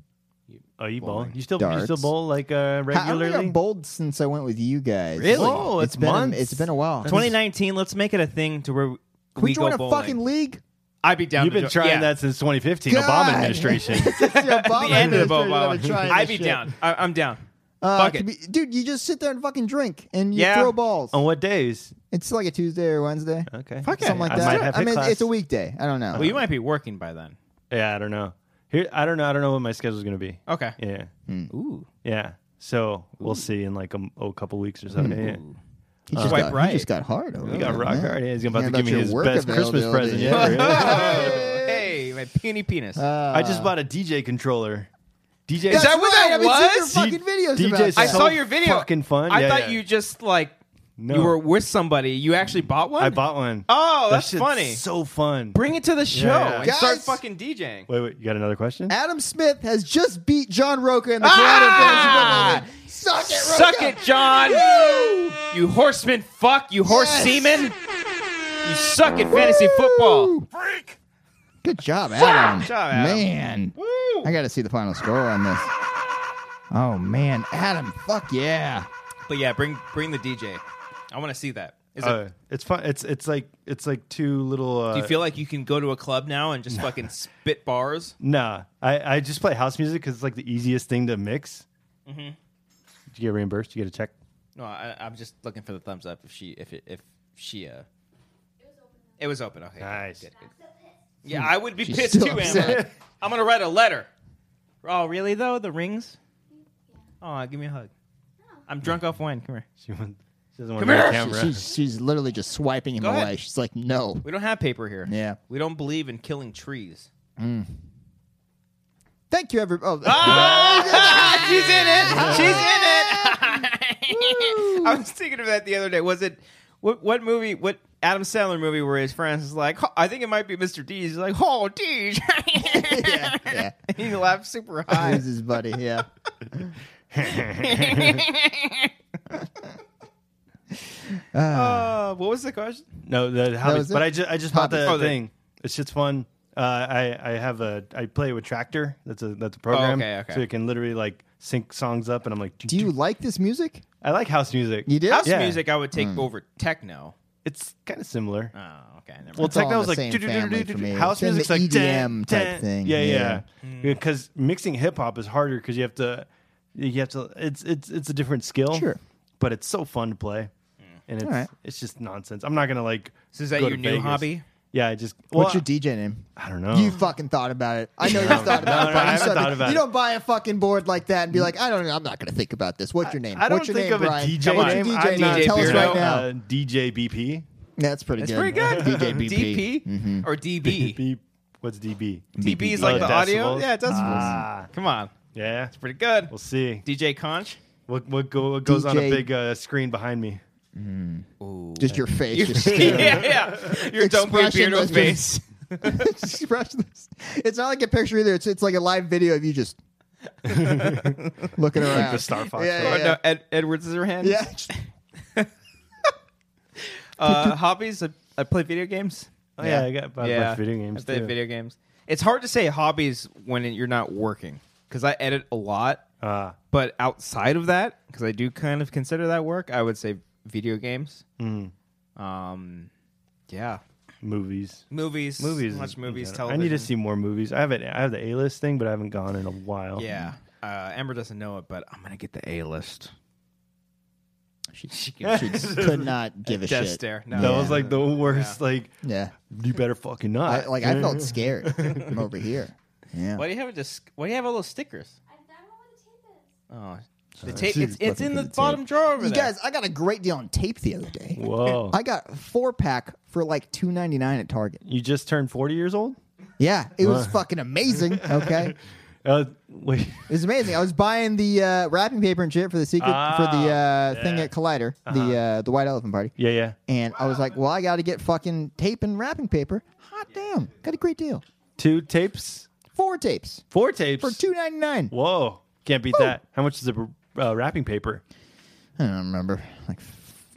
B: Oh, you bowl? You still you still
C: Darts.
B: bowl like
C: I
B: uh,
C: don't think
B: regularly?
C: I've bowled since I went with you guys.
A: Really?
B: Whoa, it's
C: been a,
B: months.
C: it's been a while.
A: 2019. Let's make it a thing to where
C: Can
A: we
C: we join
A: go
C: a
A: bowling.
C: fucking league?
A: I'd be down.
B: You've
A: to
B: been
A: jo-
B: trying
A: yeah.
B: that since 2015,
C: God.
B: Obama administration.
C: It's the
A: The
C: Obama
A: end of the
C: administration
A: bowl.
C: that
A: bowl.
C: have been trying
A: I'd
C: this
A: be
C: shit.
A: down. I- I'm down.
C: Uh,
A: Fuck it.
C: it could be- dude, you just sit there and fucking drink and you
A: Yeah.
C: throw balls.
B: On what days?
C: It's like a Tuesday or Wednesday.
B: Okay.
C: Something like
B: I
C: that.
B: might have
C: I
B: hit
C: mean,
B: class.
C: it's a weekday. I don't know.
A: well, you might be working by then.
B: Yeah, I don't know. Here, I don't know. I don't know what my schedule's going to be.
A: Okay.
B: Yeah,
A: Ooh.
B: yeah. So we'll see in like a, m- oh, couple weeks or so. Yeah, yeah.
C: he, just
A: Quite
C: got,
A: right.
C: he just got hard. Over
B: He got rock hard. Yeah, he's about
C: Yeah,
B: to give
C: about
B: me
C: your
B: his
C: work
B: best Christmas
C: availability.
B: present.
C: Yeah.
B: ever. Yeah.
A: Hey, my puny penis.
B: I just bought a DJ controller. DJ
A: Is that what
C: right,
A: that
C: I've been seeing
A: was?
C: your fucking videos
B: DJs
C: about
B: are
A: I
C: that.
B: so
A: saw your video.
B: fucking fun.
A: I
B: Yeah,
A: thought
B: yeah.
A: you just like
B: No.
A: you were with somebody. You actually bought one.
B: I bought one.
A: Oh,
B: That
A: that's
B: shit's
A: funny.
B: So fun.
A: Bring it to the show
B: yeah.
A: and
C: Guys.
A: start fucking DJing.
B: Wait, wait. You got another question?
C: Adam Smith has just beat John Roca in the
A: Ah!
C: Karate Fans. Suck it, Roca!
A: Suck it, John. you horseman, fuck you, horse
C: Yes.
A: semen. You suck at fantasy football.
C: Woo! Good job, Adam.
A: Good job, Adam.
C: Man, I got to see the final score on this. Oh man, Adam, fuck yeah!
A: But yeah, bring bring the DJ. I want to see that. Is it,
C: Oh,
B: Uh, it's fun. It's it's like it's like two little. Uh,
A: do you feel like you can go to a club now and just fucking spit bars?
B: Nah, I, I just play house music because it's like the easiest thing to mix. Did you get reimbursed? You get a check?
A: No, I, I'm just looking for the thumbs up. If she, if it, if she, uh, it was open. Okay, good,
B: Nice.
A: good, good. Yeah, I would be
C: She's
A: pissed
C: still
A: too, Amber.
C: upset.
A: I'm gonna write a letter. Oh, really though? The rings? Oh, give me a hug. I'm drunk off wine. Come here.
B: She, wants, she doesn't want
A: Come
B: to be on
A: here!
B: camera.
C: She's she's literally just swiping him
A: Go ahead.
C: away. She's like, no.
A: We don't have paper here.
C: Yeah.
A: We don't believe in killing trees.
C: Thank you, everybody. Oh,
A: She's in it. She's in it. I was thinking of that the other day. Was it what what movie? What Adam Sandler movie where his friends is like? "Oh, I think it might be Mr. Deeds. He's like, oh, Deeds.
C: yeah, yeah.
A: he laughed super
C: He's
A: high.
C: his buddy. Yeah.
A: Uh, what was the question?
B: No, the hobbies.
C: was it?
B: But I just I just bought
C: Hobbies.
B: the
A: Oh, the-
B: thing. It's shit's fun. Uh, I I have a I play with Tractor. That's a that's a program.
A: Oh, okay, okay.
B: So you can literally like sync songs up, and I'm like,
C: Do you like this music?
B: I like house music.
C: You do?
A: House
B: Yeah. Mm.
A: music, I would take over techno.
B: It's kind of similar.
A: Oh, okay. Never mind.
B: Well,
C: all in
B: techno is
C: the
B: like
C: same family for me. It's
B: house
C: in
B: music's
C: the
B: like
C: EDM
B: dun,
C: type
B: dun.
C: thing,
B: Yeah,
C: yeah.
B: yeah.
A: Mm.
B: Because mixing hip hop is harder because you have to, you have to. It's it's it's a different skill.
C: Sure.
B: but it's so fun to play, and it's
C: Alright.
B: it's just nonsense. I'm not gonna like.
A: Mm. So is that
B: go
A: your
B: to
A: new
B: Vegas.
A: hobby?
B: Yeah, I just. Well,
C: What's your DJ name?
B: I don't know.
C: You fucking thought about it. I know you thought
B: no,
C: about
B: no,
C: it. but
B: I
C: you
B: haven't
C: said-
B: thought about
C: You
B: it. Mm.
C: don't buy a fucking board like that and be like, I don't know. I'm not going to think about this. What's your name?
B: I don't
C: What's your
B: think
C: name,
B: of a
C: Brian?
B: DJ
C: What's your
B: name.
C: DJ
B: I'm
C: name?
B: not-
C: Tell us
A: weirdo.
C: right now.
B: Uh, DJ BP.
C: That's pretty
A: That's
C: good.
A: pretty good.
C: DJ BP.
A: DP or DB.
B: Mm-hmm. B. What's DB?
A: DB is like
B: Oh,
A: the audio.
B: decibels.
A: Yeah, it does.
B: Ah,
A: Come on,
B: yeah.
A: pretty good.
B: We'll see.
A: DJ Conch.
B: What what, go, what goes on a
C: DJ
B: big uh, screen behind me?
C: Just your face. Just
A: yeah, yeah. Your don't be beardo
C: Expressionless
A: face.
C: just- expressionless. It's not like a picture either. It's it's like a live video of you just looking around.
B: The Star Fox.
C: Yeah,
A: Oh, no, Ed, Edward Scissorhands.
C: Yeah.
A: Uh, hobbies. I, I play video games.
B: Oh, yeah, I got I yeah. video games.
A: I play
B: too.
A: video games. It's hard to say hobbies when you're not working because I edit a lot.
B: Ah.
A: but outside of that, because I do kind of consider that work, I would say video games.
B: Hmm.
A: Um, yeah,
B: movies.
A: movies,
B: Movies. is-
A: watch movies,
B: I don't know.
A: television.
B: I need to see more movies. I have it. I have the A list thing, but I haven't gone in a while.
A: Yeah, uh, Amber doesn't know it, but I'm gonna get the A list. She, she can, she
C: Could not give a
A: death
C: shit.
A: stare. No,
B: That was like the worst. Like
C: Yeah.
B: you better fucking not.
C: I, like I felt scared from over here. Yeah.
A: Why do you have a disc- Why do you have all those stickers?
E: I don't know what the tape is.
A: Oh, the tape.
B: she's
A: It's, it's
C: looking
A: in the,
C: for the tape.
A: bottom drawer over
C: You
A: there.
C: guys, I got a great deal on tape the other day.
B: Whoa.
C: I got a four pack for like two ninety nine at Target.
B: you just turned 40 years old?
C: Yeah, it was fucking amazing. Okay,
B: Uh, wait.
C: it was amazing. I was buying the uh, wrapping paper and shit for the secret for the uh, thing at Collider, the uh, the White Elephant Party.
B: Yeah, yeah.
C: And I was like, well, I got to get fucking tape and wrapping paper. Hot damn, got a great deal.
B: Two tapes?
C: Four tapes
B: Four tapes.
C: for two ninety nine.
B: Whoa. Can't beat that. How much is the uh, wrapping paper?
C: I don't remember, like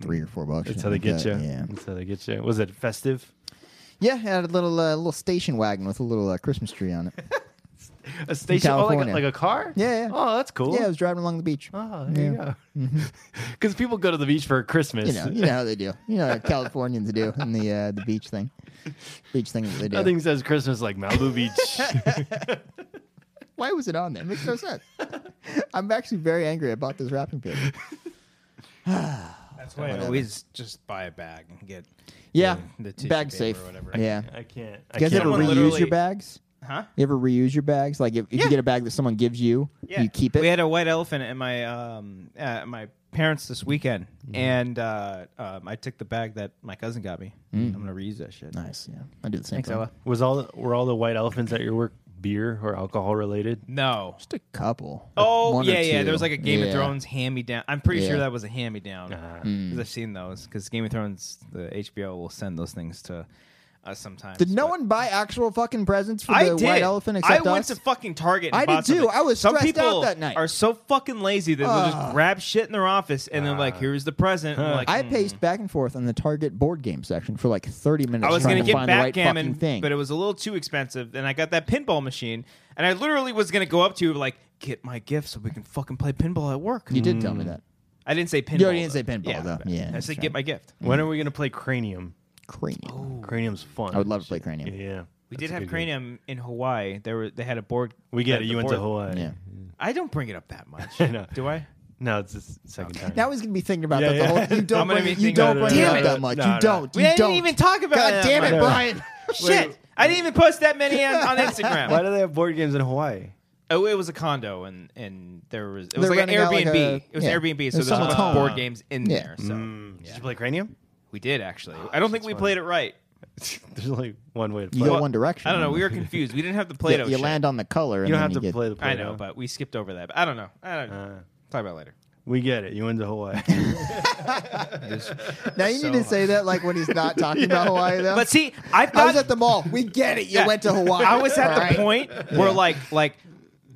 C: three or four bucks. or
B: That's how they
C: something
B: get
C: like
B: you.
C: that. Yeah.
B: That's how they get you. Was it festive?
C: Yeah, it had a little uh, little station wagon with a little uh, Christmas tree on it.
B: A station? Oh, like a,
C: California.
B: like a car?
C: Yeah, yeah.
B: Oh, that's cool.
C: Yeah, I was driving along the beach.
B: Oh, there you go. Because people go to the beach for Christmas.
C: You know, you know how they do. You know how Californians do in the uh, the beach thing, beach thing that they do.
B: Nothing says Christmas like Malibu Beach.
C: Why was it on there? makes no sense. I'm actually very angry. I bought this wrapping paper.
A: That's why I always just buy a bag and get
C: Yeah,
A: the tissue
C: bag
A: paper
C: safe.
A: or whatever.
C: Yeah.
B: I can't. I
C: You guys
B: can't
C: ever
A: Someone
C: reuse
B: believe-
A: literally-
C: your bags?
A: huh?
C: You ever reuse your bags? Like if, if
A: Yeah.
C: you get a bag that someone gives you, you keep it.
A: We had a white elephant in my um uh, my parents this weekend,
C: Mm-hmm.
A: and uh, um, I took the bag that my cousin got me. I'm gonna reuse that shit.
C: Mm. Nice. Yeah. I do the same
A: Thanks,
C: thing.
A: Ella.
B: Was all were all the white elephants at your work beer or alcohol related?
A: No.
C: Just a couple.
A: Oh
C: One or
A: yeah, yeah.
C: two.
A: There was like a Game of
C: Yeah.
A: Thrones hand me down. I'm pretty sure
C: Yeah. Mm.
A: that was a hand me down because I've seen those. Because Game of Thrones, the HBO will send those things to us sometimes.
C: Did no
A: but-
C: one buy actual fucking presents for
A: I
C: the
A: did.
C: white elephant
A: I
C: except
A: went
C: us?
A: to fucking Target. And
C: I did
A: bought something.
C: too. I was
A: Some
C: stressed
A: people
C: out that night.
A: Are so fucking lazy that they'll just
C: Ugh.
A: grab shit in their office and they're like, "Here's the present." And we're like,
C: I
A: "Mm."
C: paced back and forth on the Target board game section for like 30 minutes
A: I was
C: trying
A: gonna
C: to
A: get
C: find the right
A: backgammon,
C: fucking thing.
A: but it was a little too expensive. And I got that pinball machine, and I literally was gonna go up to you like, "Get my gift so we can fucking play pinball at work."
C: you did tell
A: Hmm.
C: me that.
A: I didn't say pinball.
C: You already didn't say
A: though.
C: pinball, though. Yeah,
A: I
C: that's
A: said
C: right. Mm-hmm.
A: get my gift.
B: When are we gonna play Cranium?
C: Cranium.
A: Oh,
B: Cranium's fun.
C: I would love to play Cranium.
B: Yeah, yeah.
A: We
B: That's
A: did
B: a
A: have
B: good game.
A: Cranium in Hawaii. There were they had a board.
B: We get
A: the
B: it. You went to
A: board-
B: Hawaii.
C: Yeah.
A: I don't bring it up that much.
B: I know.
A: Do I?
B: No, it's the s- second time.
C: Now he's gonna be thinking about
B: Yeah,
C: that
B: yeah.
C: the whole. You don't
A: I'm gonna
C: bring,
A: be
C: you
A: thinking
C: don't
A: about
C: bring
A: it.
C: it
A: Damn
C: up
A: it.
C: that much.
B: No,
C: you
B: no.
C: don't.
A: We
C: you
A: didn't
C: don't.
A: even talk about
C: God
A: it that
C: damn it,
A: much.
C: Brian.
A: Shit, I didn't even post that many on, on Instagram.
B: Why do they have board games in Hawaii?
A: Oh, it was a condo, and and there was it was
C: They're
A: like an
C: renting out like
A: Airbnb.
C: a-
A: it was
C: yeah.
A: an Airbnb,
C: It
A: so there's
C: was
A: a bunch
C: someone's
A: of
C: home.
A: board games in
C: Yeah. Mm. Oh,
A: there. So
B: Did you play Cranium?
A: we did actually. I don't think we
B: funny.
A: played it right.
B: There's only one way to play.
C: You
B: it.
C: go one direction.
A: I don't know. We were confused. We didn't have the
C: Yeah,
A: Play-Doh.
C: You
A: shit.
C: land on the color. and
B: you don't
C: then
B: have to
C: get-
B: play the. Play
A: I know, but uh, we skipped over that. But I don't know. I don't know. Talk about it later.
B: we get it. You went to Hawaii.
C: Now you
A: so
C: need to say that like when he's not talking about Hawaii though.
A: But see, I thought
C: Uh, I was at the mall. We get it. You
A: Yeah.
C: went to Hawaii.
A: I was at
C: All
A: the
C: right?
A: point where like like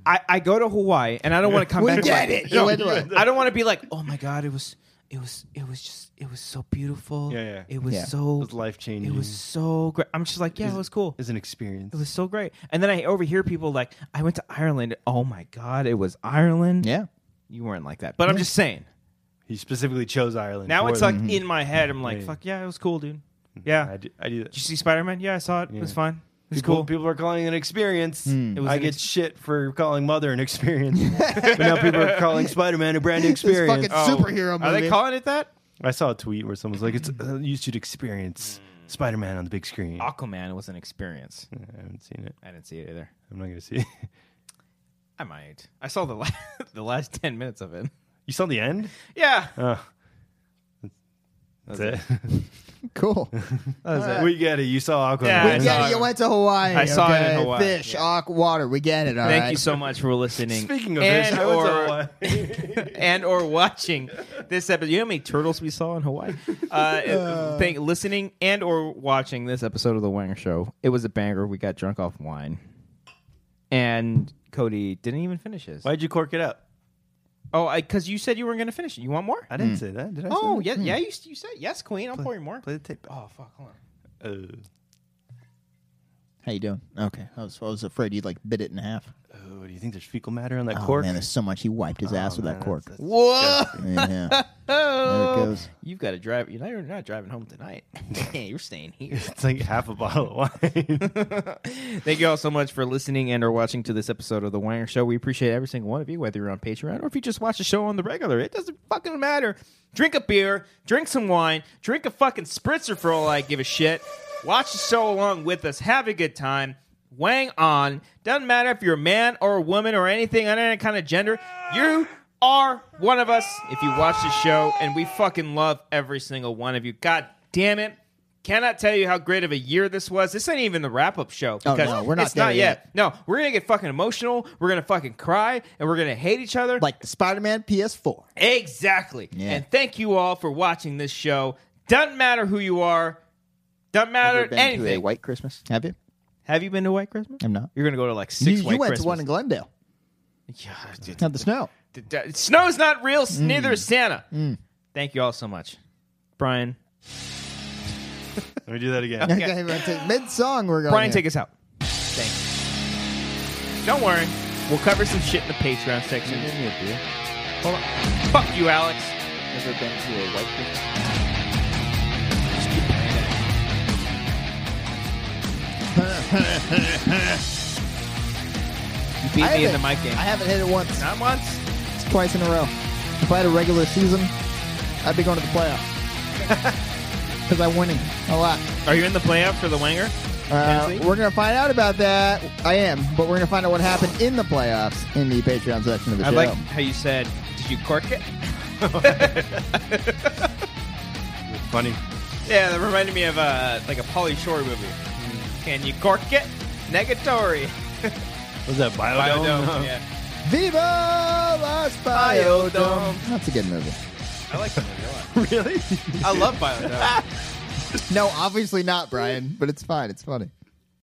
A: I, I go to Hawaii and I don't want to come
C: We
A: back. and
C: get
A: like-
C: it. You went to Hawaii.
A: I don't want to be like, oh my god, it was it was it was just it was so beautiful.
B: Yeah, yeah.
A: It was
C: Yeah.
A: so
B: It was life-changing.
A: It was so great. I'm just like, yeah, it was cool.
B: It's an experience.
A: It was so great. And then I overhear people like, I went to Ireland. Oh my god, it was Ireland.
C: Yeah.
A: you weren't like that, but I'm just saying.
B: He specifically chose Ireland.
A: Now
B: for
A: it's like
C: Mm-hmm.
B: them.
A: in my head. I'm like,
B: Yeah. Mm-hmm.
A: fuck yeah, it was cool, dude. Yeah.
B: I
A: Did
B: do, I do that.
A: you see Spider Man? Yeah, I saw it. It was
B: Yeah.
A: fine. It was
B: people,
A: cool.
B: People are calling it an experience.
A: It was
B: I
A: an
B: get
A: ex-
B: shit for calling Mother an experience. but now people are calling Spider Man a brand new experience.
C: This fucking superhero movie.
A: Oh. Are they calling it that?
B: I saw a tweet where someone was like, it's, uh, you should experience
A: Hmm.
B: Spider Man on the big screen. I
A: Aquaman was an experience.
B: haven't seen it.
A: I didn't see it either.
B: I'm not going to see it.
A: I might. I saw the last, the last ten minutes of it.
B: You saw the end?
A: Yeah,
B: Oh. That's, it.
C: cool.
B: we get it. You saw Aquaman.
A: Yeah, I saw
C: we get it. You
A: it.
C: went to Hawaii.
A: I saw it in
C: okay?
A: Hawaii.
C: Fish, aqua, water. We get it. All right.
A: Thank you so much for listening.
B: Speaking of
A: and
B: this, I went to
A: or,
B: Hawaii.
A: and or watching this episode. You know how many turtles we saw in Hawaii? Uh, thank listening and or watching this episode of the Wanger Show. It was a banger. We got drunk off wine, and Cody didn't even finish his.
B: Why'd you cork it up?
A: Oh, because you said you weren't going to finish it. You want more?
B: I didn't say that. Did I?
A: Oh,
B: say
A: yeah, yeah. You, you said yes, Queen. I'll pour you more.
B: Play the tape.
A: Oh, fuck. Hold on.
B: Uh,
C: How you doing? Okay. I was, I was afraid you'd like bit it in half.
B: oh, do you think there's fecal matter on that
C: Oh
B: cork?
C: man, there's so much. He wiped
A: Oh,
C: his ass with
B: man,
C: that cork.
B: that's- that's
A: Whoa!
C: yeah. There it goes.
A: You've got to drive. You're not, you're not driving home tonight. you're staying here.
B: It's like half a bottle of wine.
A: Thank you all so much for listening and or watching to this episode of The Wanger Show. We appreciate every single one of you, whether you're on Patreon or if you just watch the show on the regular. It doesn't fucking matter. Drink a beer, drink some wine, drink a fucking spritzer for all I give a shit. Watch the show along with us. Have a good time. Wang on. Doesn't matter if you're a man or a woman or anything on any kind of gender. You are one of us if you watch the show, and we fucking love every single one of you. God damn it. Cannot tell you how great of a year this was. This ain't even the wrap up show
C: Oh,
A: because
C: no, we're not
A: it's not
C: there
A: yet. No, we're gonna get fucking emotional. We're gonna fucking cry and we're gonna hate each other.
C: Like the Spider-Man PS4.
A: exactly.
C: Yeah.
A: And thank you all for watching this show. Doesn't matter who you are. Doesn't matter anything.
C: White Christmas? Have you?
A: Have you been to White Christmas?
C: I'm not.
A: You're gonna go to like
C: You,
A: six.
C: you
A: White
C: went to one in Glendale.
A: Christmas.
C: Had the snow.
A: Yeah, d- snow's not real.
C: Mm.
A: s Neither is Santa. Thank you all so much, Brian.
B: Let me do that again.
A: Okay.
C: Mid song, we're going.
A: Brian,
C: here.
A: take us out. Thanks. Don't worry. We'll cover some shit in the Patreon section. Hold on. Fuck you, Alex.
C: Never been to a White Christmas.
A: You beat me in the
C: haven't-
A: mic game.
C: I haven't hit it once.
A: Not once.
C: It's twice in a row. If I had a regular season, I'd be going to the playoffs because I'm winning a lot.
A: Are you in the playoff for the Wanger?
C: Uh,
A: Tennessee?
C: we're gonna find out about that. I am, but we're gonna find out what happened in the playoffs in the Patreon section of the
A: I
C: show.
A: like how you said, did you cork it?
B: Funny.
A: Yeah, that reminded me of uh, like a Polly Shore movie. Can you cork it? Negatory.
B: What's that? Biodome?
A: Biodome. Yeah.
C: Viva Las Biodome.
A: Biodome.
C: That's a good movie.
A: I like that movie
B: Really?
A: a lot. I love Biodome.
C: No, obviously not, Brian, but it's fine. It's funny.